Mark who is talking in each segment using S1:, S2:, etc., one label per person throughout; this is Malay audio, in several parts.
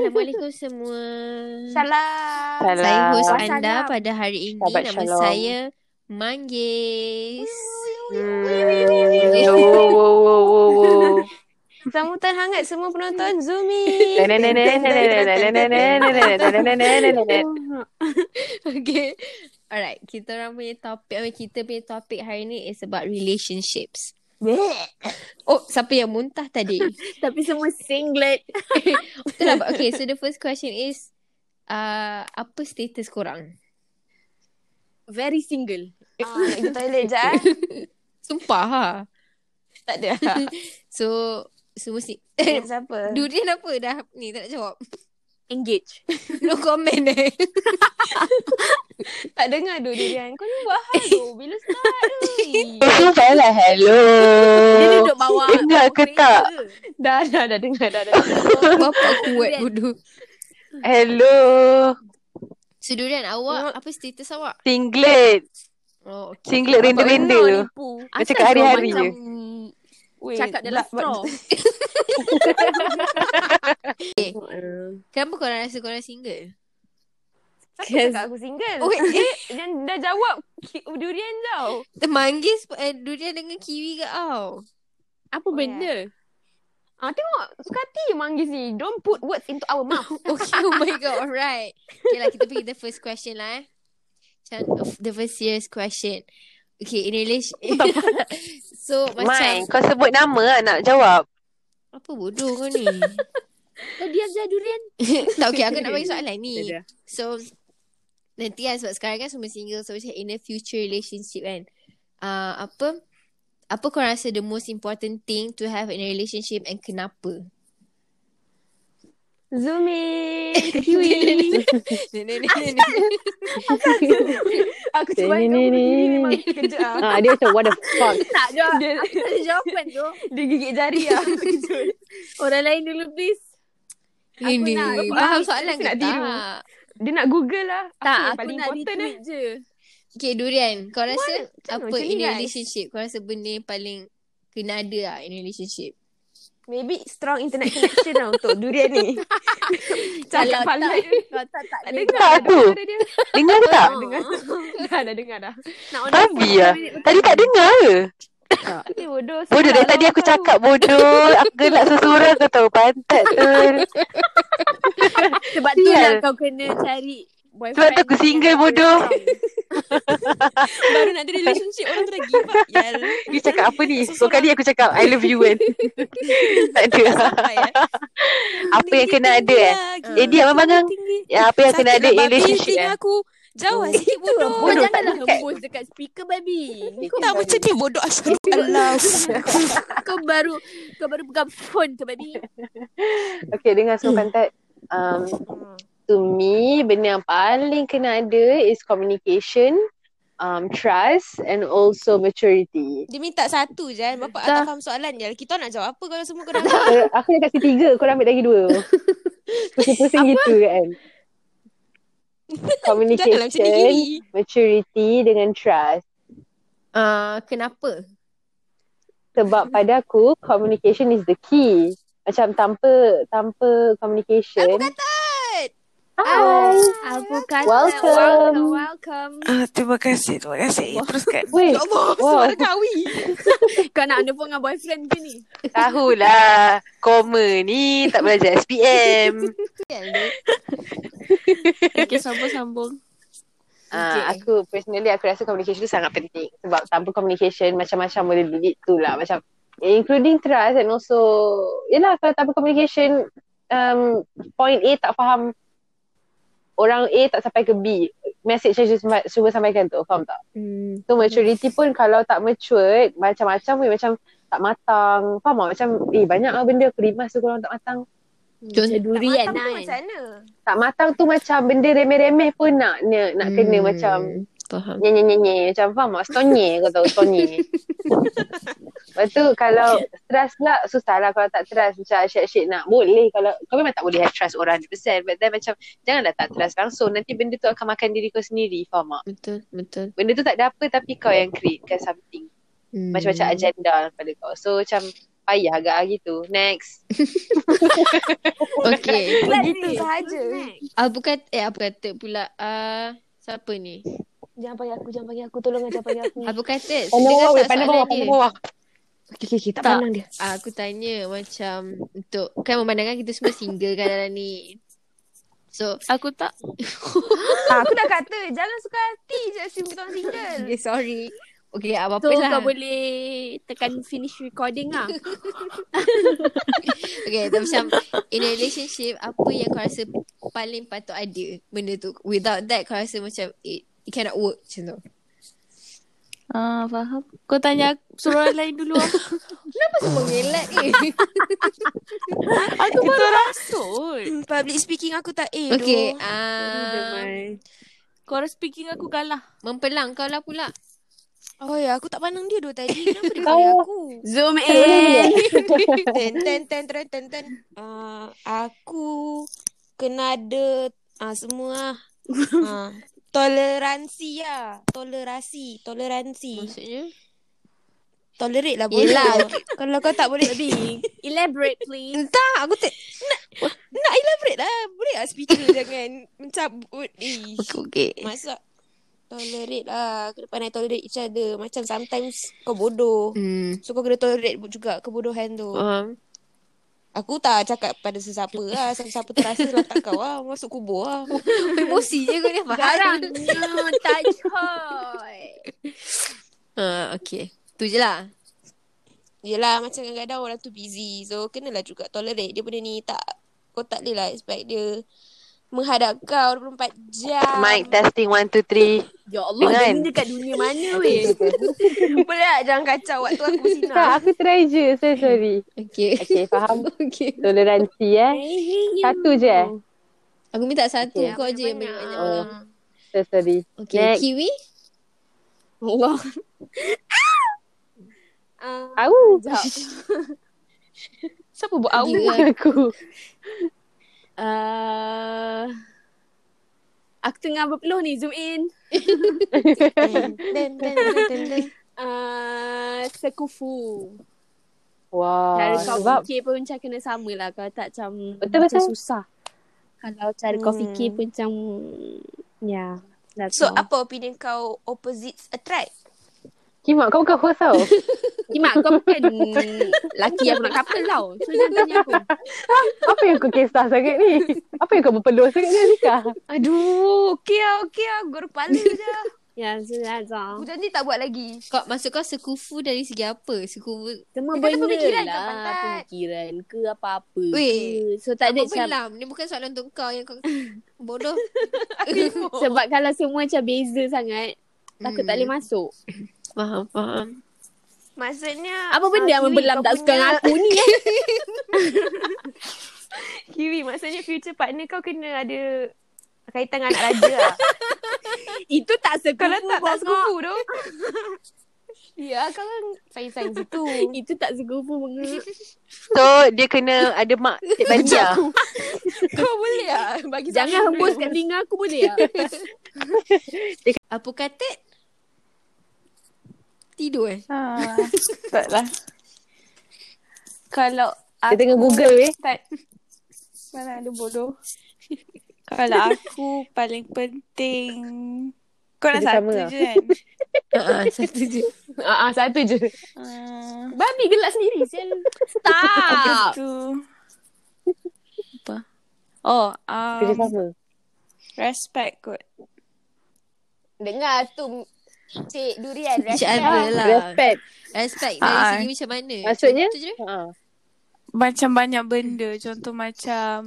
S1: Assalamualaikum semua.
S2: Salam.
S3: Salam.
S1: Saya host
S2: Salam.
S1: anda pada hari ini.
S3: Sahabat
S1: Nama
S3: Shalom.
S1: saya Manggis.
S3: Wow, wow, wow, wow, wow.
S2: Sambutan hangat semua penonton Zoomi.
S1: Okay. Alright, kita orang punya topik kita punya topik hari ni is about relationships. Oh, siapa yang muntah tadi?
S2: Tapi semua singlet.
S1: Betul lah. but Okay, so the first question is uh, apa status korang?
S4: Very single.
S2: Ah, nak pergi toilet je. ah.
S1: Sumpah ha.
S4: Tak ada.
S1: So, semua si
S2: Toilet Siapa?
S1: Durian apa dah ni tak nak jawab.
S4: Engage.
S1: No comment eh.
S2: Tak dengar tu Durian. Kau ni buat hal tu. Bila start tu.
S3: Itu salah. Hello.
S4: Dia duduk bawah.
S3: Dengar ke tak?
S2: Dah, dah, dah dengar. Dah, dah.
S1: Bapak kuat bodoh.
S3: Hello.
S1: So durian awak apa status awak?
S3: Singlet.
S1: Oh okay.
S3: Singlet renda-renda tu. Dia cakap hari-hari je.
S2: Wait,
S4: Cakap dalam
S2: but- but-
S4: straw.
S1: Eh,
S2: Oh, ya.
S1: Kenapa korang rasa korang single?
S2: Siapa cakap aku single?
S1: Oh, eh,
S2: Yang dah jawab ki- Durian tau.
S1: manggis eh, durian dengan kiwi ke au?
S4: Apa benda?
S2: Oh, ya. Ah, tengok. Suka hati you manggis ni. Don't put words into our mouth.
S1: Okay, oh my god, alright. Okay lah, kita pergi the first question lah eh. Macam the first serious question. Okay, in relation. so,
S3: Mai,
S1: macam.
S3: kau sebut nama lah nak jawab.
S1: Apa bodoh kau ni?
S4: Kau diam je durian.
S1: tak, okay, aku nak bagi soalan ni.
S4: Dadah.
S1: So, nanti kan sebab sekarang kan semua single. So, macam in a future relationship kan. Uh, apa? Apa kau rasa the most important thing to have in a relationship and kenapa?
S2: Zoomi.
S1: Kiwi.
S2: Aku cuba
S3: Ni,
S2: kamu
S3: ni, ni.
S2: ni memang kerja ah.
S3: Ah, dia macam what the fuck.
S4: Tak jawab.
S2: Dia,
S4: Ada jawapan tu.
S2: dia gigit jari
S1: lah.
S2: ah.
S4: Orang lain dulu please.
S1: Ini.
S4: nak- aku
S1: Faham
S2: nak-
S1: soalan
S2: aku
S1: ke
S2: nak tiru.
S1: tak?
S2: Dia nak Google lah. Apa
S4: Tak,
S2: yang
S4: aku
S2: paling
S4: nak
S2: important eh.
S4: retweet je.
S1: Okay, Durian. Kau rasa
S2: mana?
S1: apa
S2: Macam ni,
S1: in a
S2: guys?
S1: relationship? Kau rasa benda yang paling kena ada lah in a relationship?
S2: Maybe strong internet connection lah untuk durian ni.
S4: Kalau
S2: Cakap pala
S4: tak,
S2: dia.
S4: Kalau tak, tak
S2: Tak
S4: boleh.
S2: dengar
S3: Tak
S2: dah
S3: tu.
S2: suara dia.
S3: Dengar ke tak?
S2: Dah dengar tu. Dah, dah dengar dah.
S4: Nak on the
S3: Babi
S4: phone.
S3: lah. Tadi tak dengar ke?
S2: Eh, bodoh.
S3: Bodoh
S2: Salah
S3: dari tadi
S2: lah
S3: aku
S2: kau.
S3: cakap bodoh. Aku gelak sesurah kau tahu pantat tu.
S4: Sebab tu lah
S3: Sial.
S4: kau kena cari boyfriend.
S3: Sebab tu aku single bodoh.
S4: Baru nak ada relationship orang tu dah give up. Ya Yal.
S3: Dia cakap apa ni? Kau kali aku cakap I love you kan. tak ada.
S4: Sampai eh.
S3: Apa yang kena ada eh?
S1: Eh,
S3: Eh diam abang.
S4: lah, Tinggi.
S3: Ya, apa yang kena ada in relationship eh?
S4: aku jauh lah sikit bodoh.
S3: Bodoh
S4: Kau
S3: tak
S4: janganlah
S3: dekat.
S4: hembus dekat speaker babi. Ni kau
S3: Tak
S4: baru,
S3: macam ni bodoh asal. Alas.
S4: kau baru kau baru pegang phone ke babi.
S3: Okay dengar semua pantat. Um, to me benda yang paling kena ada is communication, um, trust and also maturity.
S4: Dia minta satu je. eh. Bapak
S3: tak
S4: faham soalan je. Kita nak jawab apa kalau semua kena
S3: Eh, aku dah kasi tiga, kau ambil lagi dua. Pusing-pusing gitu kan. Communication, maturity dengan trust.
S1: Uh, kenapa?
S3: Sebab pada aku communication is the key. Macam tanpa tanpa communication. Aku Oh. Hi.
S4: Aku kata welcome.
S3: Welcome.
S4: welcome.
S5: Ah, terima kasih, terima kasih. Teruskan.
S3: Weh,
S4: Ya Allah,
S3: Wah.
S4: suara kawi. kau nak ada phone dengan boyfriend ke ni?
S3: tahulah. Koma ni tak belajar SPM.
S4: Okay, sambung-sambung.
S3: Ah,
S1: Okay.
S3: aku personally aku rasa communication tu sangat penting. Sebab tanpa communication macam-macam boleh lead tu lah. Macam including trust and also yelah kalau tanpa communication um, point A tak faham orang A tak sampai ke B. Message yang cuba, cuba sampaikan tu. Faham tak?
S1: Hmm.
S3: So maturity pun kalau tak mature eh, macam-macam pun macam tak matang. Faham tak? Macam eh banyak lah benda aku rimas tu kalau tak matang.
S1: Contoh,
S4: Durian
S2: Matang tu
S4: kan.
S2: Macam mana?
S3: Tak matang tu macam benda remeh-remeh pun nak nak, nak kena
S1: Hmm.
S3: macam
S1: Faham.
S3: nyenyi-nyenyi. Macam faham tak? Stonye kau tahu stonye. Lepas tu kalau trust pula susah lah kalau tak trust macam asyik-asyik nak boleh kalau kau memang tak boleh have trust orang 100% but then macam janganlah tak trust langsung nanti benda tu akan makan diri kau sendiri faham tak?
S1: Betul, betul.
S3: Benda tu tak ada apa tapi kau yang createkan something
S1: Hmm.
S3: macam-macam agenda dalam kepala kau. So macam payah agak gitu. Next.
S1: Okay.
S2: Begitu sahaja.
S1: Apa kata, eh apa kata pula, uh, siapa ni?
S2: Jangan panggil aku, jangan panggil aku. Tolong jangan panggil aku.
S1: Apa kata,
S2: Oh,
S1: dengar
S3: Pandang bawah, weh.
S1: tak soalan
S3: pandang bawah,
S1: dia?
S3: pandang bawah.
S2: Okay, okay, okay. Tak,
S1: Tak.
S2: pandang dia.
S1: Ah, aku tanya macam untuk kan memandangkan kita semua single kan dalam ni. So,
S4: Aku tak.
S2: Ah, aku dah kata, jangan suka hati je assume kita orang single.
S1: okay, sorry. Okay, apa-apa
S4: So
S1: lah.
S4: kau boleh tekan finish recording lah.
S1: Okay, tapi macam in a relationship, apa yang kau rasa paling patut ada benda tu? Without that, kau rasa macam it, it cannot work macam tu.
S4: Ah, faham. Kau tanya aku, suruh orang lain dulu.
S1: Kenapa semua ngelak eh?
S4: aku baru masuk.
S2: Hmm, public speaking aku tak eh, A
S1: okay,
S2: doh.
S1: um,
S2: Demai.
S4: Kau orang speaking aku kalah.
S1: mempelang kau lah pula.
S2: Oh ya, aku tak pandang dia doh tadi. Kenapa dia pandang aku? Eh.
S4: Zoom in.
S2: ten, ten, ten, ten, ten, ten. Uh, aku kena ada uh, semua uh, toleransi lah. Tolerasi, toleransi.
S1: Maksudnya?
S2: Tolerate lah boleh.
S1: Yelah.
S2: Kalau kau tak boleh lebih.
S4: Elaborate please.
S2: Entah, aku tak... Nak, nak elaborate lah. Boleh lah speaker jangan mencabut. Eh.
S4: Okay, okay.
S2: Masak. Tolerate lah. Kena pandai tolerate each other. Macam sometimes kau bodoh.
S1: Hmm.
S2: So kau kena tolerate juga kebodohan tu.
S1: Um,
S2: Aku tak cakap pada sesiapa lah. Siapa-siapa terasa letak kau lah. Masuk kubur lah.
S1: emosi je kau ni faham.
S4: Garang. Hmm, tak coy.
S1: Ah, okay. Tu je lah.
S2: Yelah macam kadang-kadang orang tu busy. So kenalah juga tolerate dia benda ni. Tak, kau tak boleh lah expect dia menghadap kau 24 jam.
S3: Mic testing 1, 2, 3.
S4: Ya Allah,
S3: Kan?
S4: dia ni dekat dunia mana weh?
S2: Boleh tak jangan kacau waktu aku
S3: Tak,
S2: bersinar.
S3: aku try je. Saya sorry.
S1: Okay.
S3: Okay, faham.
S1: okay.
S3: Toleransi eh. Satu je eh.
S1: Aku minta satu
S3: Okay.
S1: kau je yang banyak-banyak orang.
S3: Saya sorry.
S1: Okay,
S3: Next.
S1: Kiwi?
S4: Allah. Ah.
S2: Uh,
S3: Au.
S4: Siapa buat au?
S1: Gila.
S3: Aku.
S4: Uh, aku tengah berpeluh ni, zoom in.
S2: dan, dan, dan, dan, dan.
S4: Uh, sekufu. Cara
S3: Wow.
S4: kau
S3: Ah. Sebab
S4: fikir pun macam kena sama lah. Kalau tak macam,
S3: Betul,
S4: macam
S3: betul.
S4: susah. Kalau cara kau
S2: Hmm.
S4: fikir pun macam, ya. Yeah,
S1: Oh.
S2: So apa opinion kau opposites attract?
S3: Kimak kau bukan host tau.
S4: Kimak kau bukan laki aku nak couple tau. So jangan tanya aku.
S3: Apa yang kau kisah sangat ni? Apa yang kau berpeluh sangat dengan nikah?
S2: Aduh, okay lah, okay lah. Gua kepala je.
S4: Ya, so that's all.
S2: Aku janji tak buat lagi.
S1: Kau, maksud kau sekufu dari segi apa? Sekufu
S4: Semua
S2: Dia kata
S4: benda
S2: pemikiran
S4: lah.
S2: kau, Pantat.
S4: Pemikiran ke apa-apa
S1: Weh,
S4: ke. So tak ada
S1: Apa
S4: macam
S1: pelam? Ni bukan soalan untuk kau yang kau bodoh.
S4: Sebab kalau semua macam beza sangat Takut
S1: Hmm.
S4: tak boleh masuk
S1: Faham, faham.
S2: Maksudnya
S4: Apa benda yang membelam tak suka dengan aku ni eh?
S2: Kiwi maksudnya future partner kau kena ada Kaitan dengan anak raja lah
S4: Itu tak sekufu
S2: Kalau tak tak
S4: bongok.
S2: sekufu tu Ya kau kan Sayang-sayang situ
S4: Itu tak sekufu bengak
S3: So, dia kena ada mak Cik Bandia.
S2: Kau boleh lah Bagi
S4: Jangan hembus kat telinga aku boleh tak?
S1: Apa kata? Tidur eh?
S5: Ah, tak lah.
S2: Kalau
S3: Dia tengah google weh.
S5: Tak. Mana ada bodoh. Kalau aku paling penting. Kau nak
S3: Kita sama
S5: satu
S3: lah.
S5: je kan?
S1: Ha, satu je.
S3: Ah, ah, satu je.
S5: Ah,
S4: Babi gelak sendiri Sel Stop
S5: tu. Apa? Oh,
S3: Kerja
S5: um,
S3: sama.
S5: respect kot.
S2: Dengar tu Cik Durian
S1: Each
S2: respect.
S1: other
S3: Ah.
S1: lah.
S3: Respect.
S1: Respect dari
S5: Ah.
S1: segi macam mana?
S3: Maksudnya?
S1: Contoh je.
S3: Ha.
S5: Macam banyak benda. Contoh macam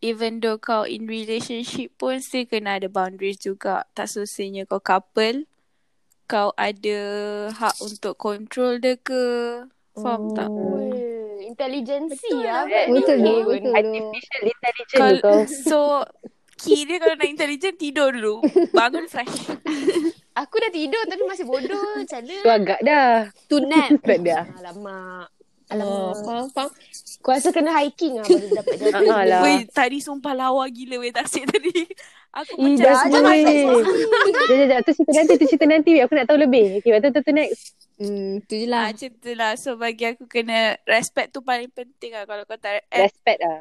S5: even though kau in relationship pun still kena ada boundaries juga. Tak susahnya kau couple, kau ada hak untuk control dia ke. Faham tak?
S2: Intelligensi lah
S1: Betul tu,
S4: eh?
S3: Betul
S1: betul tu.
S3: Artificial intelligence
S5: Kal-
S3: kau.
S5: so kira kalau nak intelligent tidur dulu. Bangun fresh.
S2: Aku dah tidur tapi masih bodoh Macam mana
S3: Tu agak dah.
S4: To nap
S3: Respect dia.
S2: Alamak
S1: Alamak.
S2: faham, faham. Kau rasa kena hiking lah baru dapat jawapan.
S3: Ha lah.
S5: Weh, tadi sumpah lawa gila weh taksir tadi. Aku
S3: Ih,
S5: macam
S3: dah semua ni. Jom, jom, jom. Tu cerita nanti, tu cerita nanti. Aku nak tahu lebih. Okay, betul tu, tu next.
S1: Hmm, tu je
S5: Ah,
S1: lah.
S5: macam tu lah. So bagi aku kena respect tu paling penting lah kalau kau tak eh,
S3: Respect lah.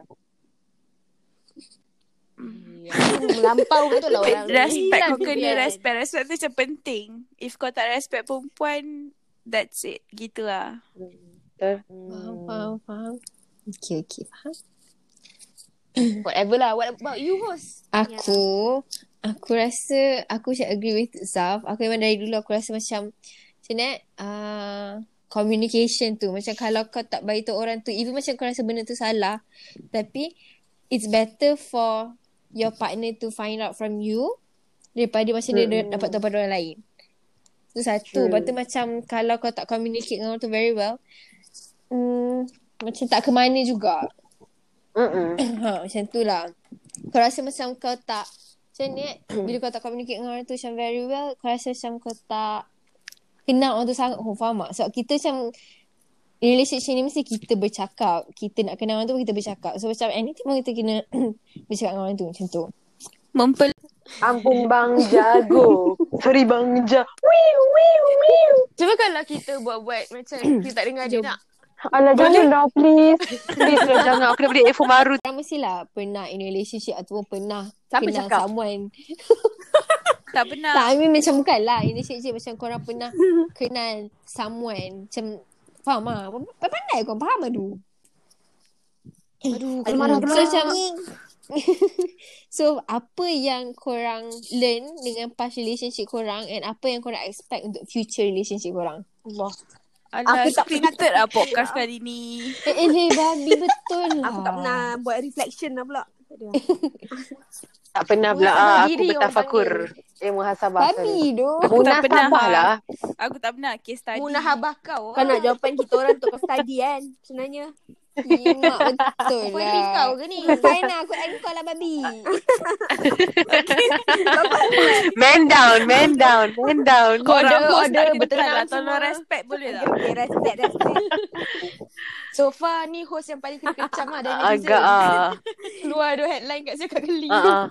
S2: Melampau betul lah orang.
S5: respect,
S2: ni.
S5: respect kau kena
S2: Kan?
S5: respect. Respect tu macam penting. If kau tak respect perempuan, that's it. Gitu lah.
S3: Betul. Hmm.
S1: Faham, faham, faham. Okay, okay. Faham.
S2: Whatever lah. What about you host?
S1: Aku Aku rasa Aku macam agree with Zaf Aku memang dari dulu Aku rasa macam Macam ni uh, Communication tu Macam kalau kau tak beritahu orang tu Even macam kau rasa benda tu salah Tapi It's better for Your partner to find out from you Daripada macam dia
S2: Hmm.
S1: dia dapat tahu pada orang lain Itu satu Lepas tu macam Kalau kau tak communicate dengan orang tu very well mm, Macam tak ke mana juga
S3: Mm-mm.
S1: ha, macam tu lah. Kau rasa macam kau tak, macam ni eh? bila kau tak communicate dengan orang tu macam very well, kau rasa macam kau tak kenal orang tu sangat. Oh, faham tak? Sebab kita macam relationship ni mesti kita bercakap. Kita nak kenal orang tu pun kita bercakap. So macam anything pun kita kena bercakap dengan orang tu macam tu.
S5: Memper
S3: Ampun bang jago. Sorry bang jago.
S2: Cuba kalau kita buat-buat macam kita tak dengar dia
S1: Jom.
S2: nak.
S3: Alah janganlah please. Please lah jangan. Aku nak beli earphone baru.
S1: Orang mestilah pernah in relationship ataupun pernah
S2: Siapa
S1: kenal
S2: cakap?
S1: someone.
S5: tak pernah.
S1: Tak, I mean macam bukan lah. In relationship macam korang pernah kenal someone. Macam, faham lah. Pandai kau faham aduh.
S2: Aduh,
S1: Aduh, so macam So apa yang korang learn dengan past relationship korang and apa yang korang expect untuk future relationship korang?
S2: Allah.
S5: Alah,
S2: Aku tak
S5: scripted lah podcast kali ni.
S1: Eh, eh, eh babi betul lah.
S4: Aku tak pernah buat reflection lah pula. Tak ada.
S3: Tak pernah pula.
S2: Muhasabah
S3: ah,
S2: diri
S3: Aku
S2: orang
S3: bertafakur. Eh muhasabah.
S1: Babi doh.
S5: Aku tak pernah,
S3: Munasabah
S5: ha.
S3: lah.
S5: Aku tak pernah case study.
S2: Munahabah kau.
S4: Kau nak jawapan kita orang untuk kau study kan sebenarnya.
S1: Nyimak betul
S2: Kau
S1: lah.
S2: kau ke ni?
S1: Fine lah, aku end kau lah babi.
S3: Man down, man down, man down.
S5: Kau orang
S2: Order,
S5: host
S2: order,
S5: tak kena
S2: bertenang
S5: lah. Tolong
S2: semua.
S5: respect boleh tak?
S4: Okay, respect, respect.
S2: So far ni host yang paling kena kecam lah dari netizen.
S3: Agak ah.
S2: Keluar ada headline kat saya kat geli.
S3: Ah, ah.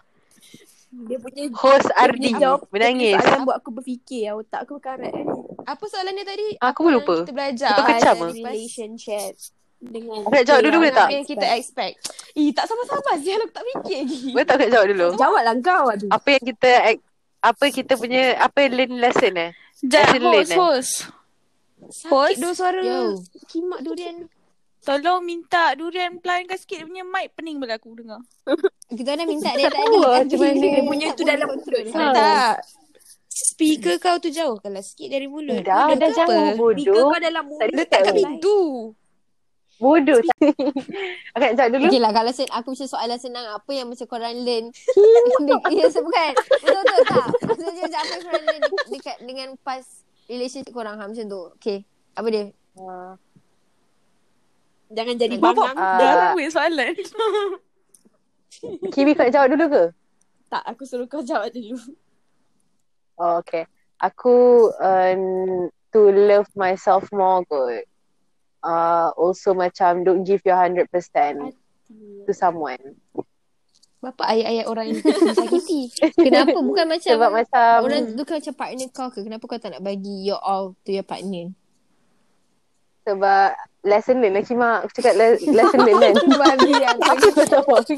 S4: Dia punya
S3: Host Ardi
S4: jawab-
S3: menangis.
S4: soalan buat aku berfikir. Lah. Otak aku berkarat kan.
S2: Apa soalan dia tadi?
S3: Ah, Aku pun
S2: Yang
S3: lupa.
S2: Kita belajar.
S3: Kau kecam ah?
S4: Relationship. Dengan
S3: Aku nak jawab dulu boleh tak?
S2: Apa yang kita expect. Eh tak sama-sama Zial aku tak fikir lagi.
S3: Boleh tak aku nak jawab dulu?
S4: Jawab lah kau aduh.
S3: Apa yang kita ex- apa kita punya apa learn lesson eh?
S5: Jangan
S3: Lesson learn
S5: host,
S2: lah.
S3: eh.
S5: host.
S2: Sakit dua suara.
S1: Yo.
S2: Kimak durian.
S5: Tolong minta durian pelankan sikit dia punya mic pening bila aku dengar.
S1: Kita dah minta dia tadi.
S3: Tahu lah
S1: kan?
S3: macam mana.
S4: Dia punya tu dalam perut.
S3: Ha.
S2: Tak. Speaker kau tu
S1: lah?
S2: jauh kalau sikit dari mulut.
S3: Dah,
S2: Mulut
S3: dah
S2: ke
S3: jauh
S2: apa?
S4: Speaker
S3: bodoh.
S4: kau dalam mulut.
S3: Tadi
S2: Letak kat
S3: Betul.
S2: pintu.
S3: Bodoh. Aku nak jawab dulu.
S1: Okay lah kalau sen, aku macam soalan senang apa yang macam korang learn Ya yes, bukan Betul-betul tak Maksudnya macam apa yang korang learn de- dekat dengan pas relationship korang ha, macam tu Okay apa dia
S4: Jangan jadi bangang.
S5: Bapak
S2: ah.
S5: dah weh soalan.
S3: Kiwi kau nak jawab dulu ke?
S4: Tak, aku suruh kau jawab dulu.
S3: Oh, okay. Aku um, to love myself more kot. Uh, also macam don't give your 100% to someone.
S2: Bapa ayat-ayat orang yang disakiti.
S1: Kenapa bukan macam
S3: Sebab macam
S1: Orang tu bukan macam partner kau ke Kenapa kau tak nak bagi your all to your partner
S3: sebab lesson learn lah Kima. Aku cakap le- lesson learn kan.
S4: Babi kan.
S3: Aku tak tahu apa.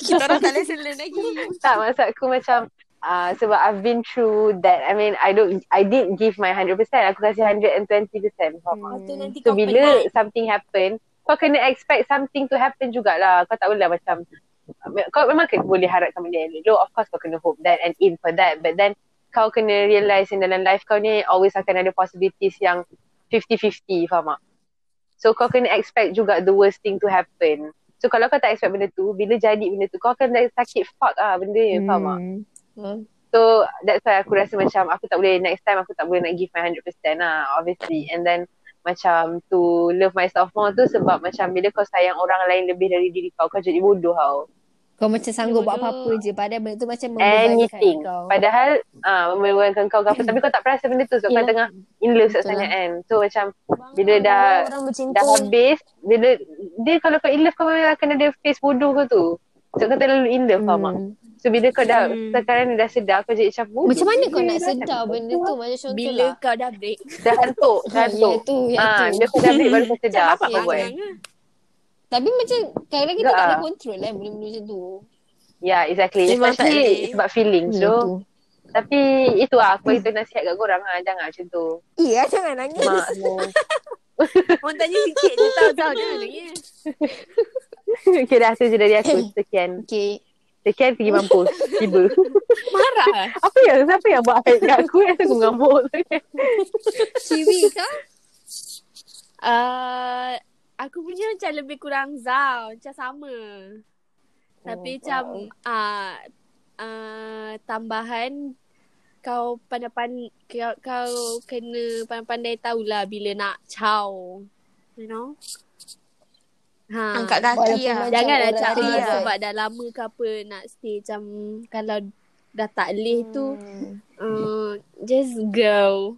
S2: Kita orang tak lesson learn lagi.
S3: tak maksud aku macam uh, sebab I've been through that. I mean I don't I did give my 100%. Aku kasih 120%.
S2: Hmm.
S3: Faham tak?
S4: Lepas tu nanti kau
S3: So bila
S4: penat.
S3: something happen Kau kena expect something to happen jugalah Kau tak boleh macam Kau memang ke, boleh harapkan benda yang elok Of course kau kena hope that and aim for that But then kau kena realise yang dalam life kau ni Always akan ada possibilities yang 50-50 faham tak? So kau kena expect juga the worst thing to happen So kalau kau tak expect benda tu Bila jadi benda tu Kau akan dah sakit fuck ah benda ni faham tak?
S1: hmm.
S3: So that's why aku rasa macam aku tak boleh next time aku tak boleh nak give my 100% lah obviously and then macam to love myself more tu sebab macam bila kau sayang orang lain lebih dari diri kau kau jadi bodoh tau.
S1: Kau macam sanggup buat
S2: Jodoh.
S1: apa-apa je. Padahal benda tu macam
S3: Anything.
S1: membebankan kau.
S3: Padahal ah uh, membebankan kau ke apa. Tapi kau tak perasa benda tu sebab kau
S1: Yelah.
S3: tengah in love
S1: Ya. Betul
S3: sangat kan. So macam bila dah
S2: orang bercinta
S3: dah habis. Bila dia kalau kau in love kau memang akan ada face bodoh kau tu. So kau terlalu in love faham tak?
S1: Hmm.
S3: So bila kau dah
S5: Hmm.
S3: sekarang ni dah sedar kau jadi macam bodoh
S1: Macam mana kau
S3: je
S1: nak
S3: lah,
S1: sedar
S3: tak
S1: benda tu? Macam
S4: Bila
S1: contohlah.
S4: kau dah break
S3: Dah hantuk,
S1: Ha,
S3: dah
S1: ya
S3: hantuk.
S1: tu, ya
S3: Ah,
S1: tu.
S3: bila kau dah break baru kau sedar apa kau buat.
S4: Jangan lah.
S1: Tapi macam kadang-kadang kita
S2: Ya.
S1: tak
S3: Enggak
S1: ada
S3: ah.
S1: kontrol lah benda-benda macam tu.
S3: Ya, yeah, exactly.
S2: Memang tak
S3: Especially
S2: boleh.
S3: sebab feeling.
S1: Hmm,
S3: So,
S1: tu.
S3: tapi itu lah
S1: Hmm.
S3: aku itu nasihat kat korang lah. Jangan macam tu.
S2: Iya jangan nangis
S3: Mak,
S4: Orang tanya sikit je tau tau jangan nangis.
S3: okay dah tu je dari aku. Sekian.
S1: Okay.
S3: Sekian pergi mampus. Tiba.
S4: Marah eh.
S3: Apa yang, siapa yang buat aib kat aku? Rasa aku mengamuk.
S4: Kiwi kau? Uh, aku punya macam lebih kurang Zau. Macam sama. Tapi macam uh, uh, tambahan kau pandai-pandai kau, kau kena pandai-pandai tahulah bila nak caw. You know? Ha.
S2: Angkat
S1: Walaupun
S2: kaki lah
S1: macam
S4: Janganlah
S1: orang
S4: cak
S1: ada
S4: ah,
S2: lah.
S4: sebab dah lama ke apa nak stay macam kalau dah tak leh tu uh, just go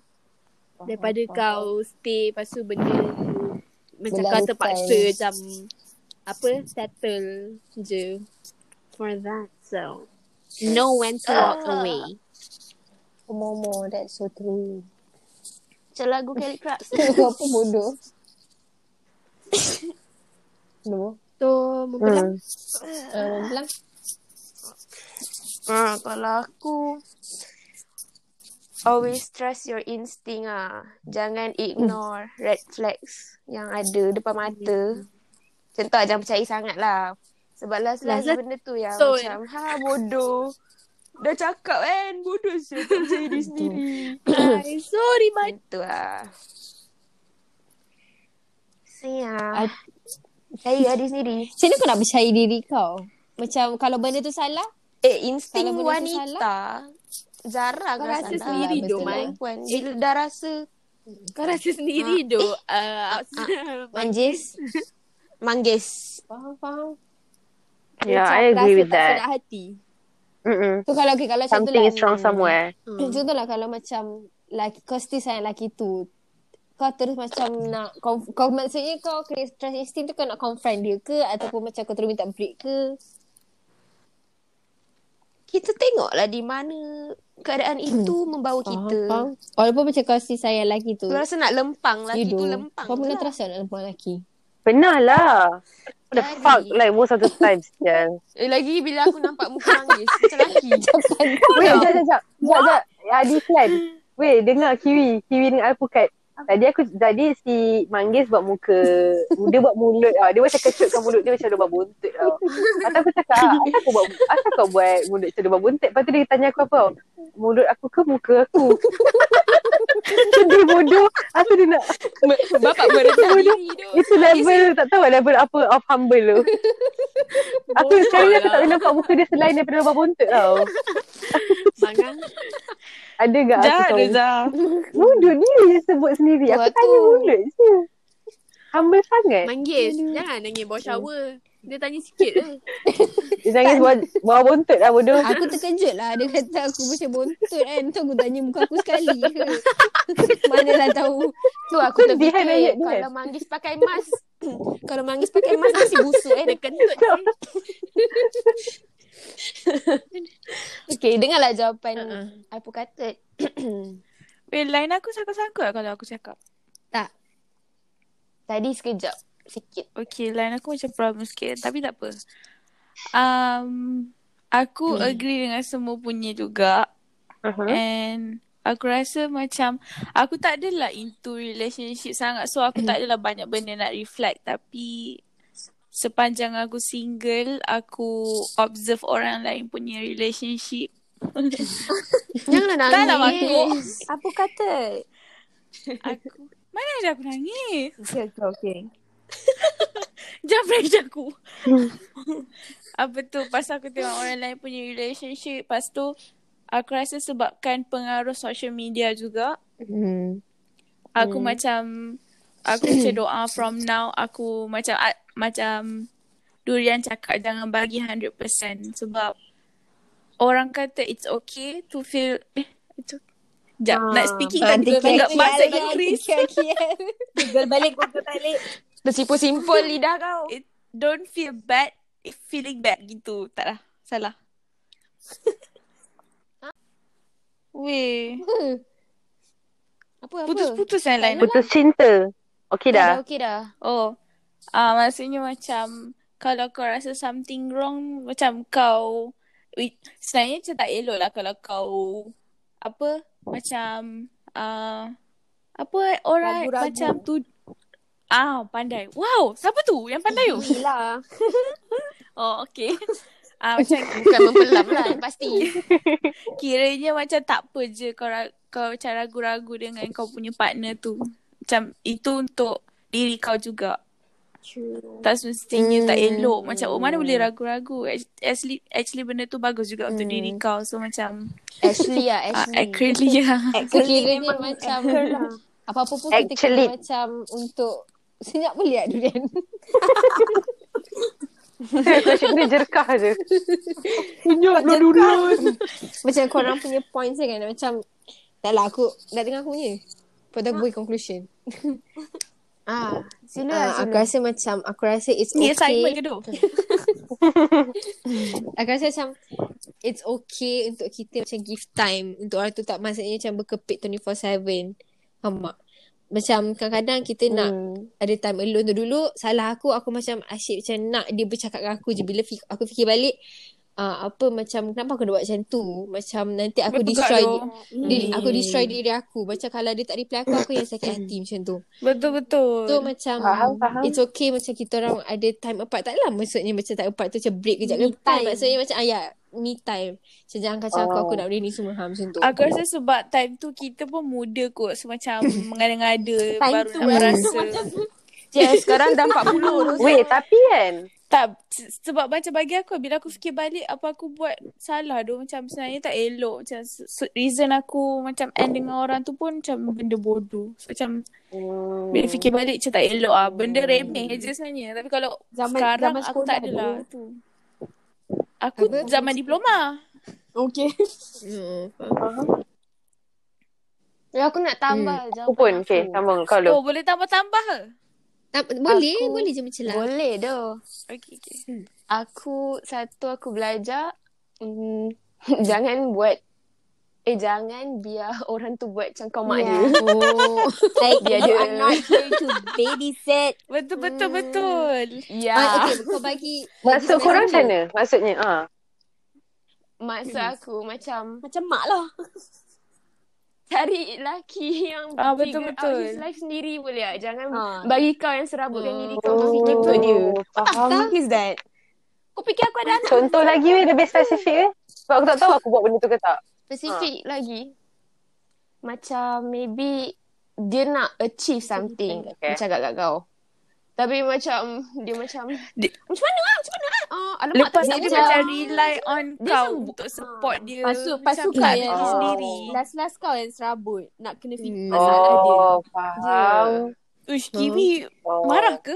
S4: daripada kau stay lepas tu benda tu macam kau
S1: Berlarutan.
S4: terpaksa macam apa settle je for that so know when to walk away
S1: Momo, that's so true.
S2: Macam lagu Kelly Clarkson
S1: Kau apa bodoh? Bodoh.
S4: so mempelang
S3: Hmm.
S1: Uh, Belang.
S2: ha, Kalau aku Always trust your instinct ah. Jangan ignore red flags yang ada depan mata. Macam tu lah, jangan percaya sangat lah. Sebab last-last
S4: Last-last
S2: benda tu yang
S4: betul.
S2: macam, ha bodoh. Dah cakap kan, bodoh je. Tak percaya diri sendiri.
S4: Hi, sorry but
S2: Betul lah.
S1: I-
S2: Saya. ah. Saya ada sendiri.
S1: Macam mana kau nak percaya diri kau? Macam kalau benda tu salah,
S2: Eh, insting
S1: Kalau benda tu
S2: wanita jarang
S4: Kau
S2: lah
S4: rasa
S2: salah.
S4: sendiri,
S1: Betul
S4: Dom,
S1: lah.
S4: eh.
S2: Perempuan, Bila dah rasa
S4: kau rasa sendiri do uh,
S1: manjis.
S2: manggis.
S1: Faham, faham.
S3: Yeah,
S4: macam
S3: Ya, I agree
S4: rasa
S3: with
S4: tak
S3: that.
S4: sedap hati
S3: Mm-mm. lah.
S1: Tu kalau okay, kalau lah, macam tu
S3: Something is wrong somewhere.
S1: Hmm. Contohlah kalau macam laki, kau still sayang lelaki tu. Kau terus macam nak kau, kau maksudnya kau create trust instinct tu kau nak confront dia ke ataupun macam kau terus minta break ke?
S2: Kita tengoklah di mana keadaan itu membawa kita.
S1: Hmm. Faham, faham. Walaupun macam kau still sayang lelaki tu.
S2: Kalau rasa nak lempang, lelaki
S1: you
S2: tu
S1: do.
S2: lempang.
S1: Kau pernah
S2: je lah.
S1: terasa nak lempang lelaki?
S3: Pernah lah. What the
S2: Jadi.
S3: fuck? Like most of the times. Yeah.
S2: Eh, lagi bila aku nampak muka manggis, macam lelaki.
S3: Wait, jap, jap, jap. Jap, jap. Eh, Adi plan. Wait, dengar Kiwi. Kiwi dengan Alpukat. Tadi aku, tadi si Manggis buat muka. Dia buat mulut tau. Dia macam kecutkan mulut dia macam dia buat buntut tau. Lepas tu aku cakap, "Ah, asal kau buat, asal kau buat mulut macam dia buat buntut? Lepas tu dia tanya aku apa tau. Mulut aku ke muka aku? Sedih bodoh. Asal dia nak,
S2: Bapak merendah diri tu.
S3: itu level, tak tahu lah level apa of humble tu. Aku
S4: Bodoh
S3: sekarang ni aku
S4: lah.
S3: tak boleh nampak muka dia selain daripada dia buat buntut tau.
S4: Mangang
S3: Ada gak aku
S5: Jahat
S3: tahu?
S5: Reza.
S3: Mulut dia yang sebut sendiri. Aku
S1: Wah,
S3: tanya
S1: tu.
S3: mulut je. Humble sangat.
S4: Manggis Jangan nangis bawah shower Dia tanya sikit je
S3: Dia nangis buat buat bontot lah bodoh.
S1: Aku terkejut lah Dia kata aku macam bontot kan Tu aku tanya muka aku sekali ke Manalah tahu
S2: Tu aku
S3: Sedih
S2: terfikir
S3: kan ayat dia.
S2: kalau manggis pakai mask. kalau manggis pakai mask masih busuk eh. Dia kentut.
S1: Okay dengarlah jawapan
S4: Uh-uh.
S2: Apa kata?
S5: Wait, line aku sangkut-sangkut lah kalau aku cakap.
S2: Tadi sekejap. Sikit.
S5: Okay, line aku macam problem sikit. Tapi tak apa. Um, aku hmm. agree dengan semua punya juga.
S3: Uh-huh.
S5: And aku rasa macam aku tak adalah into relationship sangat so aku tak adalah banyak benda nak reflect tapi sepanjang aku single aku observe orang lain punya relationship
S2: Janganlah nangis.
S5: tak lah aku
S2: Apa kata?
S5: aku mana ada aku nangis
S2: Okay, okay, okay.
S5: jangan pressure aku apa tu pasal aku tengok orang lain punya relationship lepas tu aku rasa sebabkan pengaruh social media juga
S1: hmm.
S5: Aku macam aku macam doa from now aku macam a, macam Durian cakap jangan bagi 100% sebab orang kata it's okay to feel eh it's okay. Sekejap, nak speaking kan juga tengok masa Chris.
S6: Google balik, Google balik.
S2: Dah simpul-simpul lidah kau.
S5: It, don't feel bad if feeling bad gitu. Tak lah, salah. Weh,
S2: Apa apa?
S5: putus-putus yang lain.
S3: Putus cinta. Okey
S2: Dah, dah
S3: dah.
S2: okey dah.
S5: Oh, ah uh, maksudnya macam kalau kau rasa something wrong, macam kau wait, sebenarnya macam tak elok lah kalau kau apa macam ah apa orang
S6: Ragu-ragu.
S5: macam tu ah pandai. Wow, siapa tu yang pandai tu?
S4: Yelah.
S5: Oh, okay. Ah macam
S2: Bukan mempelam lah,
S1: eh,
S2: yang pasti.
S5: kiranya macam tak apa je kau ra- kau macam ragu-ragu dengan kau punya partner tu. Macam itu untuk diri kau juga.
S4: True.
S5: Tak semestinya tak
S1: Hmm.
S5: elok Macam oh mana boleh ragu-ragu Act- Actually actually benda tu bagus juga Untuk
S1: Hmm.
S5: diri kau So macam
S1: Ashley lah,
S5: ah,
S1: Ashley.
S5: Actually ya
S1: Sekiranya macam apa-apa pun kita
S3: Actually.
S1: kena macam untuk senyap beli tak durian.
S3: Asyik kena jerkah je. Senyap lah durian.
S1: macam korang punya points je kan macam tak lah aku dah dengar aku punya. Lepas tu aku bagi conclusion.
S2: Ah, sila
S1: Ah,
S2: lah,
S1: aku
S2: sila.
S1: rasa macam aku rasa it's
S5: Ni
S1: okay.
S5: assignment ke tu
S1: Aku rasa macam It's okay untuk kita macam give time Untuk orang tu tak maksudnya macam berkepit 24-7 Faham tak? Macam kadang-kadang kita hmm. nak ada time alone tu dulu Salah aku, aku macam asyik macam nak dia bercakap dengan aku je Bila fik- aku fikir balik uh, Apa macam, kenapa aku nak buat macam tu Macam nanti aku
S5: Bertukar
S1: destroy
S5: tu.
S1: di, di, Aku destroy diri aku Macam kalau dia tak reply aku, aku yang sakit hati macam tu
S5: Betul-betul
S1: So macam
S3: Faham, faham.
S1: It's okay macam kita orang Ada time apart Tak lah maksudnya Macam tak apart tu Macam break kejap ke time Maksudnya macam ah, ya, Me time Macam jangan kacau aku
S3: Oh.
S1: Aku nak benda ni semua ha, Macam tu
S5: Aku rasa sebab time tu Kita pun muda kot So macam mengada-ngada
S6: Time
S5: Baru
S6: tu
S5: nak merasa
S2: Cia, sekarang dah 40 tu.
S3: Weh, tapi kan.
S5: Tak se- Sebab macam bagi aku Bila aku fikir balik Apa aku buat Salah tu Macam sebenarnya tak elok Macam se- se- reason aku Macam end dengan orang tu pun Macam benda bodoh so, Macam
S3: Hmm.
S5: Bila fikir balik macam tak elok ah. Benda remeh je sebenarnya. Tapi kalau
S4: Zaman-
S5: sekarang
S4: zaman
S5: aku
S4: sekolah
S5: tak ada
S4: dulu.
S5: lah tu. Aku
S1: Apa?
S5: zaman diploma.
S4: Okay.
S1: hmm.
S2: Eh,
S1: Ya,
S2: aku nak tambah hmm.
S3: Aku pun. Okay, sambung. Kau
S5: Oh,
S3: dulu.
S5: boleh tambah-tambah ke?
S1: tak, Boleh aku... Boleh je macam lah
S2: Boleh doh.
S5: Okey, okey.
S2: Aku satu aku belajar mm, jangan buat eh jangan biar orang tu buat macam kau mak yeah. dia.
S1: Oh
S6: Ya. Like,
S2: Dia
S6: you
S2: ada.
S6: are not here to babysit.
S5: Betul betul betul.
S2: Ya.
S1: ah,
S2: Yeah.
S1: Okay kau bagi
S3: Maksud
S1: bagi
S3: korang macam
S1: sebenarnya.
S3: mana? Maksudnya, ah.
S2: Maksud aku macam
S6: Macam mak lah.
S2: cari lelaki yang
S5: Ah, betul,
S2: figure
S5: betul.
S2: out his life sendiri boleh tak? Jangan
S6: Ah.
S2: bagi kau yang serabutkan
S1: Ah.
S2: diri kau kau fikir untuk dia.
S3: Oh, Faham.
S6: What is that?
S2: Kau fikir aku ada anak
S3: Contoh lagi weh lebih spesifik weh. Sebab aku tak tahu aku buat benda tu ke tak.
S2: spesifik lagi. Macam maybe dia nak achieve something
S3: Okay.
S2: okay. macam kat kau. Tapi macam dia macam
S5: Dia-
S2: macam mana ah macam mana ah? Ah, alamak
S5: Lepas
S2: tak
S5: tu dia
S2: macam-
S5: macam rely on
S2: Dia
S5: kau
S2: sembuh.
S5: untuk support dia.
S4: Pasu-
S5: Macam
S4: pasukan
S5: kat
S4: yang-
S5: diri
S3: Oh.
S5: sendiri.
S4: Last-last kau yang serabut. Nak kena fikir Ah.
S1: Hmm.
S4: masalah dia.
S3: Oh, faham.
S5: Uish, Kiwi
S3: Oh.
S5: marah ke?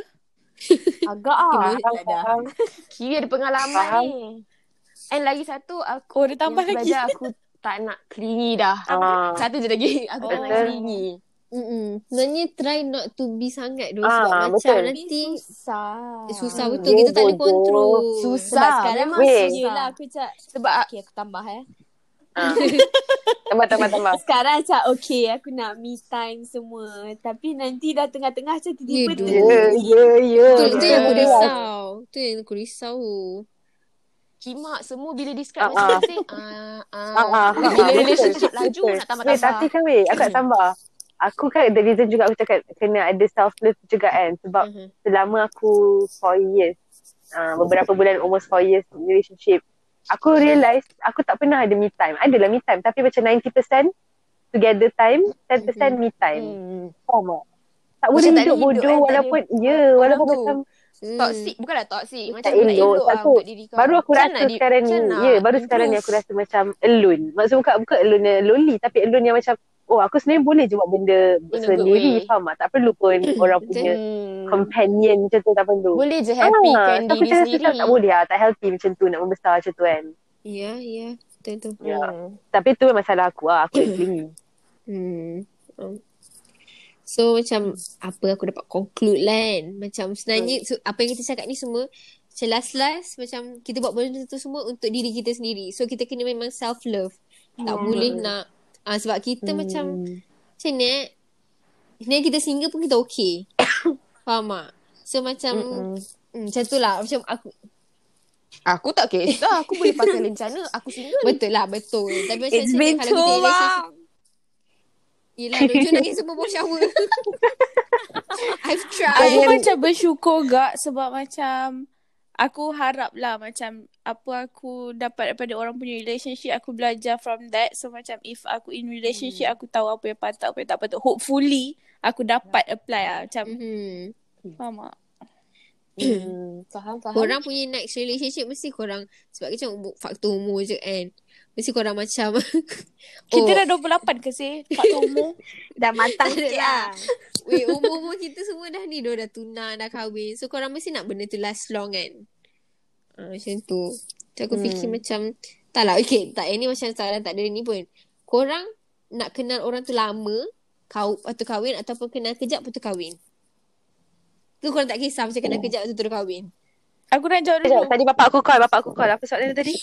S4: Agak ah.
S3: Faham, faham.
S2: Kira ada pengalaman
S3: Faham.
S2: ni. And lagi satu aku
S5: Oh, dia tambah
S2: yang
S5: lagi.
S2: belajar aku tak nak clingy dah.
S3: Ah.
S2: Satu je lagi aku tak nak
S5: Betul.
S2: clingy.
S1: Mm-mm. Sebenarnya try not to be sangat doh
S3: Ah,
S1: Sebab macam
S3: betul.
S1: nanti
S4: Susah.
S1: Eh, Susah
S3: Ah.
S1: betul
S3: Dia
S1: Kita tak ada
S3: bodoh.
S1: kontrol
S4: Sebab
S2: Susah.
S4: sekarang
S2: Memang
S3: Weh.
S2: susah.
S4: Yelah aku cak.
S2: Sebab
S4: Okay aku tambah eh.
S3: Ah. Tambah, tambah, tambah.
S4: Sekarang macam okay aku nak me time semua. Tapi nanti dah tengah-tengah macam tiba-tiba
S1: Yedoh.
S4: terkejut.
S3: Ya, ya, ya.
S1: Betul, itu yang aku
S5: Betul.
S1: risau. Itu yang aku risau.
S2: kimak semua bila
S3: Ah,
S2: describe
S3: ah.
S2: masing-masing.
S1: Ah,
S3: Ah, ah,
S1: ah.
S3: faham.
S2: Bila
S3: Betul,
S2: relationship
S3: betul,
S2: laju,
S3: betul.
S2: nak tambah-tambah.
S3: Weh, tapi kan weh, aku nak tambah. Aku kan the reason juga aku cakap kena ada self love juga kan sebab
S1: Mhm.
S3: selama aku 4 years uh, beberapa bulan almost 4 years relationship aku realise aku tak pernah ada me time adalah me time tapi macam 90% together time 10% me time
S2: Hmm.
S3: faham tak tak
S2: Macam
S3: boleh
S2: tak
S3: hidup
S2: boleh hidup
S3: bodoh
S2: kan, tak
S3: walaupun ya
S2: orang
S3: walaupun
S2: tu.
S3: macam
S1: Hmm.
S2: Toxic bukanlah toxic. Macam
S3: tak
S2: tak
S3: elok,
S2: elok
S3: tak
S2: lah
S3: tu.
S2: untuk diri kau.
S3: baru aku
S2: Macam
S3: rasa
S2: nak di-
S3: sekarang ni
S2: macam nak
S3: ya baru sekarang ni aku
S2: improve.
S3: rasa macam alone maksud bukan bukan alone yang lonely tapi alone yang macam oh aku sebenarnya boleh je buat benda
S2: In a good
S3: sendiri
S2: way.
S3: faham tak tak perlu pun orang punya
S1: Hmm.
S3: companion macam tu tak perlu Ah,
S1: Boleh je
S2: kan
S1: happykan
S3: tapi
S1: diri
S3: saya rasa
S1: sendiri.
S3: macam tak boleh lah tak healthy macam tu nak membesar macam tu kan
S1: Ya, ya. Betul tu.
S3: Ya.
S2: Hmm.
S3: tapi tu masalah aku lah aku actually
S1: Hmm. Um, So macam apa aku dapat conclude lah kan. Macam sebenarnya so, apa yang kita cakap ni semua macam last-last macam kita buat benda tu semua untuk diri kita sendiri. So kita kena memang self love. Tak
S2: Hmm.
S1: boleh nak ah sebab kita macam macam ni eh, sebenarnya kita single pun kita okay. Faham tak? So macam mm, macam tu lah macam aku
S2: Aku tak kisah. Aku boleh pakai lencana. Aku single.
S1: betul lah betul. Tapi macam
S6: It's
S1: macam
S6: been
S1: kalau
S6: too
S1: kita relationship
S6: long.
S1: Yelah Dojo nangis semua bawah shower I've
S5: Aku
S6: kan
S1: tried
S5: macam bersyukur gak sebab macam aku harap lah macam apa aku dapat daripada orang punya relationship aku belajar from that so macam if aku in relationship
S1: Hmm.
S5: aku tahu apa yang patut apa yang tak patut hopefully aku dapat apply lah macam
S1: Mhm.
S5: faham tak?
S2: Faham, faham.
S1: Korang punya next relationship Mesti korang Sebab macam umur- faktor umur je kan Mesti korang macam
S5: Kita
S1: Oh.
S5: dah 28 ke sih? Faktor umur.
S4: Dah matang
S1: Tak ada
S4: sikit
S1: lah.
S4: lah.
S1: Weh umur-umur kita semua dah ni Dah, dah tunang dah kahwin So korang mesti nak benda tu last long kan uh, Macam tu So aku fikir macam Tak lah okay Tak yang ni macam saran tak ada ni pun Korang nak kenal orang tu lama kau Atau kahwin Ataupun kenal kejap Lepas tu kahwin Tu korang tak kisah Macam kenal kejap Lepas tu terus kahwin
S5: Aku nak jawab
S3: Sekejap,
S5: dulu.
S3: tadi bapak aku call bapak aku call apa soalan dia tadi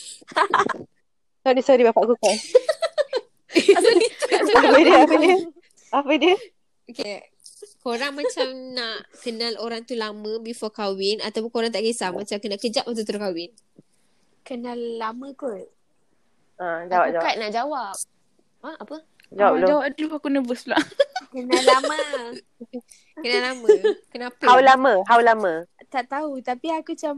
S3: sorry sorry bapak aku call apa dia apa dia apa dia
S1: Okay Korang macam nak Kenal orang tu lama Before kahwin Ataupun korang tak kisah Macam kenal kejap Lepas tu terus kahwin
S4: Kenal lama kot.
S3: ha, jawab
S2: Aku
S3: jawab
S2: kat nak jawab. Ha, apa?
S3: jawab
S5: Ah,
S3: dulu
S5: jawab dulu aku nervous pula.
S4: Kenal lama.
S1: Kenal lama Kenapa
S3: how lama how lama
S4: tak tahu tapi aku macam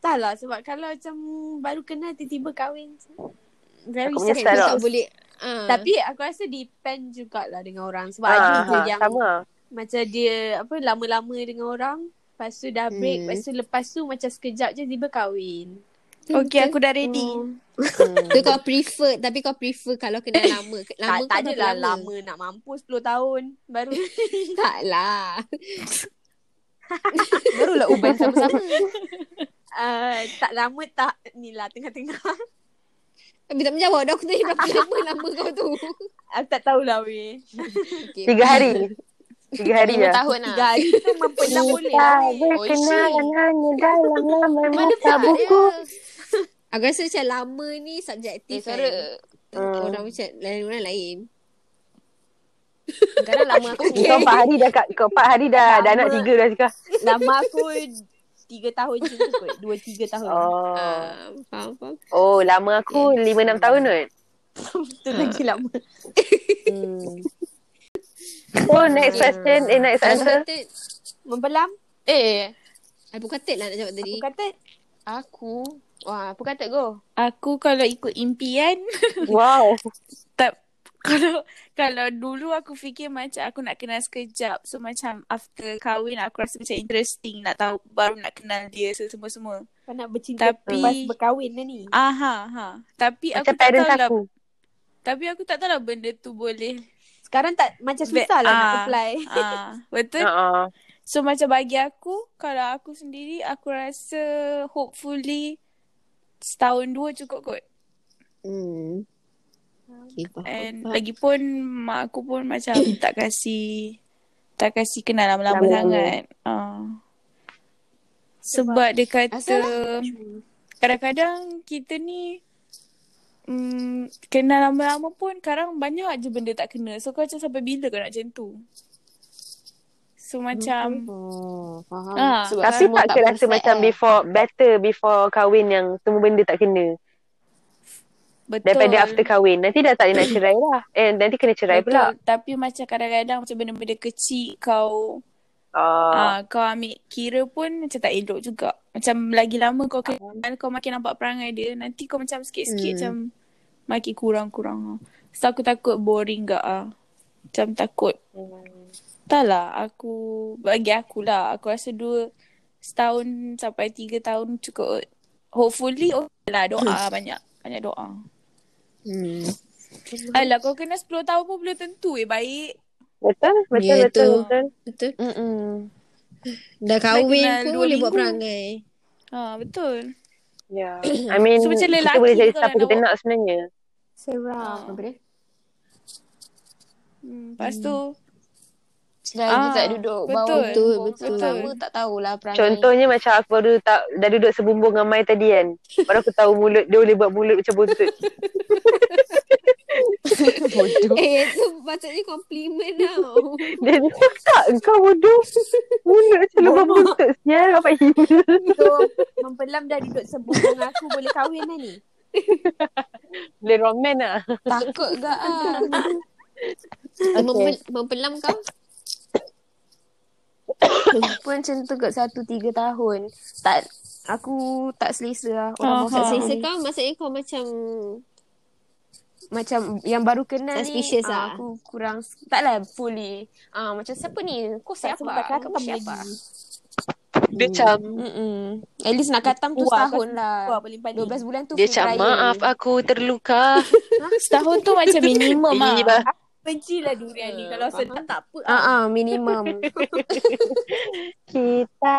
S4: tak lah sebab kalau macam baru kenal tiba-tiba kahwin. Very
S3: Aku
S4: sad.
S3: punya
S1: Kan
S3: style
S1: kau
S3: tau.
S1: tak boleh ah.
S4: Tapi aku rasa depend jugalah dengan orang sebab
S3: Ah,
S4: ada je
S3: ah,
S4: yang
S3: sama
S4: macam dia apa lama-lama dengan orang lepas tu dah
S1: Hmm.
S4: break lepas tu lepas tu macam sekejap je tiba kahwin. Hmm.
S5: Okay, aku dah ready.
S1: Tu kau prefer Tapi kau prefer Kalau kenal lama Ke- Lama
S4: Lama
S1: kau
S4: tak, tak
S1: berapa
S4: adalah lama. lama nak mampus 10 tahun baru
S1: Tak lah
S2: Barulah uban sama-sama.
S4: uh, tak lama tak ni lah tengah-tengah.
S1: Tapi tak menjawab dah Aku tanya berapa lama Lama kau tu
S4: Aku tak tahulah weh.
S1: okay.
S3: tiga hari tiga hari
S2: Lima
S3: lah
S2: tahun lah.
S4: Tiga hari tu mempenat boleh lah
S3: Tak
S4: weh.
S3: berkenalan hanya dalam laman
S1: Mana
S3: muka
S1: pula
S3: buku.
S1: dia? Aku rasa macam lama ni Subjektif
S2: Eh, suara.
S1: kan Orang macam Lain orang lain
S2: Kadang lama aku
S3: Okay. Kau empat hari dah kat, kau empat hari dah, dah nak
S4: Lama.
S3: tiga dah cakap.
S4: Lama aku tiga tahun je tu kot. Dua tiga tahun.
S3: Oh.
S1: Ah, Faham faham
S3: Oh, lama aku lima enam tahun kot.
S4: Tu lagi lama.
S3: Oh, next question. Eh, next
S1: Aku
S3: answer.
S1: kata
S4: Membelam.
S2: Eh,
S1: Aku kata lah nak jawab tadi
S4: Aku kata
S2: aku. Wah, apa kata go?
S5: Aku kalau ikut impian
S3: Wow.
S5: tak kalau kalau dulu aku fikir macam aku nak kenal sekejap so macam after kahwin aku rasa macam interesting nak tahu baru nak kenal dia so semua-semua.
S4: kau nak bercinta
S5: Tapi-
S4: lepas berkahwin dah ni.
S5: Aha ha. Tapi
S3: Macam
S5: aku tak
S3: parents
S5: tahu lah
S3: aku.
S5: tapi aku tak tahu lah benda tu boleh.
S4: Sekarang tak macam susah lah nak apply.
S5: Ah, betul.
S3: Uh-uh.
S5: So macam bagi aku kalau aku sendiri aku rasa hopefully setahun dua cukup kot.
S1: Hmm Okay, faham,
S5: And
S1: faham.
S5: lagipun mak aku pun macam tak kasi tak kasi Eh. kenal lama-lama
S3: Lama-lama.
S5: sangat. Uh. Sebab dia kata kadang-kadang kita ni mm, kenal lama-lama pun kadang banyak je benda tak kena. So kau macam sampai bila kau nak macam tu? So macam
S2: Oh, faham.
S5: Ah,
S2: Sebab
S3: Tapi
S2: semua
S3: tak ke rasa
S2: perfect,
S3: macam
S2: eh.
S3: before, better before kahwin yang semua benda tak kena.
S5: betul.
S3: Daripada after kahwin. Nanti dah tak boleh nak cerai lah. Eh, nanti kena cerai
S5: Betul,
S3: pula.
S5: Tapi macam kadang-kadang macam benda-benda kecil kau
S3: Ah.
S5: Ah, kau ambil kira pun macam tak elok juga. Macam lagi lama kau kenal, kau makin nampak perangai dia. Nanti kau macam sikit-sikit
S1: Hmm.
S5: macam makin kurang-kurang. lah. So aku takut boring gak ah. Macam takut. Tak lah aku, bagi akulah. Aku rasa dua, setahun sampai tiga tahun oh, cukup. Hopefully okay lah doa banyak. Banyak doa.
S1: Hmm.
S5: Alah kau kena 10 tahun pun belum tentu eh baik.
S3: Betul, betul,
S1: Ya,
S3: betul,
S1: tu.
S3: betul.
S1: Betul.
S3: Mm-mm.
S1: Dah
S5: kenal
S1: kahwin pun
S5: dua
S1: boleh buat
S5: minggu.
S1: perangai.
S5: Ha betul.
S3: Yeah. Ya. I mean,
S5: So, macam
S3: kita
S5: lelaki
S3: boleh jadi
S5: kalau
S3: siapa
S5: nak
S3: kita
S5: buat-
S3: nak sebenarnya.
S5: Ha. Hmm, lepas tu
S2: Selagi
S5: Ah,
S2: tak duduk
S5: betul.
S2: bawah
S1: Betul,
S2: bumbung
S1: betul.
S2: Sama tak tahulah perangai.
S3: Contohnya macam aku baru tak, dah duduk sebumbung dengan Mai tadi kan. Baru aku tahu mulut, dia boleh buat mulut macam buntut.
S1: Bodoh. Eh, itu patutnya compliment lah. tau.
S3: Dia ni tak, kau bodoh. Mulut macam lubang buntut. Sial, apa hil.
S4: So, mempelam dah duduk sebut dengan aku boleh kahwin dah ni.
S3: Boleh roman lah.
S2: Takut ke ah.
S1: Mem- mempelam kau?
S2: pun macam tu kot satu tiga tahun. Tak aku tak selesa lah.
S5: Aha.
S2: Orang uh-huh.
S1: Tak
S5: Ah.
S1: selesa kau? Maksudnya kau macam...
S2: macam yang baru kenal ni
S1: Suspicious
S2: ah,
S1: ah.
S2: aku kurang taklah fully ah macam siapa ni kau siapa
S4: sempat katam
S2: kamu siapa
S3: Dia macam,
S2: Mm-mm. At least nak katam tu
S4: Wah,
S2: setahun
S4: Wah,
S2: lah.
S4: paling paling.
S2: 12 bulan tu
S3: dia
S2: full
S3: macam,
S2: trial.
S3: maaf aku terluka.
S5: setahun tu macam minimum ah.
S3: Iba.
S4: Benci lah durian ni. Kalau sedap tak apa.
S2: Ah ah minimum.
S3: Kita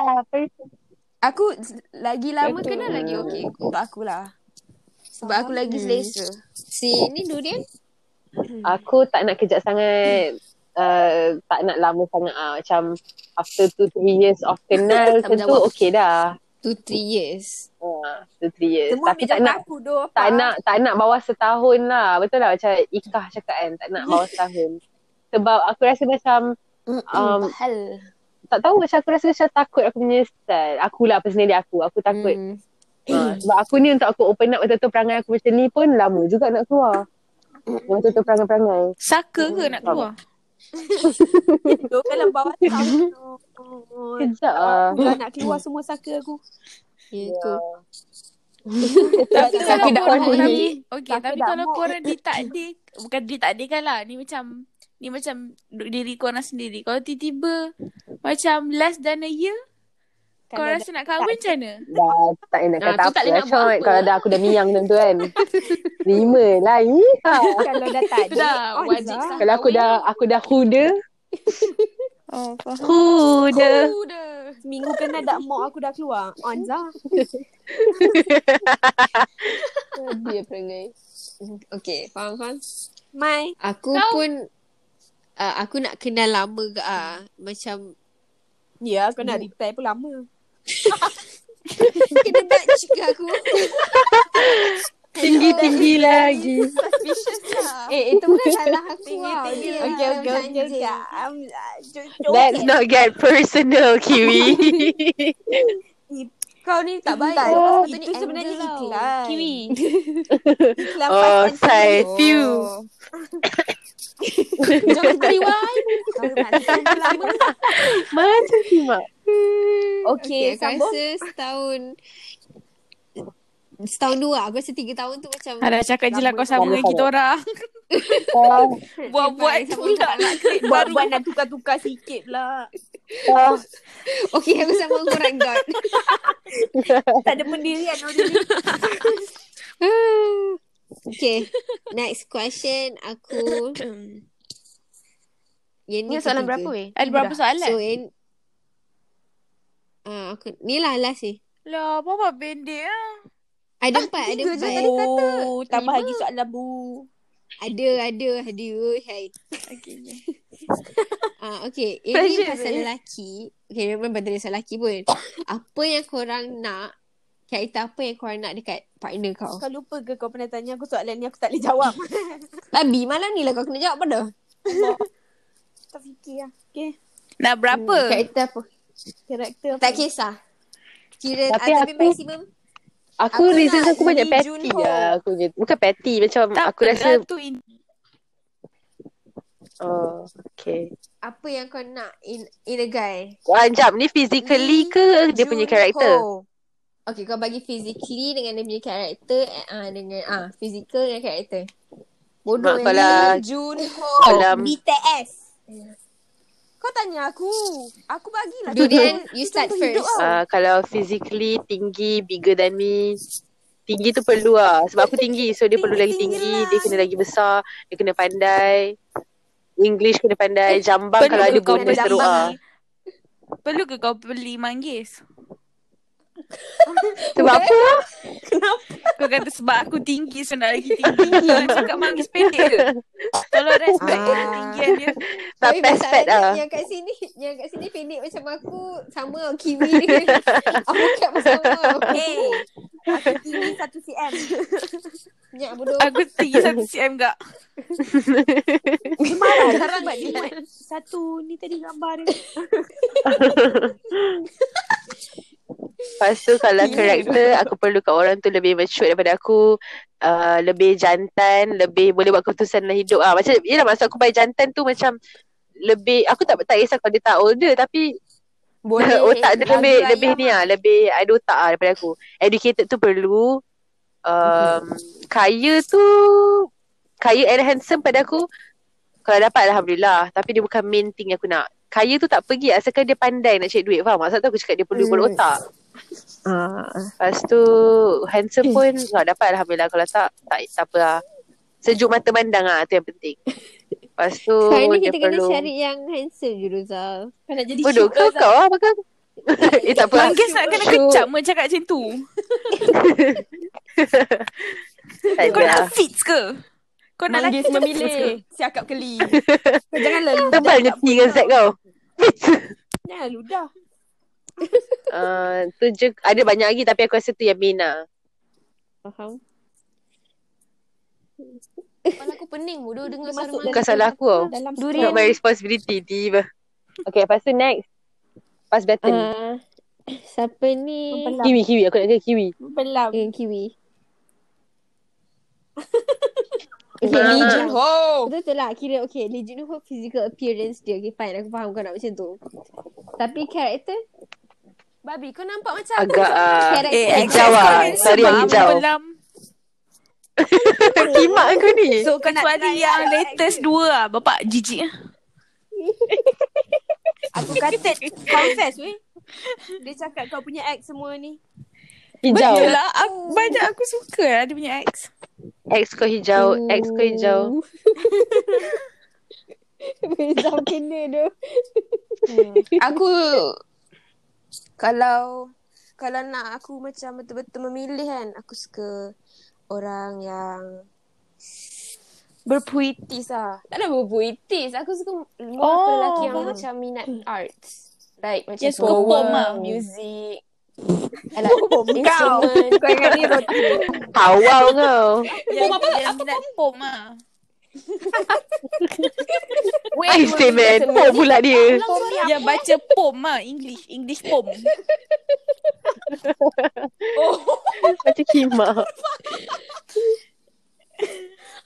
S2: aku s- lagi lama kenal lagi okey untuk aku lah. Sebab aku lagi
S3: Hmm.
S2: selesa.
S1: Si ni durian?
S3: Aku tak nak kejap sangat uh, Tak nak lama sangat ah. Macam After 2-3 years of kenal
S1: Tak
S3: Macam tu
S1: menjawab.
S3: okay dah
S1: Two, three years.
S3: uh, 2-3 years
S4: Semua
S3: Tapi
S4: macam
S3: tak nak
S4: aku doh.
S3: tak nak tak nak bawah setahun lah betul lah macam Ikah cakap kan tak
S1: Hmm.
S3: nak bawah setahun sebab aku rasa macam um,
S2: Hal.
S3: tak tahu macam aku rasa macam takut aku punya style akulah personally aku aku takut
S1: Hmm.
S3: Ha, sebab aku ni untuk aku open up betul-betul perangai aku macam ni pun lama juga nak keluar.
S1: Hmm.
S3: Yang Betul-betul perangai-perangai.
S5: Saka ke nak keluar?
S4: Doh kalau bawah tahun tu.
S3: Kejap lah.
S4: Aku dah nak keluar semua saka aku.
S1: Ya tu.
S5: Tapi kalau
S1: Saka dah
S5: korang
S1: pun
S5: tapi,
S1: ni.
S5: okay,
S4: Saka
S5: tapi
S4: dah
S5: kalau
S4: mock.
S5: korang ditakdir bukan ditakdirkan lah ni macam ni macam du- diri korang sendiri. Kalau tiba-tiba macam less than a year kau
S4: Kalau
S5: rasa nak kahwin macam mana?
S3: Dah tak nak
S2: Ah,
S3: kata
S2: tu
S3: apa
S2: tak
S3: lah
S2: boleh nak buat
S3: Syot.
S2: apa.
S3: Kalau dah aku dah miang macam tu kan. Lima lah. Yeeha.
S4: Kalau dah tak
S2: Tu dah
S4: on
S2: wajib
S4: lah.
S2: sah.
S3: Kalau aku dah aku dah huda.
S5: Oh, faham.
S3: Huda.
S4: Seminggu kena dak mok aku dah keluar. On lah.
S1: Dia perangai. Okay, faham, faham?
S4: Mai.
S1: Aku pun... Uh, aku nak kenal lama ke ah. Macam...
S4: Ya, kau
S2: Hmm.
S4: nak retire pun lama.
S1: Kena touch ke aku?
S3: Tinggi-tinggi lagi.
S1: eh, itu bukan salah aku lah.
S4: Okay,
S1: Dia
S4: okay,
S1: lah,
S4: okay, okay.
S1: anjing.
S4: okay. Um, ah, jo- jo-
S3: Let's not get personal, Kiwi.
S4: Kau ni tak baik.
S2: Tak,
S4: Oh,
S2: itu
S4: itu sebenarnya kan.
S2: angle tau.
S4: iklan.
S5: Kiwi.
S4: Iklan
S3: oh,
S4: pasal
S3: say few.
S1: Oh.
S2: Jangan rewind.
S4: lama.
S3: Macam si mak.
S1: Okay, aku
S4: Okay, sambung.
S1: rasa setahun Setahun dua Aku rasa tiga tahun tu macam
S5: Ada cakap je lah kau sama
S3: Sama-sama.
S5: dengan kita orang.
S3: Oh,
S5: Buat-buat
S1: Sama-sama.
S5: pula nak klik baru.
S4: Buat-buat nak tukar-tukar sikit lah.
S3: oh.
S1: Okay aku sama korang God
S4: Oh. Tak ada pendirian orang ni.
S1: Okay Next question Aku Yang
S2: Ni soalan
S1: ketiga.
S2: berapa eh? weh?
S5: Ada berapa
S1: So
S5: soalan?
S1: in uh, aku, Ni lah last ni
S5: Lah, apa pendek ah.
S1: Ada empat Ada
S4: Tiga je
S1: empat
S4: tadi kata. Oh, Tambah lagi soalan bu.
S1: Ada Ada Ada Hai
S5: Okay. je.
S1: Ah, okay. Ini
S2: Pressure,
S1: pasal
S2: babe.
S1: lelaki. Okay, remember tadi pasal lelaki pun. apa yang korang nak, kaita apa yang korang nak dekat partner kau?
S4: Kau lupa ke kau pernah tanya aku soalan ni aku tak boleh jawab.
S1: Labi, malam ni lah kau kena jawab pada.
S4: tak fikir lah.
S5: Nak berapa?
S3: Hmm,
S1: Kaita apa?
S4: Karakter
S1: Tak kisah. Kira,
S3: Tapi
S1: tapi, ah, tapi
S3: aku-
S1: maksimum.
S3: Aku,
S1: Aku
S3: aku reasons
S1: nak
S3: aku banyak
S1: Lee
S3: petty
S1: Junho.
S3: lah. Aku punya- Bukan petty. Macam
S5: tak lah
S3: aku rasa.
S5: tu in-
S3: Oh, okay.
S1: Apa yang kau nak in, in a guy?
S3: Wah, jap. Ni physically
S1: Lee
S3: ke dia punya karakter?
S1: Okay, kau bagi physically dengan dia punya karakter. Uh, dengan ah uh, physical dengan karakter.
S3: Mak,
S1: Bodoh yang
S3: kalau
S4: Junho.
S3: kalau
S4: BTS. Kau tanya aku. Aku bagilah.
S1: Durian,
S4: contoh-
S1: you start
S3: Ah,
S4: contoh hidup
S1: first.
S4: lah.
S3: uh, kalau physically tinggi, bigger than me, Tinggi tu perlu lah. Sebab aku tinggi. So, dia perlu lagi tinggi. Dia kena lagi besar. Dia kena pandai. English kena pandai. Jambang kalau ada
S5: kau
S3: bonus
S5: beli-
S3: teruk lah.
S5: Perlu ke kau beli manggis?
S3: Sebab apa?
S5: Kau kata sebab aku tinggi so nak lagi tinggi. Kau cakap manggis pendek ke? Tolong respect ah. ketinggian dia.
S3: Tak
S1: Tapi
S3: pes-pes
S1: masalahnya
S3: lah.
S1: Yang kat sini Yang kat sini pendek macam aku Sama kiwi dengan Apokat sama
S6: Hey, aku tinggi 1 cm.
S1: Nyak bodoh
S5: Aku tinggi 1 cm gak.
S6: Dia marah lah sebab dia buat satu ni tadi gambar dia.
S3: Lepas tu kalau karakter aku perlu kat orang tu lebih mature daripada aku uh, lebih jantan, lebih boleh buat keputusan dalam hidup ah. Macam yalah masa aku bayar jantan tu macam lebih aku tak tak kisah kalau dia tak older tapi
S5: Boleh.
S3: otak dia
S5: Lagu
S3: lebih
S5: ayam
S3: lebih ni ah, lebih ada otak ah daripada aku. Educated tu perlu um,
S5: Mm-hmm.
S3: kaya tu kaya and handsome pada aku kalau dapat alhamdulillah tapi dia bukan main thing yang aku nak. Kaya tu tak pergi asalkan dia pandai nak cari duit faham. Maksud tu aku cakap dia perlu
S1: Hmm.
S5: Mm.
S3: berotak.
S5: Ah.
S3: Lepas tu handsome
S5: Eh.
S3: pun kalau dapat alhamdulillah kalau tak tak tak apa lah. Sejuk mata pandang ah tu yang penting. Lepas tu
S1: Kali ni
S3: dia
S1: kita kena
S3: perlu
S1: cari yang handsome je Rizal
S6: Kau nak jadi
S3: Bodoh kau kau ah makan. eh tak apa. lah.
S5: Manggis nak kena kecap me cakap macam tu.
S3: Tak
S5: Kau
S3: ada
S5: nak
S3: lah.
S5: fit ke? Kau nak
S7: Manggis
S5: lelaki kau nak fit ke?
S7: memilih. Siakap keli.
S6: Kau jangan lalu.
S3: Tebalnya T dengan Z kau.
S6: Jangan ludah.
S3: Uh, tu je ada banyak lagi tapi aku rasa tu yang main lah.
S1: Faham
S2: Kepala aku pening bodoh dengar suara
S6: Masuk
S2: manggis.
S3: Bukan salah aku tau.
S6: Dalam
S3: Not my responsibility tiba. Okay lepas tu next. Pas battle.
S1: Ah, Siapa ni
S6: Mempelam.
S3: kiwi kiwi aku nak kena kiwi.
S6: Mempelam.
S1: Eh kiwi
S3: Ah.
S1: Okay,
S7: Lee Jun Ho.
S1: Betul-betul lah Kira okay Lee Jun Ho physical appearance dia Okay fine Aku faham kau nak macam tu Tapi karakter
S2: Babi kau nampak macam
S3: Agak ah.
S1: Karakter
S5: Eh,
S3: Hijau lah. Sorry, yang hijau.
S5: Dalam
S3: Kimak kau ni.
S5: So kecuali yang latest dua lah Bapak jijik lah
S6: Aku kata confess weh. Dia cakap kau punya ex semua ni.
S3: Hijau.
S5: Betul lah aku, Banyak aku suka lah dia punya ex
S3: Ex kau hijau, ex kau hijau.
S1: Rizal kena tu
S2: Aku kalau kalau nak aku macam betul-betul memilih kan, aku suka orang yang berpuitis lah. Tak ada berpuitis. Aku suka luar oh, lelaki yang macam minat art. Like macam
S5: Yang suka pom lah.
S2: music. Alah, instrument. eh,
S6: Kau ingat ni roti.
S3: Hawau kau.
S5: Yang, yang minat pom lah
S3: I say man, pok pula dia.
S5: Yang baca pom lah English English pom
S3: Macam kimak.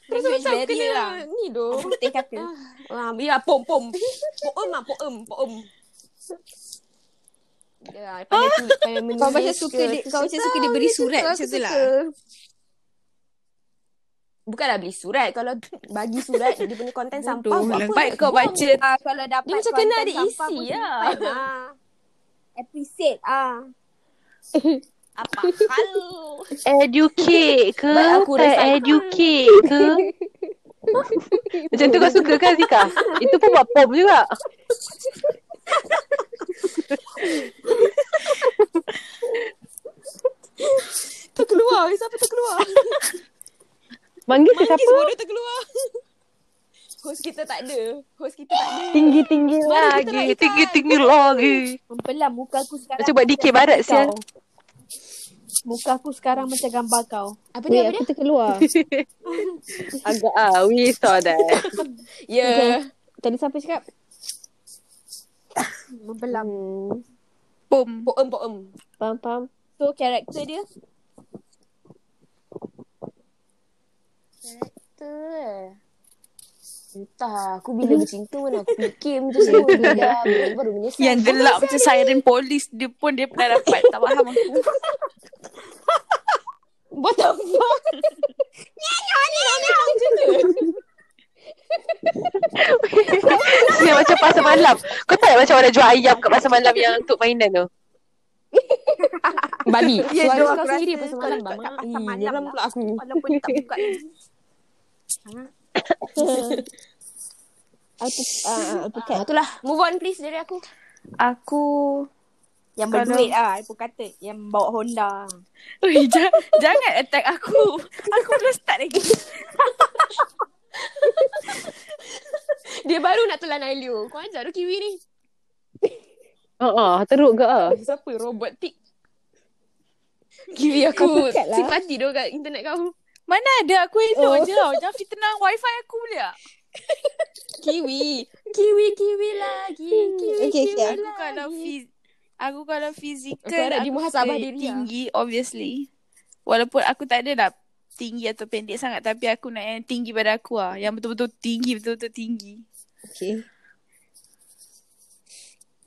S2: Kau macam kena
S6: lah.
S2: ni doh.
S6: Putih kata.
S2: Ah, ya, pom pom. Poem
S6: lah,
S2: ah, poem, poem. Ya, pandai tulis, pandai menulis.
S1: Kau macam suka dia, Kau macam suka dia beri surat Macam tu lah
S2: Bukanlah beli surat. Kalau bagi surat, dia punya konten sampah. buat apa?
S5: Baik kau baca
S6: Ah, kalau dapat
S2: Dia macam kena
S6: konten
S2: ada
S6: sampah
S2: isi
S6: pun
S2: lah.
S6: simpan, ah. Appreciate ah.
S2: Apa hal?
S3: Educate ke?
S2: Baik, aku
S3: Tak
S2: resign.
S3: educate ke? Macam tu kau suka kan Zika? Itu pun buat pom juga.
S2: Terkeluar. Siapa terkeluar?
S3: Manggil tu
S2: Manggis
S3: siapa?
S2: bodoh terkeluar. Host kita tak ada. Host kita tak ada.
S3: Tinggi-tinggi
S2: Baru kita
S3: lagi.
S2: nak ikan.
S3: Tinggi-tinggi lagi.
S6: Mempelam muka aku sekarang.
S3: Macam buat DK Barat
S6: kau.
S3: siang.
S6: Muka aku sekarang macam gambar kau.
S2: Apa
S1: Weh
S2: dia? Apa dia?
S1: aku terkeluar
S3: Agak ah, we saw that.
S2: Ya. Yeah.
S1: Tadi siapa cakap
S6: Mempelam.
S1: hmm,
S5: pom
S2: Poem, poem.
S1: Faham faham
S6: So karakter dia
S2: Tu lah. Entah. Aku bila bercinta mana aku fikir macam semua. Bila dah break baru menyesal.
S5: Yang gelap macam siren polis Dia pun dia pernah dapat Tak faham aku
S2: What the fuck?
S3: Dia macam pasar malam. Kau tak macam orang jual ayam kat pasar malam yang untuk mainan tu?
S7: babi.
S6: Ya,
S7: Suara
S6: doh,
S7: kau
S6: aku
S7: sendiri
S6: rasa
S7: pasal malam
S6: kalau
S7: lah.
S6: tak pasal
S7: Mak. Ih,
S6: malam
S7: Geram
S6: lah.
S7: pula aku.
S6: Walaupun tak buka lagi.
S1: ah,
S2: Aku ah, aku kat. Itulah. Move on please dari aku.
S5: Aku
S6: Yang
S5: Kalau-
S6: berduit lah. Aku kata. Yang bawa Honda.
S2: Ya.
S5: Ui, ja- jangan attack aku. Aku belum start lagi.
S2: Dia baru nak telan Ailio. Kau ajar tu kiwi ni.
S3: Uh-uh, teruk ke ah?
S2: Siapa robotik? Kiwi aku simpati dia kat internet kau.
S5: Mana ada aku elok oh. je tau. Jangan fitnah wifi aku boleh tak?
S2: Kiwi.
S6: Kiwi, kiwi lagi.
S2: Hmm.
S6: Kiwi,
S2: Okay,
S6: kiwi
S2: okay.
S5: Aku kalau fiz- aku kalau
S2: Aku
S5: fizikal
S2: harap dia muhasabah
S5: eh,
S2: diri lah.
S5: tinggi obviously. Walaupun aku tak ada lah tinggi atau pendek sangat tapi aku nak yang tinggi pada aku lah. Yang betul-betul tinggi, betul-betul tinggi.
S1: Okay.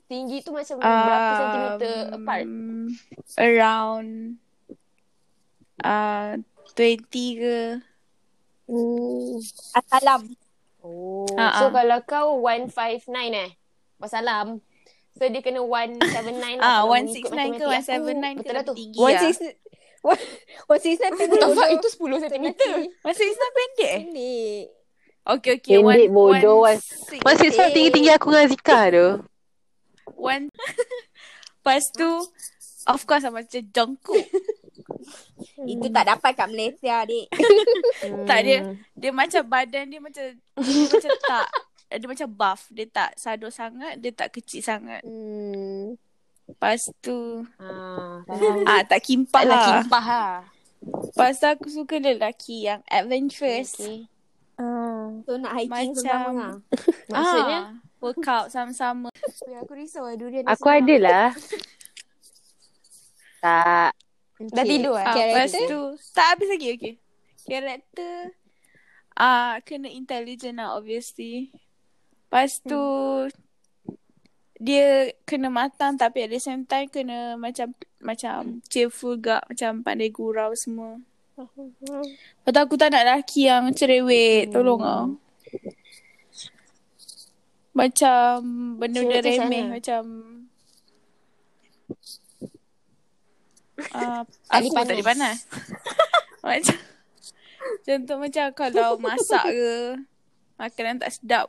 S2: Tinggi tu macam berapa
S5: Um,
S2: sentimeter apart?
S5: Around uh, 20 ke.
S6: Assalam.
S2: Oh.
S5: Ha,
S2: So
S5: ha.
S2: kalau kau 159 eh. Wassalam. So dia kena 179
S5: Ah,
S2: lah kalau mengikut
S5: 169 ke 179 ke
S2: matematik aku. Betul lah tu.
S5: lebih tinggi
S1: One
S5: lah.
S1: six one, one six nine pendek
S2: Tak faham
S1: bodoh.
S2: itu 10 cm.
S5: Masa Islam pendek eh?
S1: Pendek.
S5: Okay, okay.
S3: Pendek bodoh,
S5: One,
S3: one-
S5: six,
S3: Masih sama tinggi-tinggi aku dengan Zika tu.
S5: one. Lepas tu, of course lah macam jongkok.
S2: Hmm.
S6: Itu tak dapat kat Malaysia, adik.
S5: tak, dia dia macam badan dia macam, dia macam tak, dia macam buff. Dia tak sado sangat, dia tak kecil sangat.
S1: Hmm.
S5: Lepas tu,
S2: Ah,
S5: ah tak kimpah
S2: lah
S5: lah.
S2: kimpah lah.
S5: Lepas tu aku suka lelaki yang adventurous.
S2: Okay.
S6: So, nak hiking
S5: Macam-
S6: sama-sama lah.
S2: Maksudnya?
S5: Ah, workout sama-sama.
S2: Aku risau lah durian.
S3: Aku ada lah. tak.
S2: Dah tidur eh?
S5: Ah, lepas
S1: Character?
S5: tu Tak habis lagi okay. Karakter ah Kena intelligent lah obviously Lepas tu Dia kena matang Tapi at the same time Kena macam Macam cheerful gak Macam pandai gurau semua Lepas tu aku tak nak lelaki yang cerewet Tolong lah Macam Benda-benda
S2: Cerewet macam
S5: remeh
S2: mana?
S5: Macam Ah, aku pun tak boleh panas. macam contoh macam kalau masak ke makanan tak sedap.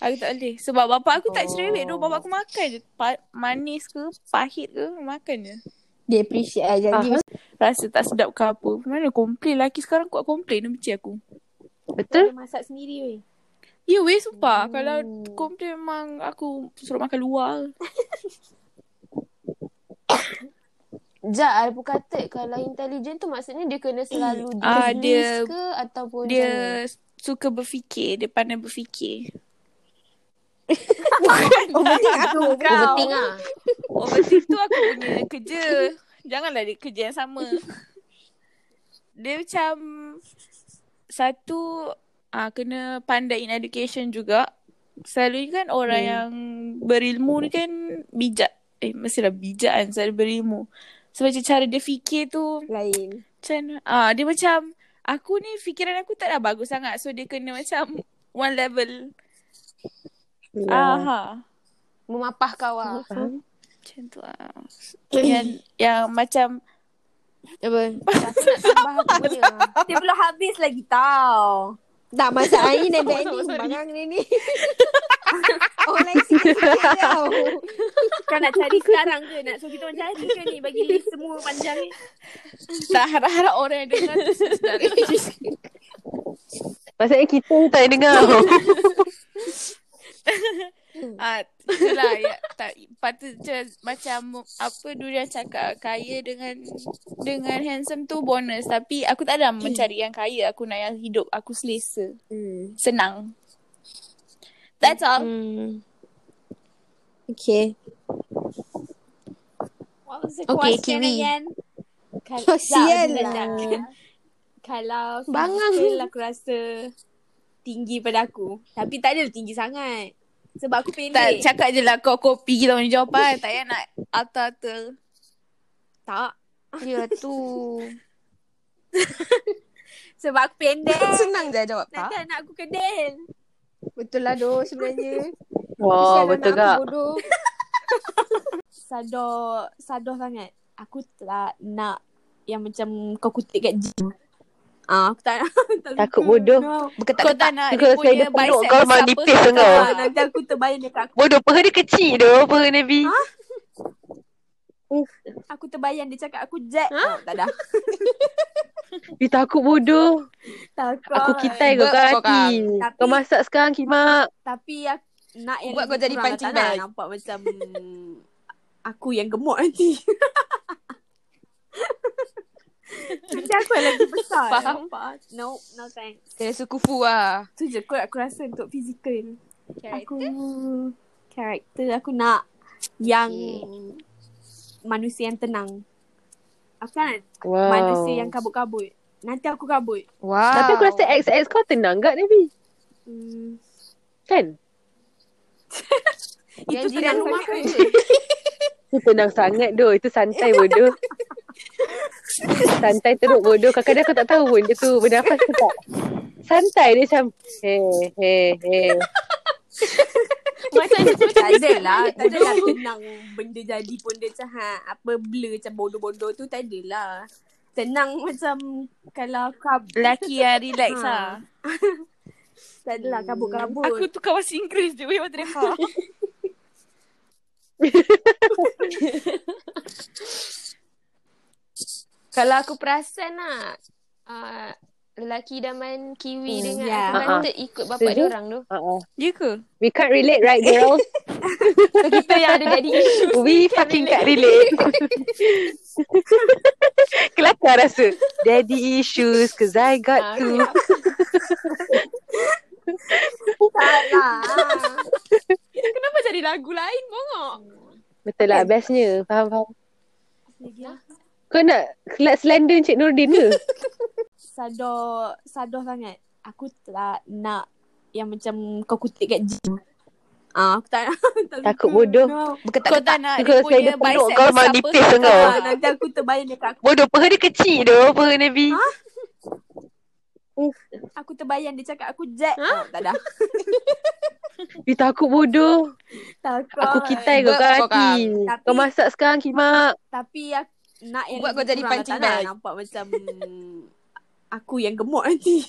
S5: Aku tak boleh. Sebab bapak aku tak cerewet tu. Bapak aku makan je. Pa- manis ke, pahit ke, makan je.
S1: Dia appreciate lah. Jadi
S3: Ah.
S1: macam
S5: Rasa tak sedap ke apa. Mana komplain lelaki sekarang kuat komplain dia benci aku.
S3: Betul?
S6: Dia masak sendiri, weh.
S5: Ya weh sumpah. Kalau komplain memang aku suruh makan luar.
S2: Sekejap, aku kata kalau intelligent tu maksudnya dia kena selalu
S5: Ah, dia-
S2: disease ke ataupun
S5: Dia suka berfikir. Dia pandai berfikir.
S2: overthink lah.
S5: Overtime Oh, tu aku punya kerja. Janganlah dia kerja yang sama. Dia macam satu ah kena pandai in education juga. Selalunya kan orang hmm. yang berilmu ni kan bijak. Eh mestilah bijak kan selalu berilmu. So macam cara dia fikir tu
S1: lain.
S5: macam mana? ah dia macam aku ni fikiran aku tak dah bagus sangat. So dia kena macam one level.
S3: Ya.
S5: Aha.
S2: Memapah kau lah.
S5: Macam tu lah. yang, yang macam
S1: Apa?
S2: Aku nak tambah aku punya.
S6: Dia belum habis lagi tau.
S1: Tak masalah ni dan banding barang ni ni. Oh, Orang lain sikit-sikit tau.
S4: Kau nak cari sekarang ke? Nak suruh kita orang cari ke ni? Bagi list semua panjang ni.
S5: Tak harap-harap orang yang dengar tu sedar lagi.
S3: Maksudnya kita ni tak dengar.
S5: Ah, itulah ya, tak lepas tu macam, macam apa durian cakap kaya dengan dengan handsome tu bonus tapi aku tak ada mencari yang kaya aku nak yang hidup aku selesa.
S1: Hmm.
S5: Senang. That's all.
S1: Okay.
S6: What was the
S2: Okay,
S6: question
S2: kiwi.
S6: again? Kal-
S1: Oh, sial
S6: sekejap,
S1: lah.
S6: sekejap. Kalau
S1: Bangang.
S6: physical aku rasa tinggi pada aku. Tapi tak adalah tinggi sangat. Sebab aku pendek.
S5: Tak cakap je lah kau kopi kita punya jawapan tak payah nak atal-atal.
S6: tak.
S2: Ya tu.
S6: Sebab aku pendek.
S1: Senang je jawab
S6: Nanti anak aku kedel.
S1: Betul lah doh sebenarnya. Kesian
S3: Wah, betul
S1: anak aku
S3: kak.
S1: Bodoh.
S4: sadar sadar sangat. Aku tak nak yang macam kau kutip kat gym. Ah, aku tak nak. tak
S3: Takut
S4: suka.
S3: bodoh.
S4: No.
S3: Berketak
S5: Kau tak nak
S3: Kalau saya
S5: dia punya
S3: dia peluk,
S5: bicep
S3: kau
S5: besar
S3: malah
S5: apa
S3: nipis
S5: kau tak
S3: tengok.
S5: nak.
S4: Ah, nanti aku terbayang dekat aku.
S3: Bodoh, paha dia kecil tu. Paha Nabi.
S4: Aku terbayang dia cakap aku Jack. Ha? tak dah.
S3: Dia takut bodoh.
S4: Takut.
S3: Aku kitai kau
S2: Ber-
S3: kat
S2: kau
S3: hati.
S4: Tapi-
S3: Kau masak sekarang, Kimak.
S4: Tapi aku nak yang lebih
S2: Buat kau jadi
S4: kurang lah.
S2: punching
S4: Tak nak
S2: bag.
S4: nampak macam aku yang gemuk nanti. nanti aku yang lagi besar. eh.
S2: Faham.
S4: Nampak? No, no thanks.
S2: Kena suku fu lah.
S4: Tu je kot aku rasa untuk fizikal. Aku karakter aku nak yang manusia yang tenang. Aku kan nak
S3: Wow.
S4: manusia
S3: Oh.
S4: yang kabut-kabut. Nanti aku kabut.
S2: Wow.
S3: Tapi aku rasa XX kau tenang kat Nabi.
S4: Hmm.
S3: Kan?
S2: Yang
S4: Itu tenang
S2: jiran rumah
S4: rumah
S2: aku
S4: kan?
S3: Itu tenang sangat doh. Itu santai bodoh. santai teruk bodoh. Kadang-kadang aku tak tahu pun dia tu bernafas ke tak. Santai dia macam hey hey hey.
S2: macam
S4: Tak ada lah. Tak ada lah tenang benda jadi pun dia macam ha, apa blur macam bodoh-bodoh tu tak ada lah. Tenang macam kalau kabut.
S5: Lelaki yang relax
S4: Ha.
S5: lah.
S4: Tak ada lah kabut-kabut.
S6: Ah.
S5: Aku tukar bahasa Inggeris je. Weh, mata depa.
S2: Kalau aku perasan lah uh, Lelaki idaman Kiwi
S3: Hmm,
S2: dengan
S4: ya.
S2: aku rasa ikut bapak
S3: Setuju.
S2: dia orang tu
S3: Uh-uh.
S5: Ya ke?
S3: We can't relate right girls?
S2: So kita yang ada daddy issues
S3: We fucking can't relate. Kelakar rasa. Daddy issues cause I
S2: Ah,
S3: got two.
S4: tak lah.
S2: Kenapa jadi lagu lain bongok?
S3: Betul lah bestnya. Faham faham.
S4: Lagi lah.
S3: Kau nak kelat selender Encik Nurdin ke?
S4: Sadar, sadar sangat. Aku tak nak yang macam kau kutip kat gym. Ah, aku tak nak. tak
S3: Takut
S4: suka.
S3: bodoh.
S4: No.
S5: Kau tak nak
S3: Kalau saya
S5: dia punya
S3: dia peluk,
S5: bicep
S3: kau
S5: besar
S3: malah
S5: apa
S3: nipis
S5: kau
S3: tengok.
S5: tak
S4: Ah,
S5: nak.
S4: nanti aku terbayang dekat aku.
S3: Bodoh paha dia kecil doh. Paha Nabi.
S4: Aku terbayang dia cakap aku Jack. Ha? tak dah.
S3: Dia takut bodoh.
S4: Takut.
S3: Aku kitai kau
S2: Ber-
S3: kat
S2: kau kan.
S3: hati.
S4: Tapi-
S3: Kau masak sekarang Kimak.
S4: Tapi aku nak yang
S2: Buat
S4: lebih
S2: kau jadi
S4: kurang lah.
S2: punching
S4: Tak nak
S2: bag.
S4: nampak macam aku yang gemuk nanti.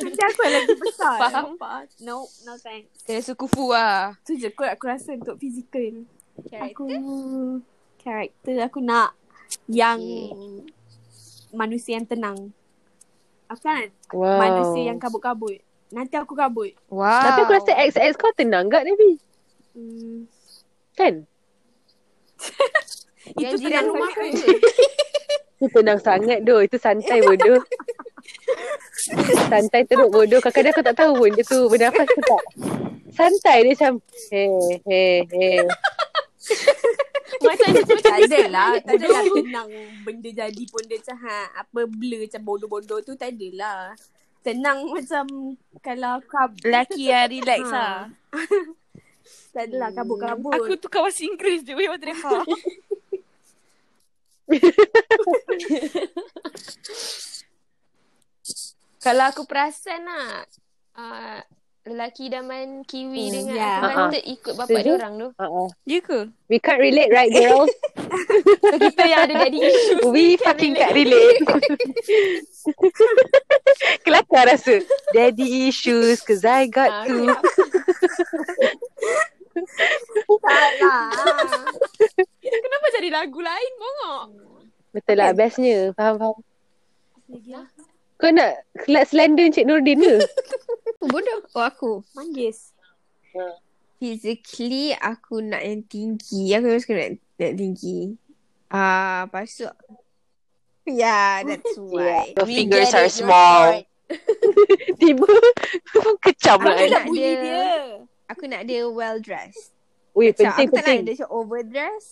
S4: nanti aku yang lagi besar.
S2: Faham.
S4: Nampak? No, no thanks.
S2: Kena suku fu lah
S4: Tu je kot aku rasa untuk fizikal. Aku karakter aku nak yang manusia yang tenang. Aku nak
S2: Oh.
S3: Wow.
S4: manusia yang kabut-kabut. Nanti aku kabut.
S2: Wow
S3: Tapi aku rasa XX kau tenang kat Nabi.
S4: Hmm.
S3: Kan?
S2: Yang
S4: Itu
S2: jiran
S4: tenang
S2: rumah
S4: rumah
S2: aku
S4: kan?
S3: Itu tenang sangat doh. Itu santai bodoh. santai teruk bodoh. Kadang-kadang aku tak tahu pun dia tu bernafas ke tak. Santai dia macam hey hey hey.
S2: Macam
S4: Tak ada lah. Tak ada lah tenang benda jadi pun dia macam ha, apa blur macam bodoh-bodoh tu tak ada lah. Tenang macam kalau kabut.
S5: Lelaki yang relax
S4: Ha.
S5: lah.
S4: Tak ada lah kabut-kabut.
S5: Aku tukar bahasa Inggeris je. Weh, mata depa.
S2: Kalau aku perasan lah uh, Lelaki idaman
S3: Hmm,
S2: Kiwi dengan
S4: ya.
S2: aku
S3: Ah,
S2: rasa ikut bapak
S3: Setuju.
S2: dia orang tu
S3: Uh-uh.
S5: Ya ke?
S3: We can't relate right girls?
S2: So kita yang ada daddy issues
S3: We fucking can't relate. Kelakar rasa. Daddy issues cause I
S2: Ah,
S3: got two.
S4: tak lah.
S2: Kenapa jadi lagu lain bongok?
S3: Betul lah bestnya. Faham faham.
S4: Lagi lah.
S3: Kau nak kelat selender Encik Nurdin ke?
S1: Aku bodoh. Oh aku.
S4: Manggis.
S1: Physically aku nak yang tinggi. Aku memang suka nak, nak tinggi. Ah, uh, lepas tu Yeah, that's why.
S3: Your
S1: We
S3: fingers
S1: get
S3: are
S1: it, you're
S3: small.
S1: short.
S3: Tiba kecam lah.
S1: Aku
S3: Ana.
S1: nak dia, aku nak dia well dressed.
S3: Weh
S1: Macam
S3: penting
S1: aku tak nak
S3: penting.
S1: dia macam overdress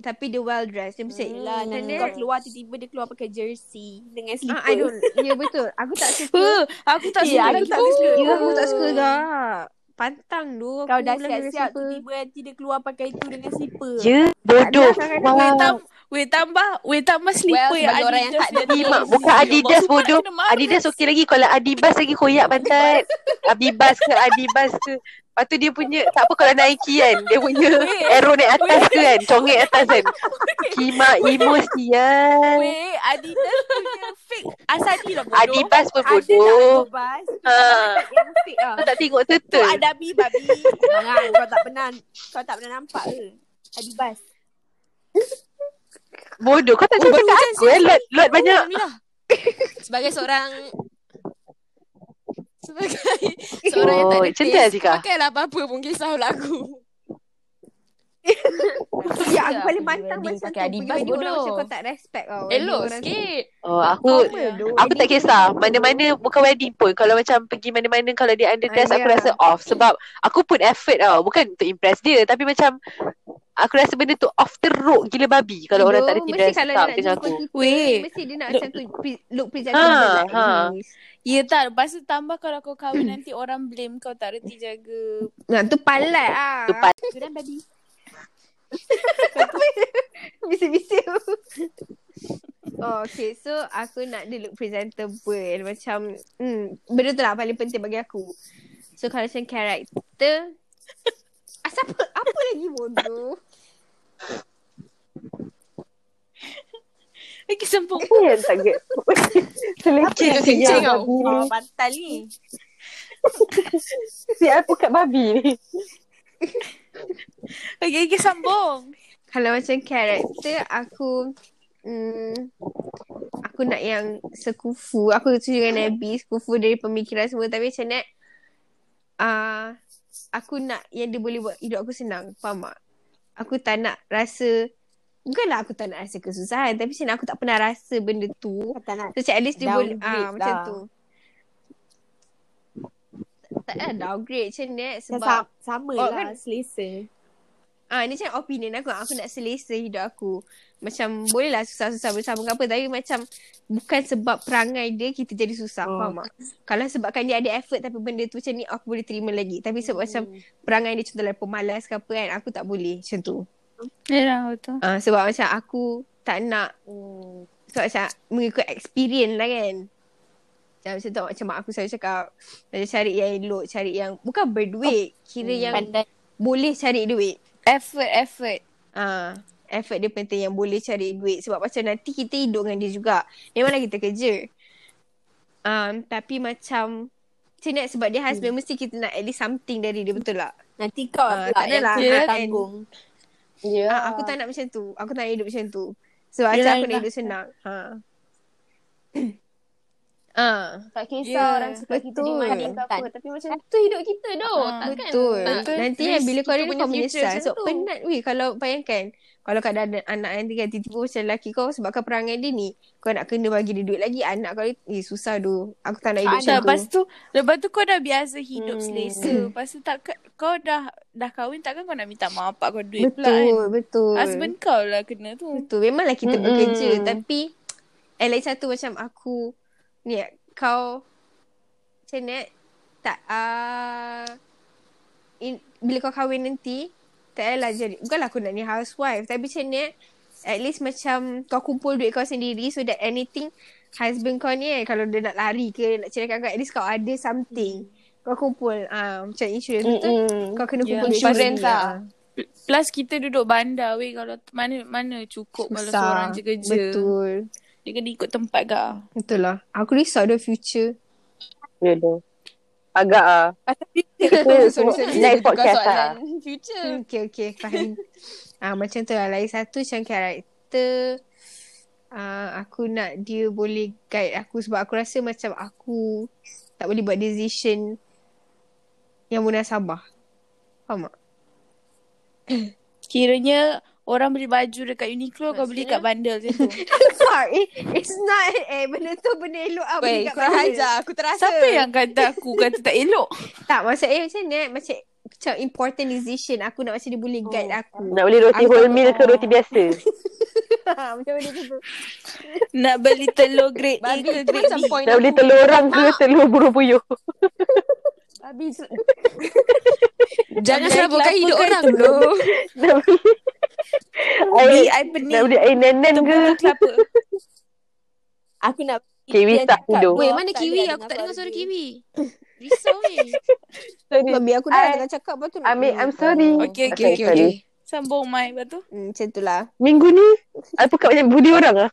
S1: tapi dia well dressed. Dia macam
S4: Yelah, lah, nanti
S1: Nenek.
S4: kau keluar tiba-tiba Hmm, dia keluar pakai jersey dengan
S1: Ah, I
S4: slipper.
S1: don't. Ya yeah, betul. Aku tak suka.
S5: Apa? Aku tak
S4: Eh,
S5: suka
S4: aku
S5: lagi.
S4: tak suka.
S1: Ya, aku tak suka dah. Pantang tu.
S4: Kau
S1: aku
S4: dah
S1: belum
S4: siap-siap
S1: rasa apa.
S4: tiba-tiba nanti dia keluar pakai tu dengan slipper.
S3: Ya bodoh.
S1: Tak nak sangat.
S5: Weh,
S3: Wow.
S5: tam, Weh tambah Weh tambah slipper
S8: Well,
S5: yang
S8: sebagai orang yang
S5: Adidas
S8: tak ada
S5: yang
S8: timak,
S5: Yeezy.
S3: Bukan Adidas
S5: Sebab
S3: bodoh.
S5: kena marah.
S3: Adidas okey lagi. Kalau Adibas lagi koyak pantat. Abibas ke Adibas ke. Lepas tu dia punya, tak apa kalau Nike kan. Dia punya
S5: Weh.
S3: arrow naik atas ke kan. Congek atas kan. Kimak emo sial.
S4: Eh,
S5: Weh Adidas punya fake Asadi lah bodoh
S3: Adibas pun
S1: Ada tak
S3: bodoh.
S1: bebas?
S3: Ha.
S1: Yang fake
S4: ah.
S1: lah.
S3: Kau tak tengok
S1: Tu
S3: turtle.
S1: ada bi babi. Jangan kau tak pernah kau tak pernah nampak ke? Adibas.
S3: Bodoh. Kau tak
S1: Oh,
S3: cakap
S8: baru
S3: kat
S8: hujan
S3: aku eh. Lot, lot banyak.
S5: lah.
S8: Sebagai seorang Sebagai Seorang yang tak
S3: Oh,
S8: ada
S3: cerdas,
S8: taste,
S3: Zika.
S8: Pakailah apa-apa pun kisahlah aku
S1: Ya, aku paling
S2: Tak, lah pergi
S1: pantang
S2: wedding
S1: macam tu.
S2: pakai Adibas
S1: Pergi wedding orang
S2: bodoh.
S1: macam kau tak respect
S4: Oh,
S1: kau.
S8: Elok
S1: Wedding orang
S8: sikit
S3: Oh, aku Aku tak kisah Mana-mana Bukan wedding pun Kalau macam pergi mana-mana Kalau dia underdress
S1: Ah,
S3: Aku
S1: ya.
S3: rasa off Sebab Aku put effort tau Bukan untuk impress dia Tapi macam Aku rasa benda tu off teruk Gila babi Kalau
S1: Yo,
S3: orang tak ada
S1: mesti
S3: dress
S1: kalau
S3: up
S1: dia nak
S3: Dengan
S1: jumpa
S3: aku
S1: kita,
S5: Weh.
S1: Mesti dia nak
S5: Look-
S1: macam tu pre- Look presentable
S3: Ha,
S1: lah
S3: ha.
S1: Ih.
S5: Ya tak Lepas tu tambah Kalau kau kahwin nanti Orang blame kau Tak reti jaga
S1: Nah tu palat ah.
S3: Tu palat.
S1: Geram babi. Bisik-bisik. Oh, okay. So, aku nak dia look presentable. Macam, hmm, benda tu lah paling penting bagi aku. So, kalau macam karakter, asal apa, apa lagi bodoh?
S5: Lagi sempurna
S3: Kan tak get Selekeh
S8: Apa yang kencing kau?
S1: Oh, bantal ni.
S3: Si aku kat babi ni
S5: Okay, okay sambung
S1: Kalau macam karakter, aku, hmm, aku nak yang sekufu. Aku setuju dengan Nabi, sekufu dari pemikiran semua. Tapi macam nak, uh, aku nak yang dia boleh buat hidup aku senang. Faham tak? Aku tak nak rasa Bukanlah aku tak nak rasa kesusahan Tapi macam nak aku tak pernah rasa benda tu
S2: Tak nak
S1: So macam at least dia boleh
S2: Downgrade
S1: ah,
S2: lah.
S1: Macam tu Tak lah downgrade macam ni eh, Sebab
S2: Sebab
S4: Sama
S1: Oh,
S4: lah
S1: kan?
S4: selesa.
S1: ah, Ni macam opinion aku Aku nak selesa hidup aku Macam boleh lah susah-susah bersama ke apa Tapi macam Bukan sebab perangai dia Kita jadi susah oh.
S4: Oh.
S1: Faham tak? Kalau sebabkan dia ada effort Tapi benda tu macam ni Aku boleh terima lagi Tapi sebab hmm. macam Perangai dia contohnya Pemalas ke apa kan Aku tak boleh Macam tu
S5: Ya betul
S1: Ah sebab macam aku tak nak sebab macam mengikut experience lah kan. Macam, macam tu macam mak aku selalu cakap macam cari yang elok, cari yang bukan berduit, kira yang
S2: pandai
S1: boleh cari duit.
S5: Oh. Effort effort
S1: Ah effort dia penting yang boleh cari duit sebab macam nanti kita hidup dengan dia juga. Memanglah kita kerja. Um, tapi macam macam nak sebab dia husband hmm. mesti kita nak at least something dari dia betul tak?
S4: Nanti kau
S1: Ah, tak
S4: pula yang
S1: adalah.
S4: kena
S2: lah.
S1: Yeah.
S4: tanggung.
S2: Ya
S1: Ah, aku tak nak macam tu. Aku tak nak hidup macam tu. Sebab macam
S5: Yelah,
S1: aku nak
S5: yelah.
S1: hidup senang. Ha. ah.
S2: Tak kisah
S5: Yeah,
S2: orang cakap kita
S1: betul.
S2: dimarahin ke apa. Tapi macam tu hidup kita doh.
S5: Ah,
S2: Takkan.
S1: Betul.
S2: tak-
S1: Nanti
S2: risk
S1: kan bila kau
S2: kita
S1: ada
S2: punya
S1: kau
S2: future
S1: menyesal.
S2: macam
S1: So
S2: tu.
S1: penat weh kalau bayangkan. Kalau keadaan anak nanti kan tiba-tiba macam lelaki kau sebabkan perangai dia ni. Kau nak kena bagi dia duit lagi. Anak kau ni eh, susah doh. Aku tak nak hidup
S5: Tak,
S1: macam
S5: lepas
S1: tu.
S5: tu Lepas tu kau dah biasa hidup hmm. selesa Lepas tu tak Kau dah Dah kahwin takkan kau nak minta mak bapak kau duit pula kan
S1: Betul, betul.
S5: Husband kau lah kena tu
S1: Betul. Memanglah kita
S3: Mm-mm.
S1: mm bekerja. Tapi eh, lagi satu macam aku ni kau macam ni tak uh, in, bila kau kahwin nanti tak payahlah jadi bukanlah aku nak ni housewife tapi macam ni at least macam kau kumpul duit kau sendiri so that anything husband kau ni eh, kalau dia nak lari ke nak cerai kau at least kau ada something kau kumpul ah macam insurance tu kau kena
S5: Yeah.
S1: kumpul duit
S2: Insurance
S1: sendiri,
S2: lah.
S1: ah.
S5: Plus kita duduk bandar weh Kalau mana mana cukup Kalau
S1: Susah.
S5: seorang je kerja
S1: betul
S5: Dia kena ikut tempat kau
S1: betul lah aku risau the future
S3: Ya dah Agak ah Kita semua Naik podcast lah
S8: Future
S1: Okay, okay. Faham. ah, macam tu lah. Lagi satu macam karakter. Ah, aku nak dia boleh guide aku sebab aku rasa macam aku tak boleh buat decision yang munasabah. Faham tak?
S5: Kiranya Orang beli baju dekat Uniqlo Kau beli kat bandar je tu
S1: Fuck. It, it's not. Eh, benda tu benda elok lah.
S8: Weh
S1: beli kat
S8: kurang
S1: mana.
S8: hajar Aku terasa
S5: Siapa yang kata aku Kata tak elok
S1: Tak, maksud eh macam ni. eh, Macam, macam important decision. Aku nak macam dia boleh guide
S2: Oh,
S1: aku.
S3: Nak beli roti
S1: Aku
S3: whole
S1: tak-
S3: meal ke roti biasa
S1: macam benda tu.
S5: Nak beli telur grade A
S8: Babi
S5: ke
S8: tu
S5: grade
S8: macam
S5: B
S8: point
S3: Nak beli telur orang ke telur burung puyuh
S2: Babi tu-
S8: Jangan
S5: Jangan
S8: selaburkan
S5: kelapa
S8: hidup
S5: kan
S8: orang
S5: telur.
S8: bro
S3: Nak beli
S5: Beli I pening.
S3: Nak beli air nenen ke?
S5: Tepung kelapa.
S4: Aku nak
S3: Kiwi
S4: Dia
S3: tak
S4: cakap
S3: hidup.
S2: Weh,
S4: dia
S2: mana
S4: tak lah
S2: kiwi?
S4: dengar
S2: Aku tak dengar suara
S4: dia.
S2: kiwi. Risau weh.
S3: Sorry.
S1: Babi aku dah
S3: I-
S1: tengah cakap lepas tu.
S3: I mean, I'm sorry.
S5: Okay, okay,
S3: Okay,
S5: okay,
S3: sorry.
S5: okay. Sambung mai lepas tu.
S1: Hmm, macam tu lah.
S3: Minggu ni, I pekat banyak budi orang lah.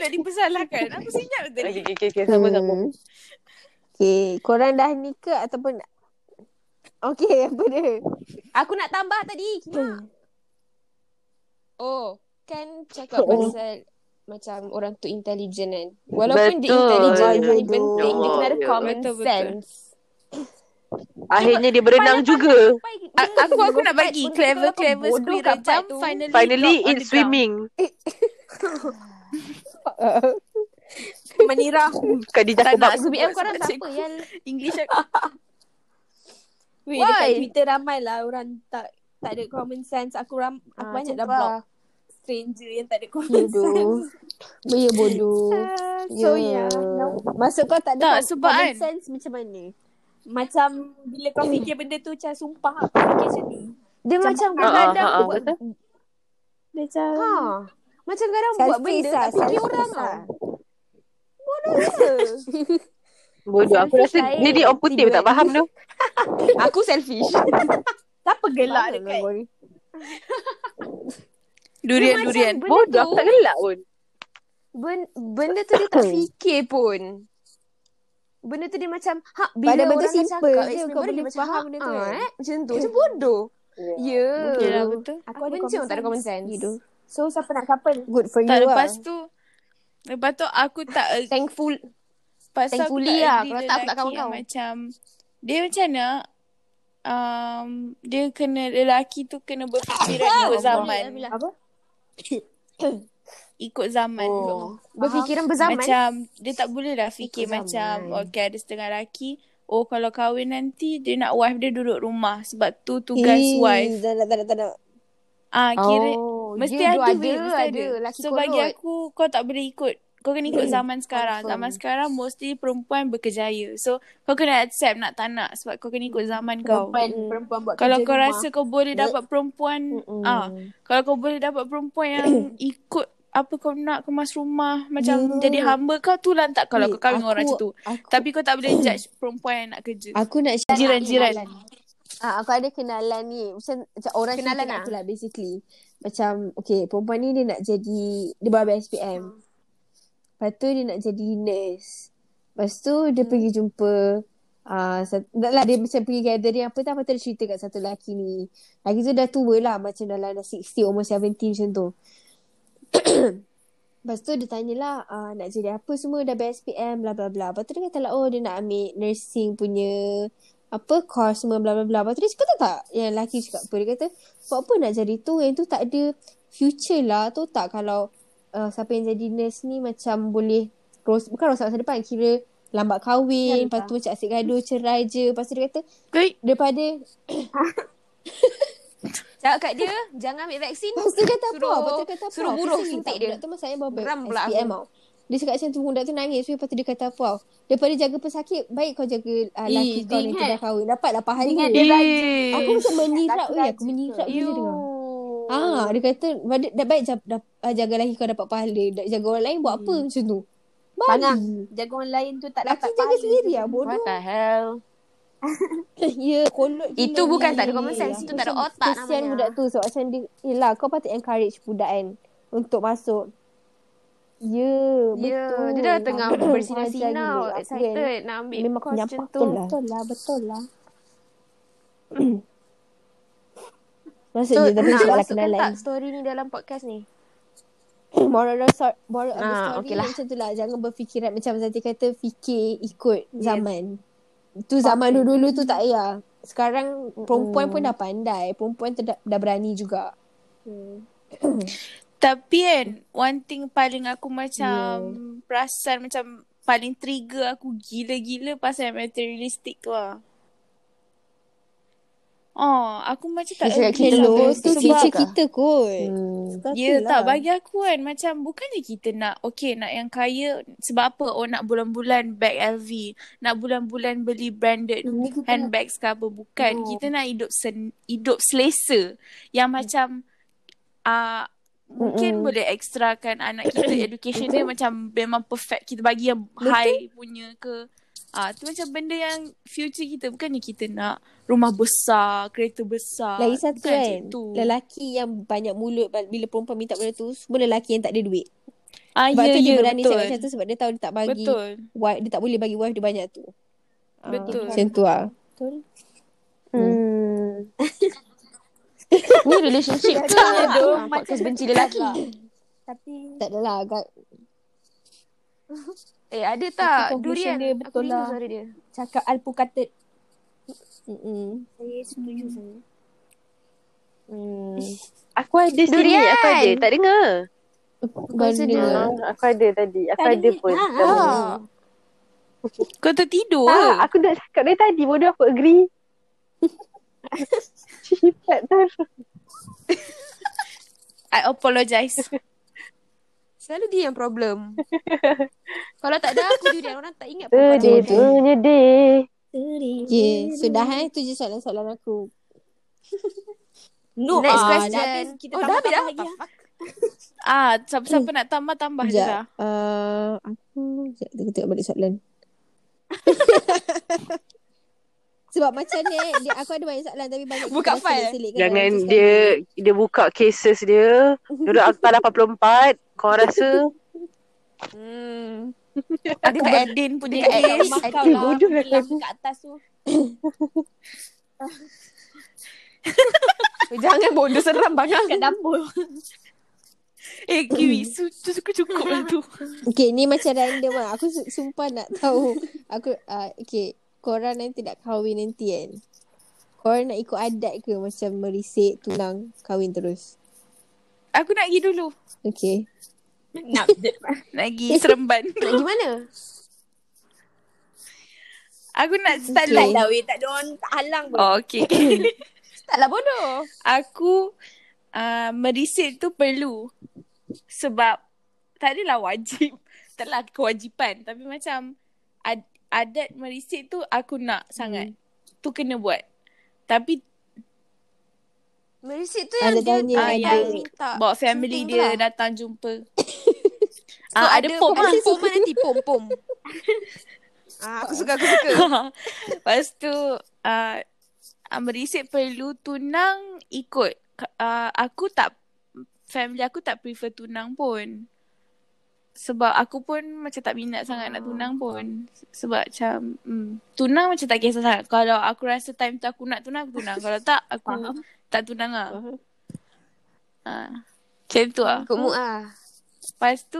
S5: Nak dipersalahkan. Aku senyap
S3: Okay,
S5: tadi.
S3: okay, okay. Sama, sama.
S1: Hmm. Okay, korang dah ni ke ataupun Okay, apa dia? Hmm.
S2: Aku nak tambah tadi. Kena. Oh, kan cakap
S1: Oh.
S2: pasal macam orang tu intelligent kan. Walaupun
S3: Betul.
S2: dia intelligent,
S1: Ya,
S2: paling
S1: tu.
S2: penting dia
S3: Ya
S2: kena ada
S3: Allah, ya.
S2: common
S5: Betul, betul.
S2: sense.
S3: Akhirnya dia berenang juga.
S5: A- aku aku nak bagi
S2: Benda
S5: clever
S2: kepala kau
S5: clever
S2: bodoh
S5: squirrel
S2: kat part
S5: jump
S2: tu.
S5: finally,
S3: Finally,
S5: lock on
S3: in
S5: the
S3: swimming.
S1: Menirah.
S3: Khadijah
S5: Tak
S3: kebab.
S5: nak.
S2: Aku BM
S5: Sebab-
S2: korang
S5: sebab
S2: siapa
S5: cikgu-
S2: yang
S5: ground. English aku.
S4: Weh, dekat
S2: Why?
S4: Twitter ramai lah orang tak tak ada common sense. Aku ram, aku
S2: Ah,
S4: banyak
S2: tu
S4: dah
S2: lah.
S4: block stranger yang tak ada common
S1: Bodoh.
S4: sense.
S1: Ya bodoh.
S2: ya.
S4: Ah, so yeah. No.
S1: Masuk kau tak
S5: Tak,
S1: ada com-
S5: sebab
S1: common
S5: kan-
S1: sense macam mana?
S4: Macam bila kau fikir benda tu macam sumpah aku fikir macam ni.
S1: Dia
S4: Macam
S1: macam
S4: kadang-
S3: Ah, ah,
S1: kadang
S3: ah,
S1: aku
S3: ah.
S1: buat
S4: Dia macam
S1: ha.
S2: Macam kadang buat
S1: Selfish
S2: benda
S1: lah,
S2: tak fikir
S1: selfish
S2: orang tau.
S1: lah.
S3: Bodoh. Aku
S4: Selfish
S3: rasa
S4: lain.
S3: dia ni orang putih tak faham tu.
S2: Aku selfish.
S4: siapa gelak
S1: Mana
S4: dekat
S1: memori?
S5: Durian,
S2: Dia
S5: durian.
S2: macam benda
S3: Bodoh. Aku tak gelak pun.
S2: ben- benda tu dia tak fikir pun. Benda tu dia macam hak bila
S1: Pada benda
S2: orang akan
S1: simple
S2: cakap,
S1: je
S2: explain
S1: kau
S2: baru
S1: boleh
S2: dia macam,
S1: faham
S2: "Ha,
S1: benda tu,
S2: ah,
S1: eh."
S2: eh?" Macam tu. Macam bodoh. Ya.
S5: Yelah, betul.
S2: Aku benci orang tak ada common sense.
S1: You do.
S4: So siapa nak couple?
S1: Good for
S5: Tak
S1: you
S5: lepas
S1: lah.
S5: tu Lepas tu aku tak
S2: Thankful.
S5: Pasal aku
S2: thankfully
S5: tak
S2: lah.
S5: agree
S2: Kalau tak, aku tak
S5: lelaki
S2: kawan
S5: yang
S2: kau.
S5: macam Dia macam mana um, Dia kena Lelaki tu kena berfikiran ikut zaman
S4: Apa?
S5: Ikut zaman
S2: Oh. Berfikiran berzaman.
S5: Macam Dia tak boleh lah fikir
S2: Ikut zaman.
S5: macam Okay ada setengah lelaki Oh kalau kahwin nanti Dia nak wife dia duduk rumah Sebab tu tugas
S1: Ih,
S5: wife
S1: Tak nak, tak nak, tak nak.
S5: Ah kira
S2: Oh,
S5: Mesti
S2: dia
S5: ada, ada,
S2: duk ada,
S5: mesti ada.
S2: ada. Laki
S5: so bagi
S2: kolot.
S5: aku kau tak boleh ikut. Kau kena
S1: Hmm,
S5: ikut zaman sekarang.
S2: Confirm.
S5: Zaman sekarang mostly perempuan berkejaya. So kau kena accept nak tak nak sebab kau kena ikut zaman kau.
S2: Kan?
S4: Perempuan, perempuan buat
S5: Kalau
S4: kerja
S5: kau
S4: rumah.
S5: rasa kau boleh dapat perempuan
S2: Mm-mm.
S5: ah kalau kau boleh dapat perempuan yang ikut apa kau nak kemas rumah macam
S9: Ya.
S5: jadi hamba kau tu lantak kalau
S9: Wait,
S5: kau kahwin dengan orang
S9: aku-
S5: macam tu.
S9: aku-
S5: Tapi kau tak boleh judge perempuan yang nak kerja.
S9: Aku nak share
S5: Jiran-jiran.
S1: Ah, aku ada kenalan ni. Macam, macam orang kenalan
S2: Kenalan
S1: cerita kat
S2: ah?
S1: tu lah basically. Macam, okay, perempuan ni dia nak jadi, dia baru habis
S5: Hmm.
S1: SPM. Lepas tu dia nak jadi nurse. Lepas tu dia
S5: Hmm.
S1: pergi jumpa Ah, uh, lah dia macam pergi gathering apa tak apa tu dia cerita kat satu lelaki ni. Lelaki tu dah tua lah macam dalam dah 60 umur 70 macam tu. Lepas tu dia tanyalah uh, nak jadi apa semua dah BSPM bla bla bla. Lepas tu dia kata lah oh dia nak ambil nursing punya apa course semua bla bla bla. Lepas tu dia cakap tak tak yang lelaki cakap apa. Dia kata buat apa nak jadi tu yang tu tak ada future lah tu tak kalau uh, siapa yang jadi nurse ni macam boleh ros- bukan rosak masa depan kira lambat
S2: Kan,
S1: kahwin. Lepas tu macam asyik gaduh cerai je. Lepas tu dia kata
S5: Baik.
S1: daripada
S2: Cakap kat dia, jangan ambil vaksin.
S1: Lepas tu kata apa?
S2: Suruh-
S1: Lepas tu kata apa?
S2: suruh buruh
S1: Pusing
S2: suntik
S1: tak
S2: dia.
S1: Budak tu masalahnya bawa
S2: Geram
S1: SPM
S2: pula aku.
S1: tau. Dia cakap macam tu budak tu nangis. Lepas tu dia kata apa tau? Daripada jaga pesakit, baik kau jaga uh, laki
S2: Eh,
S4: Ih,
S1: kau nanti
S4: ingat.
S1: dah kahwin. Dapatlah pahala.
S4: Ingat dia rajin.
S1: Aku macam menyirat
S4: Laki
S1: weh.
S4: rajin
S1: Aku menyirat
S4: ke?
S1: gila dengar.
S5: Oh.
S1: Ah, dia kata "Bad- dah baik jaga, dah, ah, jaga laki kau dapat pahala. Dah, jaga orang lain buat
S2: Hmm.
S1: apa macam tu? Babi.
S4: Pangang. Jaga orang lain tu tak
S1: Laki
S4: dapat
S1: jaga
S4: pahala.
S1: sendiri lah
S2: What
S1: bodoh.
S2: the hell?
S1: ya, kolot gila.
S2: Itu bukan tak ada
S1: ni.
S2: common sense, itu
S1: Aku
S2: tak ada
S1: macam
S2: otak
S1: Kesian
S2: namanya.
S1: budak tu sebab macam dia, yelah kau patut encourage budak kan untuk masuk. Ya,
S2: Ya,
S1: yeah, betul.
S2: dia dah tengah
S1: Aduh, ajar gila
S2: bersinar-sinar,
S1: aku
S2: excited nak ambil
S1: kan. Memang
S2: course macam
S1: kenyapak
S2: tu.
S1: betul lah.
S4: Betul lah, betul lah.
S1: Masuk
S2: So,
S1: je tapi
S2: nak
S1: cakap lah
S2: masukkan
S1: kenalan.
S2: tak story ni dalam podcast ni?
S1: Moral, of the sor- moral of the
S2: Ah,
S1: story
S2: okay lah.
S1: macam tu lah. Jangan berfikiran macam Zati kata fikir ikut zaman. Tu zaman
S2: Patut.
S1: dulu-dulu tu tak payah. Sekarang perempuan pun dah pandai. Perempuan tu dah, dah berani juga.
S5: Tapi kan One thing paling aku macam yeah. Perasan macam Paling trigger aku gila-gila Pasal materialistik tu lah Oh, aku macam tak
S1: Dia cakap
S5: agree lah.
S1: kita
S5: sampai
S1: low tu
S5: situ.
S1: teacher kita kot.
S3: Hmm.
S5: Ya tak bagi aku kan macam bukannya kita nak okay nak yang kaya sebab apa oh nak bulan-bulan bag LV nak bulan-bulan beli branded handbags ke apa bukan
S4: No.
S5: kita nak hidup sen, hidup selesa
S1: Mm.
S5: yang macam uh, mungkin
S3: Mm-mm.
S5: boleh ekstrakan anak kita education dia macam memang perfect kita bagi yang high punya ke ah tu macam benda yang future kita bukannya kita nak rumah besar kereta besar
S1: Lagi satu
S5: bukan
S1: kan,
S5: macam tu.
S1: lelaki yang banyak mulut ba- bila perempuan minta benda tu, semua lelaki yang tak ada duit.
S5: ah
S1: Sebab
S5: ya
S1: tu dia
S5: ya
S1: berani
S5: betul
S1: cakap macam tu sebab dia tahu dia tak bagi,
S5: betul
S1: wife, dia tak boleh bagi wife dia banyak tu. Ah,
S5: Betul.
S1: Macam tu lah.
S3: Hmm. Ni relationship ke?
S4: lah. Aduh,
S3: Aduh,
S4: macam
S3: podcast benci lelaki.
S4: Tapi
S1: Tak adalah agak
S2: Eh ada
S4: Tapi
S2: tak
S4: conclusion
S2: durian?
S4: dia betul
S2: aku rindu
S4: lah.
S2: suara dia.
S4: cakap alpukatet
S1: Mm-mm.
S4: saya setuju saya.
S1: Hmm.
S3: Aku ada sini.
S2: Durian.
S3: Aku ada. Tak dengar.
S5: lah.
S1: Benda.
S3: Ah, aku ada tadi. Aku
S4: Tak
S3: ada
S4: dengar.
S3: pun.
S4: Ah.
S3: Sama.
S5: Kau tertidur
S3: Tak,
S5: ah,
S3: aku nak cakap dari tadi. Bodoh aku agree. Cipat tu.
S5: I apologize
S2: Selalu dia yang problem. Kalau tak ada aku durian orang tak ingat pun.
S3: Sedih tu
S1: Betul.
S3: nyedih.
S1: Okay, sudah eh. Itu je soalan-soalan aku.
S4: No,
S2: Next
S4: ah,
S2: question.
S4: dah habis. Kita
S2: Oh, dah
S4: tambah
S2: habis dah?
S4: lagi. ah.
S5: ah siapa-siapa nak tambah tambah je
S1: Sekejap.
S5: lah
S1: Uh, aku... Sekejap, kita tengok balik soalan. Sebab macam ni, dia, aku ada banyak soalan tapi banyak kan
S2: Buka
S1: kita dah
S2: file.
S1: selit-selitkan dalam
S3: Jangan
S1: tu
S3: dia dia buka cases dia. Duduk akta 84. Kau rasa
S2: Hmm.
S5: ada kat Adin punya
S2: dekat
S5: ex
S2: rumah
S4: Makan
S2: kau
S4: lah.
S3: bodoh lah
S4: Bilang
S3: aku.
S4: kat atas tu.
S2: Jangan bodoh seram bangang.
S4: Kat dapur.
S5: eh Kiwi su- tu cukup cukup lah tu
S1: Okay, ni macam random lah. Aku su- sumpah nak tahu. Aku, uh, okay. Korang nanti nak kahwin nanti kan? Korang nak ikut adat ke macam merisik, tunang, kahwin terus?
S5: aku nak pergi dulu
S1: Okay.
S4: Nak
S5: nak pergi seremban
S2: Nak gimana?
S5: aku nak start
S1: Okay.
S4: tak
S5: okay.
S4: dah weh. Tak ada orang tak halang pun.
S5: oh, okay
S4: lah,
S2: Taklah bodoh.
S5: aku uh, merisit tu perlu sebab tak adalah wajib tak adalah kewajipan tapi macam ad, adat merisit tu aku nak
S2: Hmm.
S5: sangat tu kena buat tapi
S2: Merisit tu
S1: Ada
S2: yang dia
S1: tanya
S5: Ah,
S1: adik.
S2: yang minta.
S5: bawa family
S2: Shooting tu
S5: dia
S2: lah.
S5: datang jumpa
S2: So,
S5: Ah,
S2: ada pom lah.
S5: lah.
S2: Pom lah nanti. Pom, pom. Ah, aku suka, aku suka.
S5: Lepas tu uh, Merisik perlu tunang ikut K- uh, Aku tak Family aku tak prefer tunang pun Sebab aku pun macam tak minat sangat nak tunang pun Sebab macam mm, Tunang macam tak kisah sangat Kalau aku rasa time tu aku nak tunang Aku tunang Kalau tak aku tak tunang lah uh, Macam tu lah
S2: Ikut mu ah.
S5: Lepas tu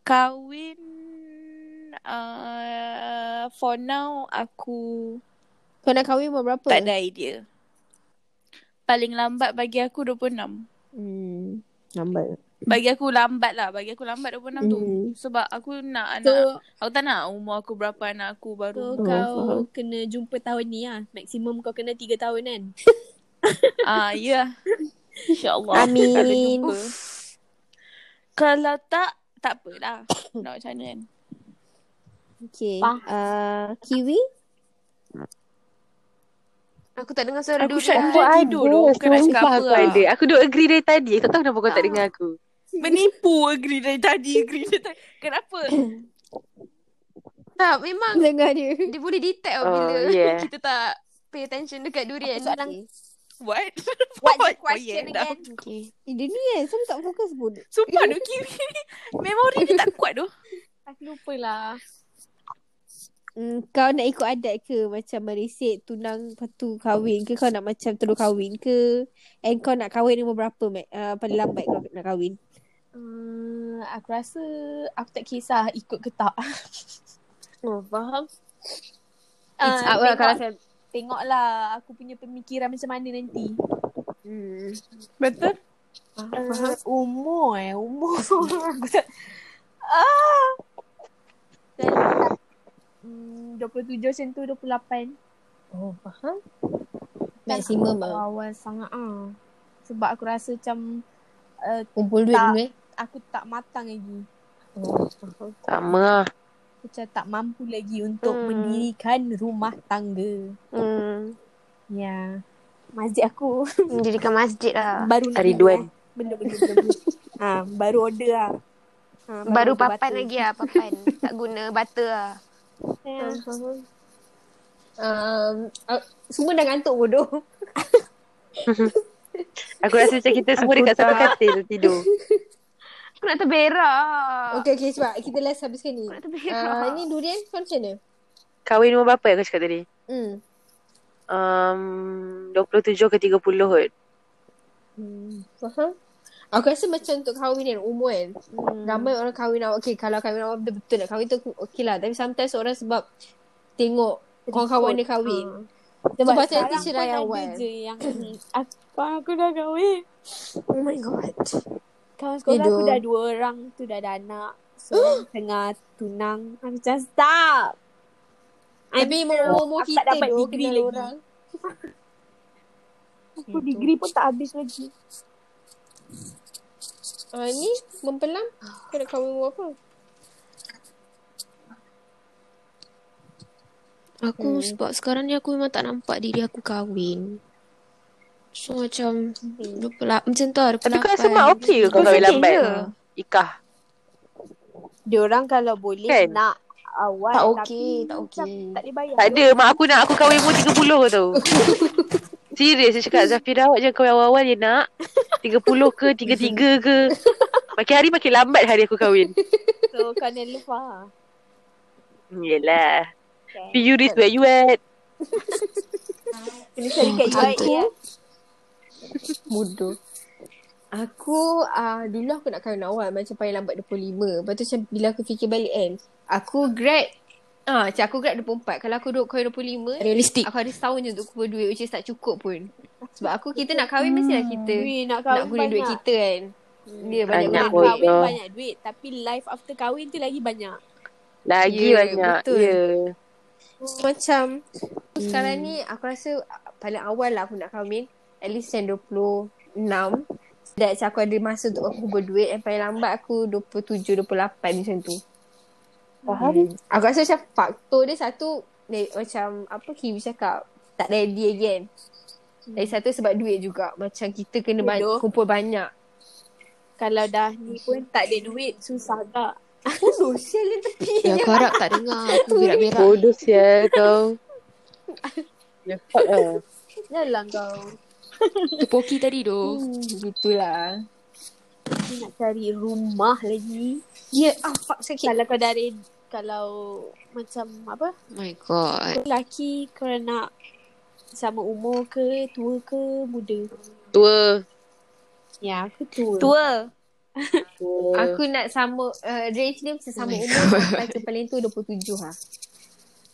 S5: kahwin uh, for now aku
S1: Kau nak kahwin umur berapa?
S5: tak ada idea. Paling lambat bagi aku 26.
S1: Hmm. Lambat.
S5: Bagi aku lambat lah. Bagi aku lambat 26 mm. tu.
S1: Hmm.
S5: Sebab aku nak
S4: So,
S5: anak. Aku tak nak umur aku berapa anak
S4: so
S5: aku baru.
S4: kau
S1: faham.
S4: kena jumpa tahun ni lah. Maksimum kau kena 3 tahun kan.
S5: Ah, ya. InsyaAllah.
S1: Amin.
S5: Kalau jumpa. Kalau tak, tak apalah. Nak macam mana kan.
S1: Okay.
S4: Faham.
S1: Uh, Kiwi?
S2: Aku tak dengar suara
S5: Aku
S2: durian.
S5: syok
S3: Aku
S5: dah
S3: ada.
S5: tidur tu. Bukan nak cakap
S3: Sumpah
S5: apa
S3: aku
S5: lah. Ah.
S3: ada. Aku duk agree dari tadi. Aku tak tahu kenapa kau tak dengar aku.
S5: Menipu agree dari tadi. Agree dari tadi. Kenapa?
S2: Tak, memang
S1: Dengar dia.
S2: dia boleh detect oh,
S3: Oh,
S2: bila
S3: yeah.
S2: kita tak pay attention dekat durian.
S4: Aku soalan
S5: What?
S2: What's
S5: Oh,
S2: the question
S5: yeah, dah.
S2: again? Okay.
S1: Eh, dia ni kan. Sama tak fokus pun.
S5: Sumpah tu Kiwi ni Memori dia tak kuat tu
S4: aku lupa lah.
S1: Hmm, kau nak ikut adat ke? Macam merisik, tunang, lepas tu kahwin ke? Kau nak macam terus kahwin ke? And kau nak kahwin umur berapa, Mac? Uh, paling lambat kau nak kahwin.
S4: Uh, aku rasa aku tak kisah ikut ke tak.
S2: Oh, faham.
S4: It's
S1: Ah,
S2: up lah kalau
S4: saya... Tengoklah aku punya pemikiran macam mana nanti.
S1: Hmm.
S5: Betul
S4: Uh, umur eh, umur. aku tak... Ah! Saya tak... Hmm, 27 macam tu, 28.
S1: Oh, faham. Maksimum ah.
S4: awal sangat ah. Sebab aku rasa macam
S1: Kumpul duit
S4: Tak.
S1: dulu eh.
S4: aku tak matang lagi.
S3: Sama lah.
S4: Aku Macam tak mampu lagi untuk
S2: Hmm.
S4: hmm. mendirikan rumah tangga.
S2: Hmm.
S4: Ya. Yeah. Masjid aku
S2: Mendirikan masjid lah.
S4: baru nak
S3: Hari
S4: beli
S3: Duan.
S4: lah. Benda-benda benda. ha, baru order lah. Ha,
S2: Hmm,
S4: order
S2: Baru papan
S4: butter.
S2: lagi lah papan. tak guna butter lah.
S4: Ya.
S1: Um, uh, semua dah ngantuk bodoh.
S3: Aku rasa macam kita semua dekat satu katil tidur.
S2: Aku nak terberak.
S1: Okay, okay cepat. Kita last habiskan ni.
S2: Aku nak terberak.
S1: Uh, ni durian kau macam mana?
S3: Kahwin umur berapa yang kau cakap tadi?
S1: Hmm.
S3: Um, 27 ke 30 kot.
S1: Hmm, faham. Aku rasa macam untuk kahwin kan, umur kan. Hmm. Ramai orang kahwin awal. Okay, kalau kahwin awal betul-betul nak kahwin tu okay lah. Tapi sometimes orang sebab tengok kawan-kawan dia kahwin. Sebab lah so, patut nanti
S4: sekarang
S1: cerai
S4: pun
S1: awal.
S4: Ada je yang apa aku dah kahwin.
S1: Oh my god.
S4: Kawan sekolah aku
S1: Hidup.
S4: dah dua orang tu dah ada anak. Seorang tengah tunang. Aku macam stop.
S1: Tapi
S4: so-
S1: umur-umur
S4: aku tak
S1: kita
S4: dapat
S1: tu
S4: degree
S1: kenal
S4: lagi.
S1: orang.
S4: Aku degree pun tak habis lagi.
S1: Ah, ni mempelam. Kau nak kahwin umur apa?
S2: Aku hmm. sebab sekarang ni aku memang tak nampak diri aku kahwin. So macam hmm. macam tu lah.
S3: Tapi kau rasa mak okey ke kau kahwin lambat? Ikah.
S4: Diorang kalau boleh
S3: Kan?
S4: nak awal
S2: Tak
S4: tapi
S2: okey, tak
S4: macam
S2: okey.
S4: Tak boleh bayar.
S3: Tak ada. Mak aku nak aku kahwin umur 30 tu. Serius dia cakap Zafira awak jangan kahwin awal-awal je nak. 30 ke 33 ke. Makin hari makin lambat hari aku kahwin.
S4: So kau nak lupa.
S3: Yelah. You reach where you at.
S4: Kena cari kat UI
S2: Aku-
S4: ya.
S1: Bodoh. Aku uh, dulu aku nak kahwin awal macam paling lambat 25. Lepas tu macam bila aku fikir balik kan. Aku grad Ah, macam aku grad 24. Kalau aku duduk kahwin 25,
S2: Realistik.
S1: aku ada setahun je untuk kumpul duit which is tak cukup pun. Sebab aku kita nak kahwin mestilah kita
S4: Ui, nak
S1: nak
S4: kahwin
S1: guna duit
S4: Hmm. banyak.
S1: kita kan. Dia banyak
S4: Nak
S1: banyak.
S3: Banyak kot.
S1: duit.
S4: kahwin
S3: ya.
S4: banyak duit tapi life after kahwin tu lagi banyak.
S3: Lagi
S1: Ya,
S3: banyak.
S1: betul.
S3: Ya.
S1: Macam sekarang ni aku rasa ah, paling awal lah aku nak kahwin. At least yang 26. That's aku ada masa untuk aku kumpul duit. Yang paling lambat aku 27, 28 macam tu. Hmm.
S3: Faham?
S1: Aku rasa macam faktor dia satu dia, macam apa Kim cakap tak ready lagi kan. Lagi satu sebab duit juga. Macam kita kena ba-
S4: Bodoh.
S1: kumpul banyak.
S4: Kalau dah ni pun tak ada duit susah tak.
S1: Bodoh sial dia tepi.
S2: Ya aku harap tak dengar. Aku berak-berak.
S3: Bodoh sial ya, kau. Lepak lah.
S4: Yalah kau.
S2: Aku poki tadi tu.
S1: Hmm, gitulah.
S4: Ni Nak cari rumah lagi.
S1: Ya, yeah. ah fuck sakit.
S4: Kalau kau dah ready kalau macam apa
S2: My god.
S4: lelaki kau nak sama umur ke tua ke muda
S3: Tua.
S4: ya aku tua,
S5: Tua.
S3: Tua.
S1: Aku nak sama uh, range dia macam sama
S2: Oh my
S1: umur sampai ke paling tu 27 lah.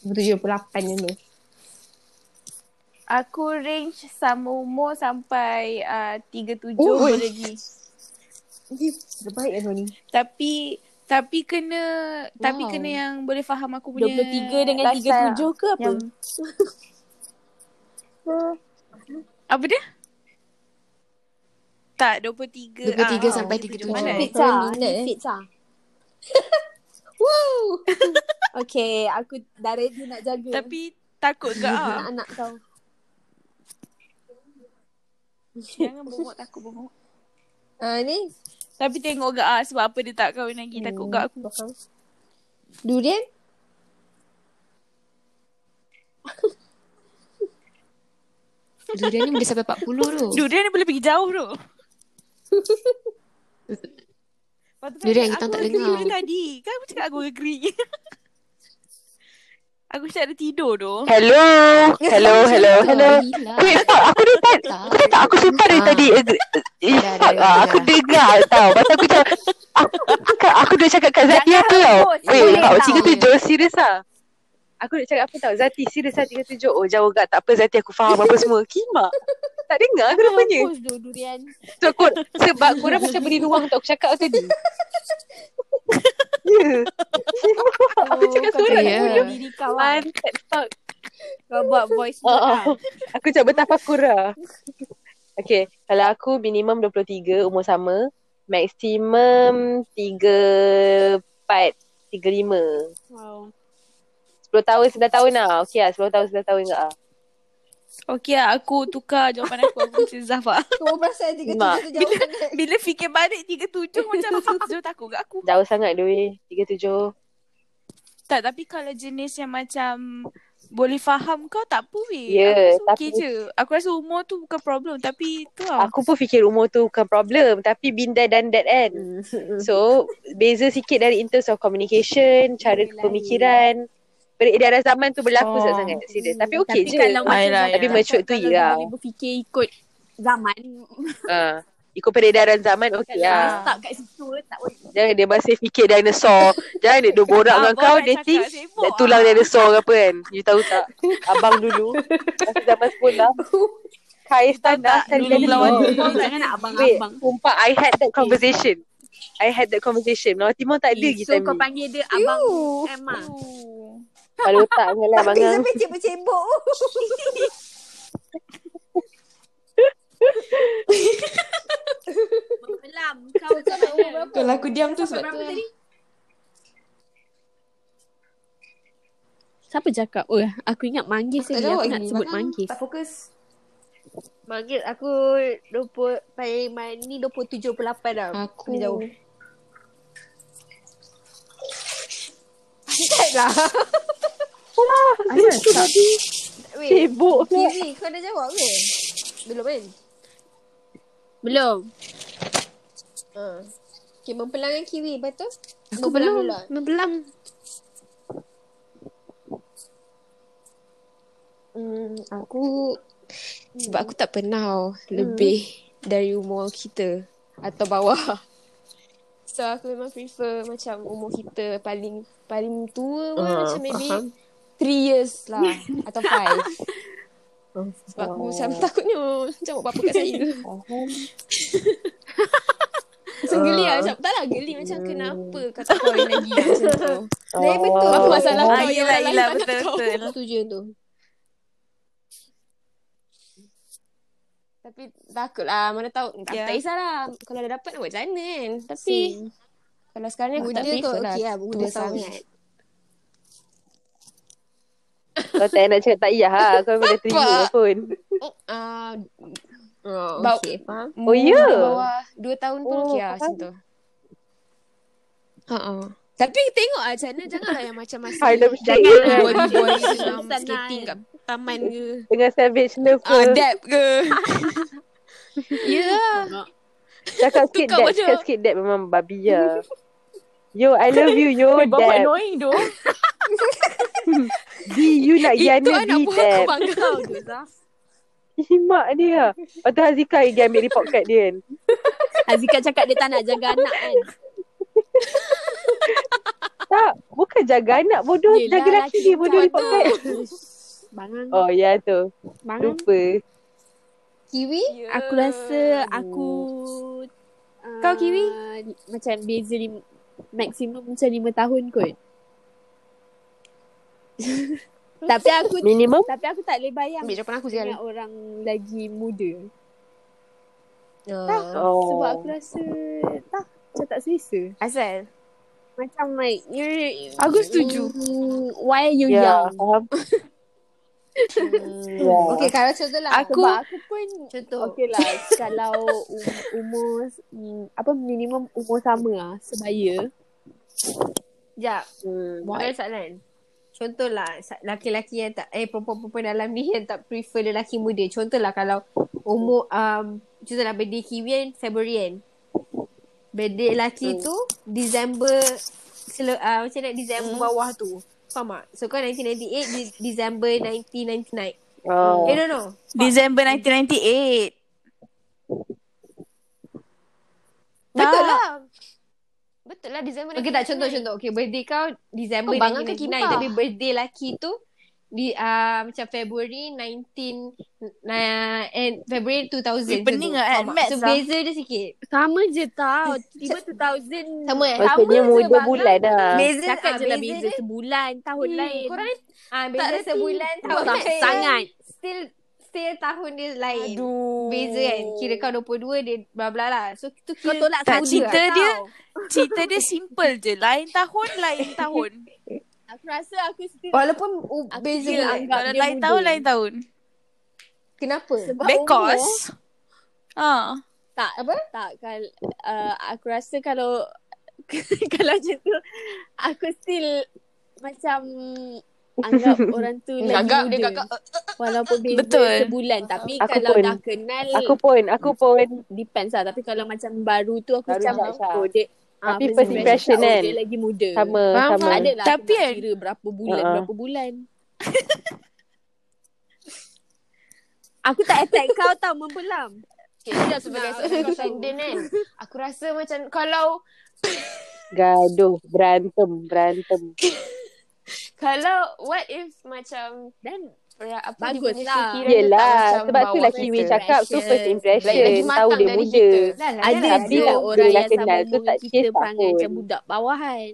S1: 27 28 macam tu.
S5: Aku range sama umur sampai uh,
S1: Ui.
S5: 37 oh, lagi.
S1: Dia baik lah kau ni.
S5: Tapi tapi kena wow. tapi
S2: Wow.
S5: kena yang boleh faham aku punya
S4: 23 dengan
S5: lifestyle
S4: 37 ke apa
S5: Yang- Apa dia? Tak, 23.
S2: 23
S5: Ah,
S2: sampai
S5: 23
S2: 37.
S5: mana?
S1: Tapi-
S5: eh?
S4: Fit sah
S1: Kau minat, eh.
S4: Fit sah Woo Okay Aku dah ready nak jaga
S5: Tapi takut ke ah?
S4: Anak-anak kau
S5: Jangan bongok takut bongok.
S1: Ah ni
S5: Tapi tengok ke ah sebab apa dia tak kahwin lagi. Takut ke aku.
S1: durian.
S2: Durian ni boleh sampai 40 tu.
S5: Durian ni boleh pergi jauh tu. Lepas tu kan
S2: Durian, kita
S5: aku
S2: tak
S5: agree
S2: dengar.
S5: dulu tadi. Kan aku cakap aku agree. aku cakap dia tidur tu.
S3: Hello. Hello, hello, hello.
S2: Gila.
S3: Wait, fuck. Aku depan.
S2: Tak.
S3: Aku tak, aku sumpah dari
S2: Ah.
S3: tadi. Eh, eh,
S2: Dah,
S3: fuck
S2: dah,
S3: lah.
S2: dah,
S3: Aku
S2: dah.
S3: dengar tau. Pasal aku macam, aku, aku, aku dah cakap kat Zati
S5: Jangan
S3: apa tau.
S5: hapus,
S3: Wait,
S5: boleh
S3: tak, 37.
S5: tau.
S3: Serius lah. Aku nak cakap apa tau. Zati, serius lah 37. Oh, jauh gak. Tak apa Zati, aku faham apa semua. Kimak. Tak dengar ke rupanya?
S4: Hapus tu durian
S3: So, kor- sebab korang macam beri ruang untuk aku cakap tadi. Ya. Yeah. aku cakap
S4: Kau
S3: sorang. eh.
S2: Ya.
S4: jaga diri kau lah
S3: Mantap fuck.
S4: Kau buat voice
S3: Oh,
S4: note
S3: oh.
S4: kan?
S3: Aku cuba tafakura. Okay. Kalau aku minimum 23 umur sama. Maksimum 34, 35.
S4: Wow.
S3: 10 tahun, 9 tahun lah. Okay lah. 10 tahun, 9 tahun enggak lah.
S5: Okey lah, aku tukar jawapan aku. Aku macam Zafar.
S10: Kau perasan tiga
S3: Mak.
S10: tiga tu jawapan dia.
S5: Bila fikir balik 37 macam rasa 37 takut kat aku.
S3: Jauh sangat duit. 37.
S5: Tak, tapi kalau jenis yang macam boleh faham kau tak apa weh.
S3: Ya,
S5: aku rasa okey
S3: tapi-
S5: je. Aku rasa umur tu bukan problem tapi tu lah.
S3: Aku pun fikir umur tu bukan problem. Tapi been there done that kan. So beza sikit dari in terms of communication, cara
S4: Yelah,
S3: pemikiran, peredaran zaman tu berlaku
S5: Oh.
S3: oh. sangat serius. Tapi okey
S4: Tapi
S3: je.
S4: kalau macam
S5: Ayolah,
S11: lah,
S4: Zafar
S5: tapi
S4: cakap,
S3: mature tu
S4: kalau
S3: ya.
S4: dia boleh berfikir ikut zaman.
S3: Ha. Ikut peredaran zaman
S4: Kalau
S3: okey
S4: dia
S3: lah.
S4: stuck kat situ, tak boleh.
S3: Jangan dia masih fikir dinosaur. Jangan dia, dia borak
S5: Ah,
S3: dengan kau,
S5: borak
S3: dia
S5: cakap,
S3: think
S5: sibuk
S3: dia tulang
S5: ah.
S3: dinosaur ke apa kan. You tahu tak? Abang dulu, masa zaman sekolah, Kais
S5: tahu tak?
S3: tanah sekali
S5: Dulu
S3: kali
S5: melawan
S3: lawan.
S5: Timur tak
S4: Jangan nak
S3: Wait,
S4: abang-abang.
S3: sumpah I had that conversation. I had that conversation. Melawan Timur tak ada
S4: Eh,
S3: lagi
S4: So
S3: time
S4: kau
S3: ni.
S4: panggil dia abang Emma.
S3: Kalau tak, mengalah
S10: Tapi
S3: bangang.
S10: sampai cebok-cebok.
S4: Melam kau kau nak umur berapa?
S11: Kalau aku diam tu sebab
S4: Sampai berapa
S11: tu.
S4: tadi? Siapa cakap? Oh, aku ingat manggil
S11: Tak
S4: sekali.
S11: jawab
S4: Aku nak
S11: lagi.
S4: sebut
S11: Makan
S4: manggil.
S3: Oh,
S11: Tak fokus.
S1: Manggil aku 20 paling main ni 27 28 dah.
S11: Aku.
S1: Kena lah. jauh. lah. Wait,
S3: Sibuk.
S1: Fizi kau dah jawab ke? Belum kan?
S4: Belum.
S1: Ha. Okay, mempelang dengan kiwi. Lepas tu?
S4: Aku
S1: Mempelang
S4: belum.
S1: dulu. lah.
S4: Membelam.
S2: Hmm, aku sebab aku tak pernah oh, lebih dari umur kita atau bawah. So aku memang prefer macam umur kita paling paling tua pun
S1: Ah,
S2: macam maybe
S1: faham.
S2: three years lah atau five. Sebab aku macam takutnya oh, macam buat apa kat saya tu. Macam geli lah macam tak lah geli macam kenapa kau tak kahwin lagi macam tu.
S1: Lain betul.
S2: Oh. Apa masalah
S5: Ah,
S2: kau yang
S5: yelah,
S2: orang lain
S5: yelah,
S2: tak nak
S5: betul,
S2: tahu.
S5: betul.
S1: Aku setuju yang tu.
S2: Tapi takut lah mana tahu tak,
S5: Ya.
S2: tak kisahlah kalau dah dapat nak buat macam mana kan. Tapi kalau sekarang ni aku
S1: Muda
S2: tak
S1: tu
S2: prefer lah.
S1: okey lah. Muda
S2: Tua
S1: sangat.
S2: sangat.
S3: Kau tak nak cakap tak payah lah. Kau memang dah terima
S2: Nampak.
S3: pun.
S2: Ah,
S1: Oh,
S2: Bau-
S1: okay, faham.
S3: Oh, ya?
S2: muda Bawah 2 tahun pun
S3: Oh,
S2: okey lah macam
S3: faham.
S2: tu. Ha ah. Tapi tengok lah macam mana janganlah yang macam masih
S3: Harlem Shake
S2: Jangan lah. boy-boy senam
S4: Senang.
S2: skating kat taman ke.
S3: dengan Savage Love
S2: Ah,
S3: ke.
S2: dab ke. Ya.
S3: Cakap sikit
S2: Tukar
S3: dad.
S2: baju.
S3: Cakap sikit dad memang babi ya. Yo, I love you, yo,
S11: Weh, bapa
S3: dad.
S11: annoying doh.
S3: D, you nak
S2: Itu
S3: Yana,
S2: anak
S3: D,
S2: buah aku
S3: dad.
S2: bangga.
S4: Kau tu Zaf.
S3: Simak dia. Lepas tu Hazika yang dia ambil report card dia kan.
S4: Azika cakap dia tak nak jaga anak kan.
S3: Tak, bukan jaga anak bodoh.
S4: Yelah,
S3: jaga laki dia bodoh report card.
S4: Bangang.
S3: Oh, ya tu.
S4: Bangang.
S3: Lupa.
S10: Kiwi?
S2: Ya.
S4: Aku rasa aku uh,
S2: Kau, Kiwi?
S4: Macam beza lim, Maksimum macam lima tahun kot Tapi aku
S3: Minimum?
S4: Tapi aku tak boleh bayang
S2: Ambil jawapan aku sekali.
S4: Dengan orang lagi muda
S10: Ah.
S3: Oh.
S4: Sebab aku rasa Tak Macam tak selesa
S2: Asal?
S4: Macam like you're,
S5: Aku setuju.
S4: Mm, Why you
S3: Ya,
S4: young
S3: faham. Hmm, ya.
S10: Okay, kalau contoh lah.
S4: Aku Sebab aku pun
S10: Contoh.
S4: Okay lah Kalau um, umur mm, Apa minimum umur sama lah Sebaya
S1: Sekejap.
S3: Hmm.
S1: Ada soalan. Contohlah sa- laki-laki yang tak eh perempuan-perempuan dalam ni yang tak prefer lelaki muda. Contohlah kalau umur um, contohlah birthday Kiwi kan Februari kan. Birthday lelaki
S4: Hmm.
S1: tu December sel- uh, macam nak December
S4: Hmm.
S1: bawah tu. Faham tak? So kau 1998 Di- December 1999.
S3: Oh.
S1: Eh no no.
S5: Disember 1998.
S1: Betul lah.
S2: Betul lah December
S1: kan? Okay tak contoh-contoh. Okay birthday kau December
S2: Kau bangang ke
S1: 1999
S2: kibah?
S1: tapi birthday lelaki tu di uh, macam February 19 na, and February 2000
S5: pening
S1: tu.
S5: ah, kan?
S1: Sama.
S5: Maths
S1: So
S5: lah.
S1: beza dia sikit
S4: Sama je tau. Tiba 2000.
S1: Sama eh
S4: Maksudnya
S3: Maksudnya
S4: Sama je, muda
S3: muda
S4: Bang. bulan
S3: bulan dah.
S1: Beza
S4: Cakap
S1: ah,
S4: je lah
S1: beza
S4: beza
S1: dia-
S4: sebulan, tahun
S1: Hmm,
S4: lain.
S1: Korang ah,
S4: tak
S1: beza
S4: reti.
S1: sebulan tahun
S4: Sam-
S1: lain.
S4: Sangat.
S1: Still still tahun dia lain.
S2: Aduh.
S1: Beza kan. Kira kau 22 dia bla bla lah. So tu
S4: Kau
S1: kira
S4: tolak semula
S5: Tak,
S1: lah.
S5: cerita
S4: lah, tau.
S5: dia- Cerita dia simple je. Lain tahun, lain tahun.
S4: Aku rasa aku still
S1: walaupun u-
S4: Aku
S1: beza
S4: still
S1: bulan.
S4: anggap
S5: Kalau
S4: dia
S5: lain
S4: muda.
S5: tahun, lain tahun.
S1: Kenapa?
S4: Sebab
S5: Because...
S4: umur-
S5: Ah,
S4: Tak apa? Tak kal uh, aku rasa kalau kalau macam tu aku still macam anggap orang tu lagi
S2: Gagak,
S4: muda.
S2: dia gagak.
S4: Walaupun beza
S5: Betul.
S4: sebulan tapi
S3: Aku
S4: kalau
S3: pun.
S4: dah kenal
S3: Aku pun, aku pun.
S4: depends lah tapi kalau macam baru tu aku
S3: Baru
S4: macam
S3: judge lah.
S4: oh dia
S3: Tapi
S4: first
S3: first impression
S4: oh,
S3: kan?
S4: dia lagi muda.
S3: Sama,
S2: Faham,
S3: sama.
S4: Tak adalah
S5: Tapi
S4: tapi aku nak
S5: kan-
S4: kira berapa bulan
S3: Ha-ha.
S4: berapa bulan. Aku tak attack kau tau membelam. Ya,
S1: Kita sebagai seorang kontenden kan. Aku rasa macam kalau
S3: Gaduh, berantem, berantem.
S1: kalau what if macam
S4: Dan
S1: ra- apa
S4: Bagus
S1: dia punya
S4: lah.
S1: fikiran dia tak
S3: Yelah,
S1: macam
S3: sebab tu lah
S1: bawah
S3: Kiwi
S1: first
S3: cakap tu
S1: impression.
S3: first impression.
S2: Lagi
S3: Tahu
S2: matang
S3: dia
S2: dari
S3: muda.
S2: kita.
S1: Dah lah, dah
S4: Ada
S1: lah.
S4: je
S3: Tapi nak
S4: orang
S3: bila
S4: yang
S3: kenal
S4: sama
S3: tu
S4: umur
S3: tak
S4: kita
S3: kisah
S4: perangai
S3: pun.
S4: macam budak bawahan.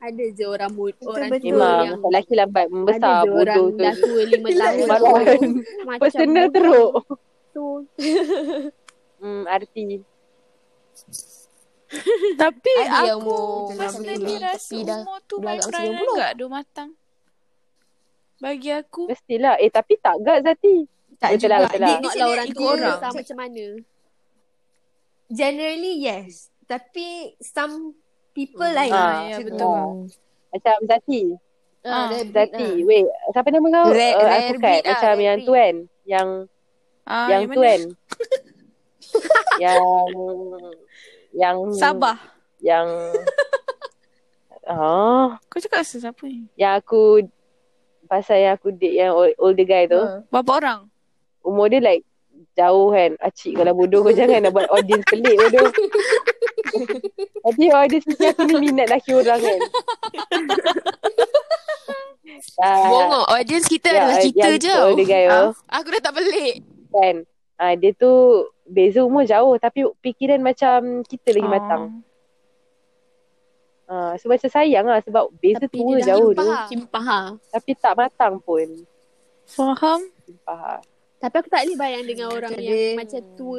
S4: Ada je orang mud, orang tua
S5: betul.
S3: Memang
S4: yang
S3: macam lelaki lambat
S4: ada je
S3: membesar
S4: orang
S3: bodoh tu.
S4: dah tua lima tahun
S3: Marah.
S4: tu macam
S3: Personal
S4: bodoh
S3: teruk.
S4: tu.
S3: Hmm, arti.
S5: tapi
S1: Ada yang
S5: aku
S1: umur
S5: personally
S1: 60,
S5: rasa
S1: tapi dah
S5: umur tu
S1: belagak
S5: main
S1: macam
S5: peranan
S1: 90.
S5: agak dua matang. Bagi aku,
S3: Mestilah. Eh, tapi tak gak Zati.
S1: Tak
S3: betul lah,
S1: juga.
S3: betul lah.
S1: Dia-
S4: Tengoklah
S1: dia
S4: orang
S1: ikut
S4: tua
S1: orang.
S4: besar macam mana.
S1: Generally yes. Tapi some people
S4: lah
S5: Hmm.
S1: lain.
S5: Ah, ya,
S1: Macam
S5: betul.
S1: tu.
S4: Oh.
S3: Ah. Macam Zati.
S1: Ah,
S5: Ah.
S1: rare breed
S3: Zati.
S1: lah.
S3: Wait, siapa nama kau?
S1: Rare-
S3: Eh,
S1: rare
S3: aku kat.
S1: breed lah,
S3: Macam
S1: rare
S3: yang
S1: breed.
S3: tu kan. Yang yang
S5: ah, yang
S3: tu
S5: mana?
S3: kan. yang yang
S5: Sabah.
S3: yang ah
S5: Kau cakap pasal siapa ni?
S3: yang aku pasal yang aku date yang old- older guy tu
S1: Ha.
S5: Berapa orang?
S3: umur dia like jauh kan acik kalau bodoh kau jangan nak buat audience pelik bodoh nanti audience fikir aku ni minat laki orang kan Ah,
S2: Bongok. Audience kita adalah
S3: yang-
S2: kita
S3: yang
S2: je.
S3: older guy Ya, tu
S5: Ah.
S2: Aku dah tak pelik.
S3: kan ah, dia tu beza umur jauh tapi fikiran macam kita lagi
S5: Ah.
S3: matang ah, so macam sayang lah sebab beza
S4: Tapi
S3: tua
S4: dia dah
S3: jauh tu
S4: kimpah. Kimpah. ha.
S3: tapi tak matang pun
S5: Ah, Faham?
S3: Faham.
S4: Tapi aku tak boleh bayang dengan orang
S1: Macam
S4: yang
S1: dia-
S4: macam tua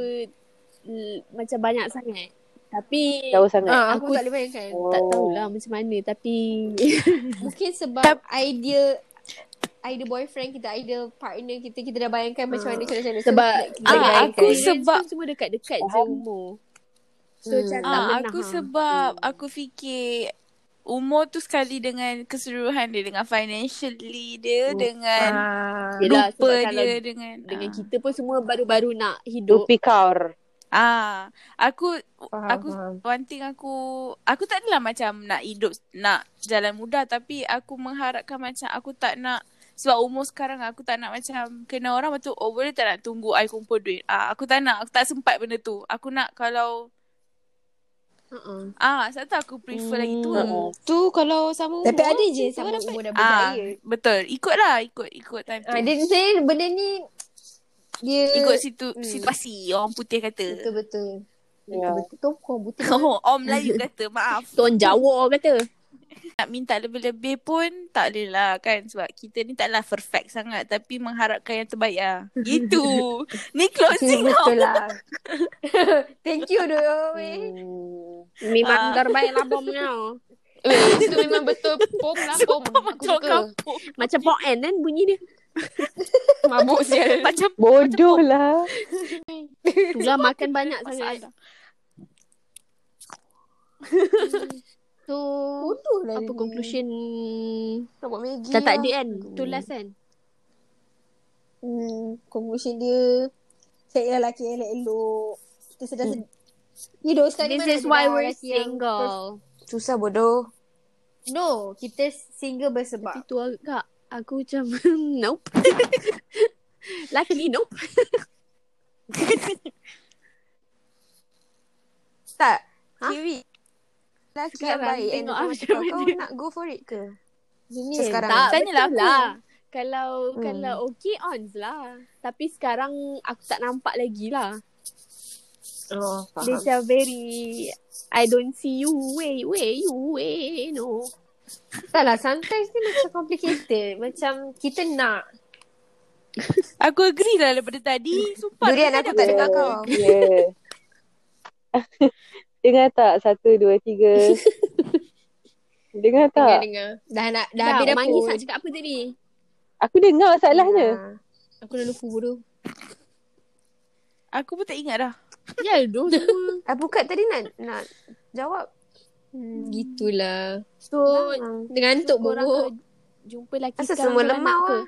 S4: l- macam banyak sangat. Tapi
S3: Jauh sangat. Oh.
S1: Ah, aku,
S4: Aku-
S1: tak boleh bayangkan.
S4: tak tahulah macam mana tapi
S1: Mungkin sebab
S5: Tap-
S1: idea idea boyfriend kita, idea partner kita, kita dah bayangkan macam mana macam mana.
S4: sebab
S1: kita
S5: Ah,
S1: bayangkan.
S5: aku
S4: experience
S5: sebab-
S4: pun semua dekat-dekat je umur. So
S1: Hmm.
S4: macam tak
S5: Ah,
S4: pernah.
S5: aku
S4: ha.
S5: sebab aku fikir umur tu sekali dengan keseluruhan dia dengan financially dia dengan
S1: Ah.
S4: Yelah,
S5: lupa
S4: sebab kalau
S5: dia dengan
S4: dengan
S5: ah.
S4: kita pun semua baru-baru nak hidup.
S3: Lupi kaur.
S5: Ah, aku
S1: Faham,
S5: aku
S1: faham.
S5: one thing aku aku tak adalah macam nak hidup nak jalan mudah tapi aku mengharapkan macam aku tak nak sebab umur sekarang aku tak nak macam kena orang macam oh boleh tak nak tunggu I kumpul duit. Ah, aku tak nak, aku tak sempat benda tu. Aku nak kalau
S4: Uh-uh.
S5: ah, satu aku prefer lagi tua.
S3: Ah,
S2: Tu kalau sama
S1: Tapi
S2: umur.
S1: ada je sama umur Mm. dah
S5: Ah,
S1: berjaya.
S5: betul. Ikutlah, ikut ikut time tu.
S1: Ah, dia, saya benda ni dia
S5: ikut situ
S1: Hmm.
S5: situasi orang putih kata.
S1: betul-betul.
S3: Ya.
S1: Betul-betul. Kau kau buta.
S5: Oh, orang Melayu kata, maaf.
S4: Tuan Jawa kata.
S5: nak minta lebih-lebih pun tak boleh lah kan sebab kita ni taklah perfect sangat tapi mengharapkan yang terbaik lah. Gitu. ni closing tau.
S1: Betul lah. Thank you doh. weh.
S3: Ya.
S4: Memang
S5: Ah.
S4: terbaik lah bom kau.
S2: Eh, itu memang betul. Pom lah pom. Aku
S5: Macam
S2: suka.
S5: kampung.
S4: Macam poen kan bunyi dia.
S2: Mabuk
S4: Ya.
S2: sial.
S5: Macam
S3: Bodoh lah.
S4: Itulah makan banyak sangat.
S5: masalah.
S4: Hmm. So,
S1: Bodoh lah
S4: apa
S1: dia ni.
S4: conclusion?
S1: Nak buat Maggi
S4: Dah tak
S1: lah.
S4: ada kan? Tu last kan?
S1: Hmm, conclusion dia Cek lelaki elok-elok Kita sedar hmm. You know sekarang ni mana
S4: This is
S1: ada
S4: why
S1: dah
S4: we're
S1: lelaki yang perf-
S4: single.
S6: Susah bodoh.
S1: No Kita single bersebab
S4: Tapi tu agak aku macam nope. Luckily nope.
S6: Tak.
S4: Ha?
S6: Kiwi. Lelaki yang
S4: Sekarang
S6: baik and
S4: tengok
S6: kau
S4: ah
S6: macam
S4: macam
S6: kau,
S4: mana.
S6: nak go for it ke?
S1: Macam
S6: Macam sekarang.
S4: Tak,
S5: Tanyalah
S4: betul
S5: aku.
S4: lah. Kalau hmm. kalau okay ons lah. Tapi sekarang aku tak nampak lagi lah.
S3: Oh,
S4: Dia
S3: faham.
S4: macam very I don't see you way way you way no.
S6: Tak lah, sometimes ni macam complicated. macam kita nak.
S5: Aku agree lah daripada tadi. Sumpah.
S6: Durian,
S5: tadi
S6: aku tak dengar kau.
S3: Yeah. Dengar tak? Satu, dua, tiga. dengar
S1: Dengar,
S3: tak?
S1: dengar. Dah nak dah, dah
S4: Dah,
S1: habis dah
S4: Manggis
S1: pun.
S4: nak cakap apa tadi?
S3: Aku dengar masalahnya.
S1: Aku dah lupa bodoh.
S5: Aku pun tak ingat dah.
S4: Ya, dua semua.
S6: Ah, bukan tadi nak nak jawab.
S1: Hmm, gitulah.
S4: So,
S1: Oh,
S6: Ah.
S1: Dengan
S4: so
S1: antuk bodoh.
S4: korang kalau jumpa lelaki
S6: Asal
S4: sekarang
S6: semua
S4: korang
S6: lemau
S4: nak apa?
S2: lah.
S6: ah.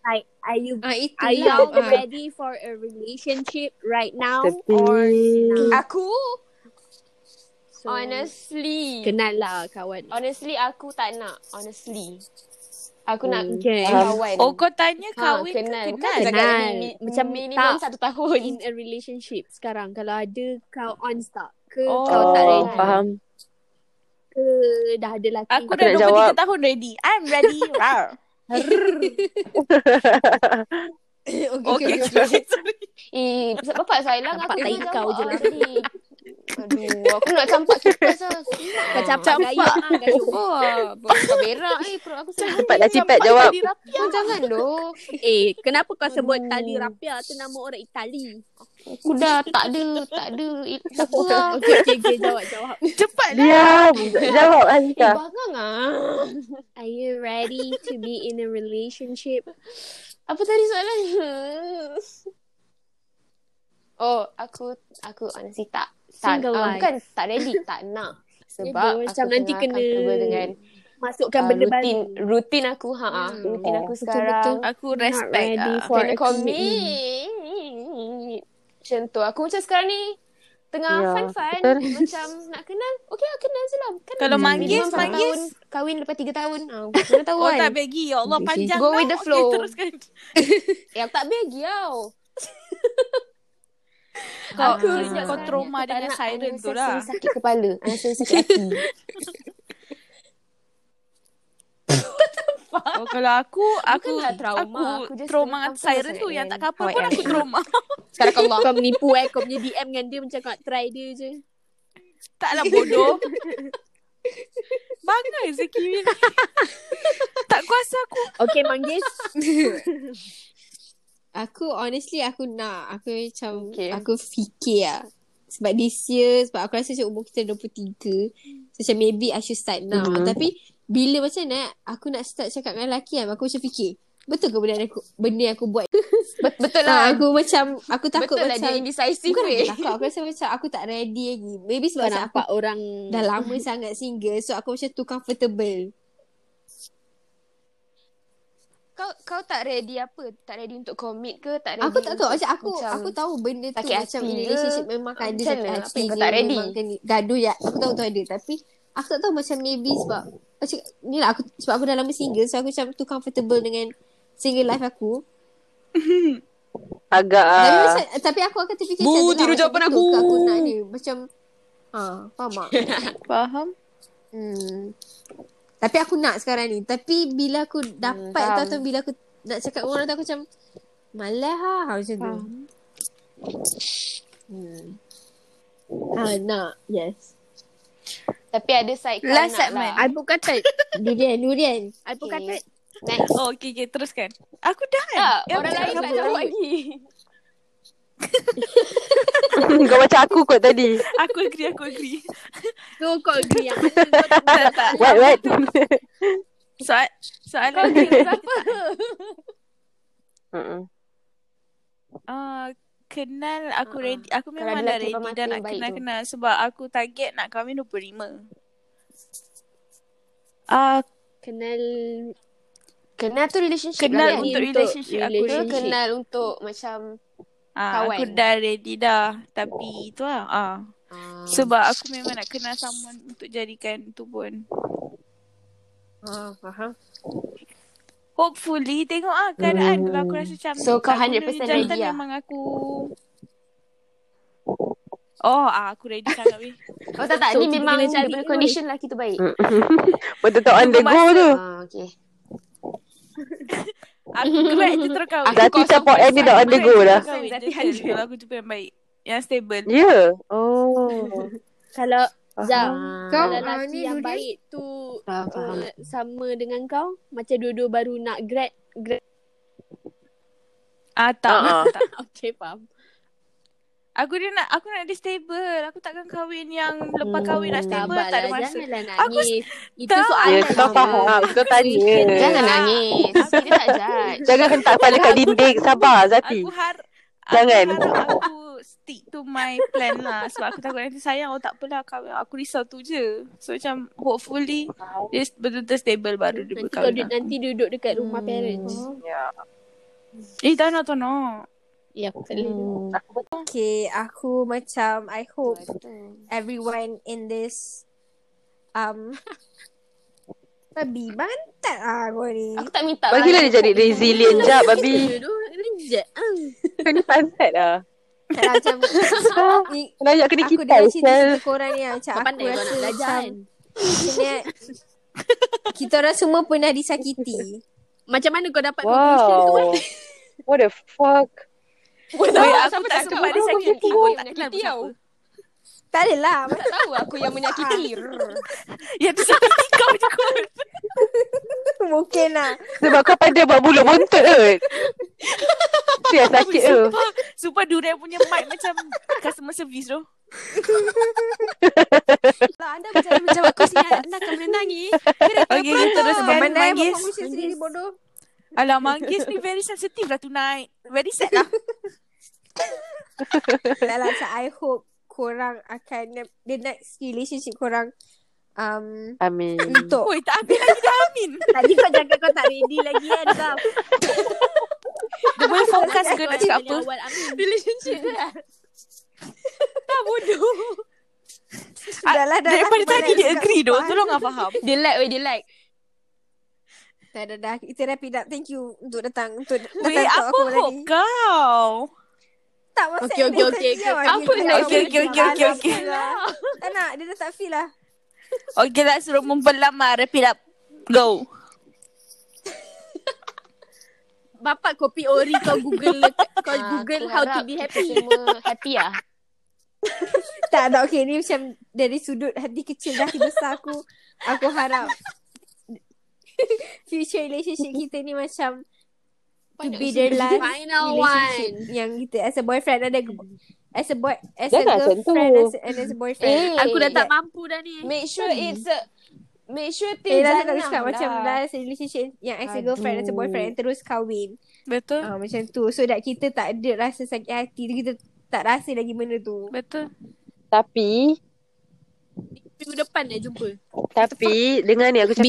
S4: Like, are you
S1: Ah itulah.
S4: Are y'all
S1: Ah.
S4: ready for a relationship right now
S3: Tapi...
S4: or not?
S2: Aku
S4: So,
S2: honestly
S4: Kenal lah kawan.
S2: honestly aku tak nak honestly. Aku nak
S4: Okay.
S2: kawan.
S5: Oh kau tanya
S2: ha,
S5: kahwin
S2: kenal.
S5: ke
S2: Bukan
S5: kenal?
S2: aku cakap
S4: Ah, Kenal.
S2: mini- macam
S4: Hmm,
S2: minimum
S4: tak.
S2: satu tahun.
S4: In a relationship sekarang kalau ada kau on tak ke oh.
S5: Oh. Kau
S4: kau tak
S3: Oh,
S4: ready
S3: faham.
S4: ke dah ada laki.
S5: Aku,
S3: Aku
S5: dah
S3: nak
S5: 23
S3: jawab.
S5: tahun ready. I'm ready. Rawr. okay, okay, sorry, sorry.
S2: Eh, sebab bapak saya lah
S4: Nampak
S2: aku
S4: tai
S2: tengah
S4: kau
S2: jawab
S4: je lah.
S2: tadi. Aduh, aku nak campak kipas lah.
S4: Kau campak gaya ah gayung.
S2: Oh, kau berak eh perut aku sakit.
S3: Cepat lah cepat jawab.
S2: Kau Oh, jangan doh.
S4: Eh, kenapa kau sebut tali rapia tu nama orang Itali?
S2: Aku dah tak ada, tak ada. Eh, tak apa lah.
S4: Okey, okey, okay, jawab, jawab.
S5: Cepat lah.
S3: Diam. Jawab Azika.
S2: Bangang ah.
S4: Are you ready to be in a relationship?
S2: Apa tadi soalan? Oh, aku aku honestly tak tak
S4: Single
S2: ah,
S4: life.
S2: bukan tak ready, tak nak.
S4: Aduh,
S2: Sebab
S4: macam
S2: aku
S4: nanti
S2: tengah
S4: kena
S2: comfortable dengan
S4: Masukkan
S2: ah,
S4: benda
S2: rutin
S4: baru.
S2: rutin aku ha ah, rutin aku sekarang.
S5: Aku
S4: Not
S5: respect
S4: ready
S5: lah.
S4: for
S2: Kena
S4: a commitment.
S2: commit. Macam tu. Aku macam sekarang ni tengah
S3: Ya,
S2: fun-fun.
S3: betul.
S2: Macam nak kenal. Okey lah kenal je lah. Kenal
S5: Kalau
S2: je.
S5: manggis,
S2: Minimum satu
S5: manggis.
S2: tahun. Kahwin lepas tiga tahun. Ah, mana tahu
S5: Oh
S2: kan.
S5: tak bagi. Ya Allah
S1: Okay, okay.
S5: panjang
S2: Go
S5: tau.
S2: with the
S5: Okay,
S2: flow.
S5: teruskan.
S2: Eh, aku tak bagi tau.
S5: Kau,
S2: Aku
S5: ah,
S2: sejak
S5: kau
S2: sekarang
S5: trauma
S2: ni, aku tak
S5: dengan
S2: nak
S5: siren
S2: anak
S5: tu
S2: saya
S5: lah.
S2: sering sakit kepala. lah. Anak saya sakit hati.
S5: Oh, kalau aku, aku,
S2: Bukanlah lah trauma,
S5: aku,
S2: aku just Oh,
S5: trauma dengan
S2: comfortable
S5: siren tu
S2: sangat
S5: yang
S2: dengan
S5: tak kapal
S2: how I
S5: pun
S2: am.
S5: aku trauma.
S4: Sekarang kau kau menipu eh kau punya DM dengan dia macam kau nak try dia je.
S5: Taklah bodoh. Bangai Zeki Tak kuasa aku.
S4: Okay Manggis.
S1: Aku honestly aku nak. Aku macam okay.
S2: Okay.
S1: aku fikir lah. Sebab this year sebab aku rasa macam umur kita 23. So macam maybe I should start now.
S3: Mhm.
S1: Mm-hmm. Tapi bila macam nak aku nak start cakap dengan lelaki kan aku macam fikir betul ke benda yang aku benda yang aku buat
S2: Bet- betul
S1: nah,
S2: lah.
S1: aku macam aku takut
S2: betul lah
S1: macam
S2: dia indecisive
S1: bukan aku
S2: weh.
S1: takut aku rasa macam aku tak ready lagi maybe sebab
S4: Kau
S1: macam aku
S4: nampak orang
S1: dah lama sangat single so aku macam too comfortable
S2: Kau kau tak ready apa? Tak ready untuk commit ke? Tak ready
S1: Aku tak tahu
S2: untuk-
S1: macam aku macam aku tahu benda tu
S2: sakit
S1: macam
S2: hati ke?
S1: relationship memang kan ada
S2: Macam
S1: sakit
S2: mana? Apa
S1: hati
S2: yang kau
S1: je,
S2: tak ready?
S1: memang kena gaduh ya aku tahu tu ada tapi aku tak tahu macam maybe sebab macam ni lah aku sebab aku dah lama single so aku macam tu comfortable dengan single life aku
S3: Agak
S1: tapi
S3: ah.
S1: macam tapi aku akan terfikir
S2: Bu,
S1: macam tu lah,
S2: tiru
S1: macam
S2: jawapan
S1: betul ke
S2: aku.
S1: aku nak ni macam ha faham tak
S5: Faham?
S1: Hmm. Tapi aku nak sekarang ni. Tapi bila aku dapat
S2: faham.
S1: hmm, tau tu bila aku nak cakap dengan orang tu aku macam malah ha ha, macam tu. Hmm. Ha nak. Yes. Ah,
S2: Tapi ada side kau
S5: Last
S2: nak
S5: segment.
S2: lah.
S4: I pun kata
S1: Durian, durian.
S4: I pun
S2: Okay.
S4: kata
S2: Next.
S5: Oh, okay, okay, teruskan. Aku dah kan?
S2: Tak,
S5: Ya,
S2: orang
S5: macam
S2: lain
S5: aku
S2: tak
S5: dah.
S2: jawab lagi.
S3: Kau macam aku kot tadi.
S5: Aku agree, aku agree.
S4: So kau agree yang mana kau tak
S5: tak, tak.
S3: What, what?
S5: Soal, soalan
S2: Kau
S5: dia.
S2: kira siapa?
S3: Mm-mm.
S5: Uh, kenal aku
S2: Ha,
S5: ready. Aku
S2: kalau
S5: memang
S2: ada
S5: dah
S2: lelaki
S5: ready
S2: pemati
S5: dah nak
S2: baik tu.
S5: kenal-kenal. Sebab aku target nak kahwin 25. Ah, uh,
S4: kenal
S2: Kenal tu relationship
S5: kenal
S2: lah kan?
S5: untuk
S4: untuk
S5: relationship aku.
S2: Kau
S4: relationship.
S2: kenal untuk macam
S5: Ah, aku
S2: kawan.
S5: dah ready dah. Tapi tu lah. Ah.
S2: ah,
S5: Sebab aku memang nak kenal someone untuk jadikan tu pun.
S3: Ah, faham.
S5: Hopefully tengok ah keadaan
S3: Hmm.
S5: hmm. kalau aku rasa macam
S2: So, kau
S5: aku punya
S2: 100%
S5: jantan
S2: ready lah?
S5: memang aku Oh, ah, aku ready sangat weh.
S2: Oh tak tak
S4: So,
S2: ni
S4: kita
S2: memang
S4: kena
S2: dia
S4: cari
S2: punya lah
S4: tu,
S2: condition lelaki tu baik.
S3: Betul-betul on the go tu.
S2: Ah okey.
S5: Aku grad je terus kahwin.
S3: Zati support Abby dah on the go dah.
S5: Zati Kalau aku jumpa yang baik. Yang stable.
S3: Ya. Yeah. Oh.
S4: Kalau Zah, kalau
S3: Faham.
S1: Kau, ah,
S4: lelaki
S1: ni
S4: yang
S1: Julius?
S4: baik tu
S3: Faham, faham.
S4: uh, sama dengan kau, macam dua-dua baru nak grad, grad.
S5: Ah tak.
S3: Ah, ah.
S5: tak.
S4: Okay, faham.
S5: Aku dia nak aku nak dia stable. Aku takkan kahwin yang lepas kahwin nak stable
S4: Sabarlah,
S5: tak ada masa.
S1: lah
S4: janganlah nangis.
S5: Aku
S4: Itu
S5: tak.
S4: soalan.
S3: Ya, kau
S4: je.
S3: faham. Kau tanya.
S1: Jangan nangis. Kita tak judge.
S3: Jangan hentak kepala kat dinding. Sabar, Zati.
S5: Aku har
S3: Jangan.
S5: Aku harap aku stick to my plan lah sebab aku takut nanti sayang oh tak apalah kahwin. Aku risau tu je. So macam hopefully dia betul-betul stable baru dia
S4: Nanti kau
S5: berkahwin. lah.
S4: duduk, nanti duduk dekat rumah parents.
S3: Ya.
S5: Eh tak nak tak nak.
S4: Ya, aku tak boleh.
S3: Aku pun
S1: Okay, aku macam I hope everyone in this um Babi bantat ah kau ni.
S4: Aku tak minta.
S3: Bagilah
S2: lah.
S3: dia jadi resilient jap, babi.
S4: Dulu reject. ah.
S3: Kau ni pantat lah.
S1: Tak lah, macam ni,
S3: Kau nak kena
S1: aku
S3: kita.
S1: dengar cerita cerita korang ni ah, macam
S4: Kau
S1: aku
S4: pandai kau
S1: rasa
S4: nak
S1: macam
S4: belajar kan.
S1: sebenarnya kita orang semua pernah disakiti.
S4: Macam mana kau dapat conclusion tu?
S1: kan.
S3: Wow. What the fuck?
S5: Weh, aku tak sempat dia sakiti. Aku tak kenal pun siapa.
S1: Tak adalah. Macam Ah,
S2: Tahu aku yang menyakiti.
S5: Ya tu sakiti kau je kot.
S1: tu mungkin lah.
S3: Sebab kau pandai buat mulut bontot kot. Tu yang sakit tu.
S5: Sumpah, sumpah Durian punya mic macam customer service tu.
S1: Kalau anda bercakap macam aku sini, anda akan menenangi.
S5: Okay, kita teruskan.
S1: Pandai buat
S5: Manggis.
S1: promotion sendiri bodoh.
S5: Alah, Manggis ni very sensitive lah tonight. Very sad lah.
S1: Dalam macam I hope korang akan the next relationship korang um,
S3: Amin.
S4: Hmm.
S1: untuk
S5: Oi, tak habis lagi dah Amin.
S4: Tadi kau cakap kau tak ready lagi kan kau.
S5: Dia boleh fokus ke nak cakap apa.
S4: Awal Amin. Relationship tu lah.
S5: Ah,
S1: Dahlah, dahlah, lah,
S5: Daripada
S1: aku
S5: tadi
S1: banyak
S5: dia
S1: cakap
S5: agree tu.
S1: sopan.
S5: Tolong lah faham.
S2: Dia like weh, dia like.
S1: dah, dah, dah. Kita wrap it up. Thank you untuk datang untuk datang
S5: Weh,
S1: talk
S5: apa hope
S1: tadi.
S5: kau?
S1: Tak masa
S4: Okey, okey, okey, okey.
S2: Apa nak
S5: Okey, okey, okey, okey, okey.
S1: Tak nak, dia dah tak feel lah.
S5: Okay lah, suruh memperlama. Wrap it up. Go.
S4: Bapak kopi ori kau google kau
S2: Ah,
S4: google
S2: aku
S4: how to
S2: harap
S4: be
S2: kita
S4: happy.
S2: Semua happy lah.
S1: Tak, tak, okay. Ni macam dari sudut hati kecil dan hati besar aku. Aku harap future relationship kita ni macam to be their last
S4: Final
S1: relationship
S4: one.
S1: yang kita as a boyfriend ada
S4: Hmm.
S1: as a boy as
S4: lah,
S3: Jangan
S1: a
S3: macam
S1: girlfriend
S3: tu.
S1: as, and as a boyfriend.
S2: Eh,
S4: Aku dah tak
S1: Yeah.
S4: mampu dah ni.
S2: Make sure it's a Make sure
S1: Eh,
S2: till
S1: dah
S2: eh,
S1: cakap cakap
S2: jangan
S1: macam
S2: lah.
S1: last relationship yang as a girlfriend as a boyfriend and terus kahwin.
S5: Betul.
S1: Ah macam tu. So that kita tak ada rasa sakit hati, kita tak rasa lagi benda tu.
S5: Betul.
S3: Tapi,
S4: Minggu depan dah jumpa.
S3: tapi dengan ni aku cakap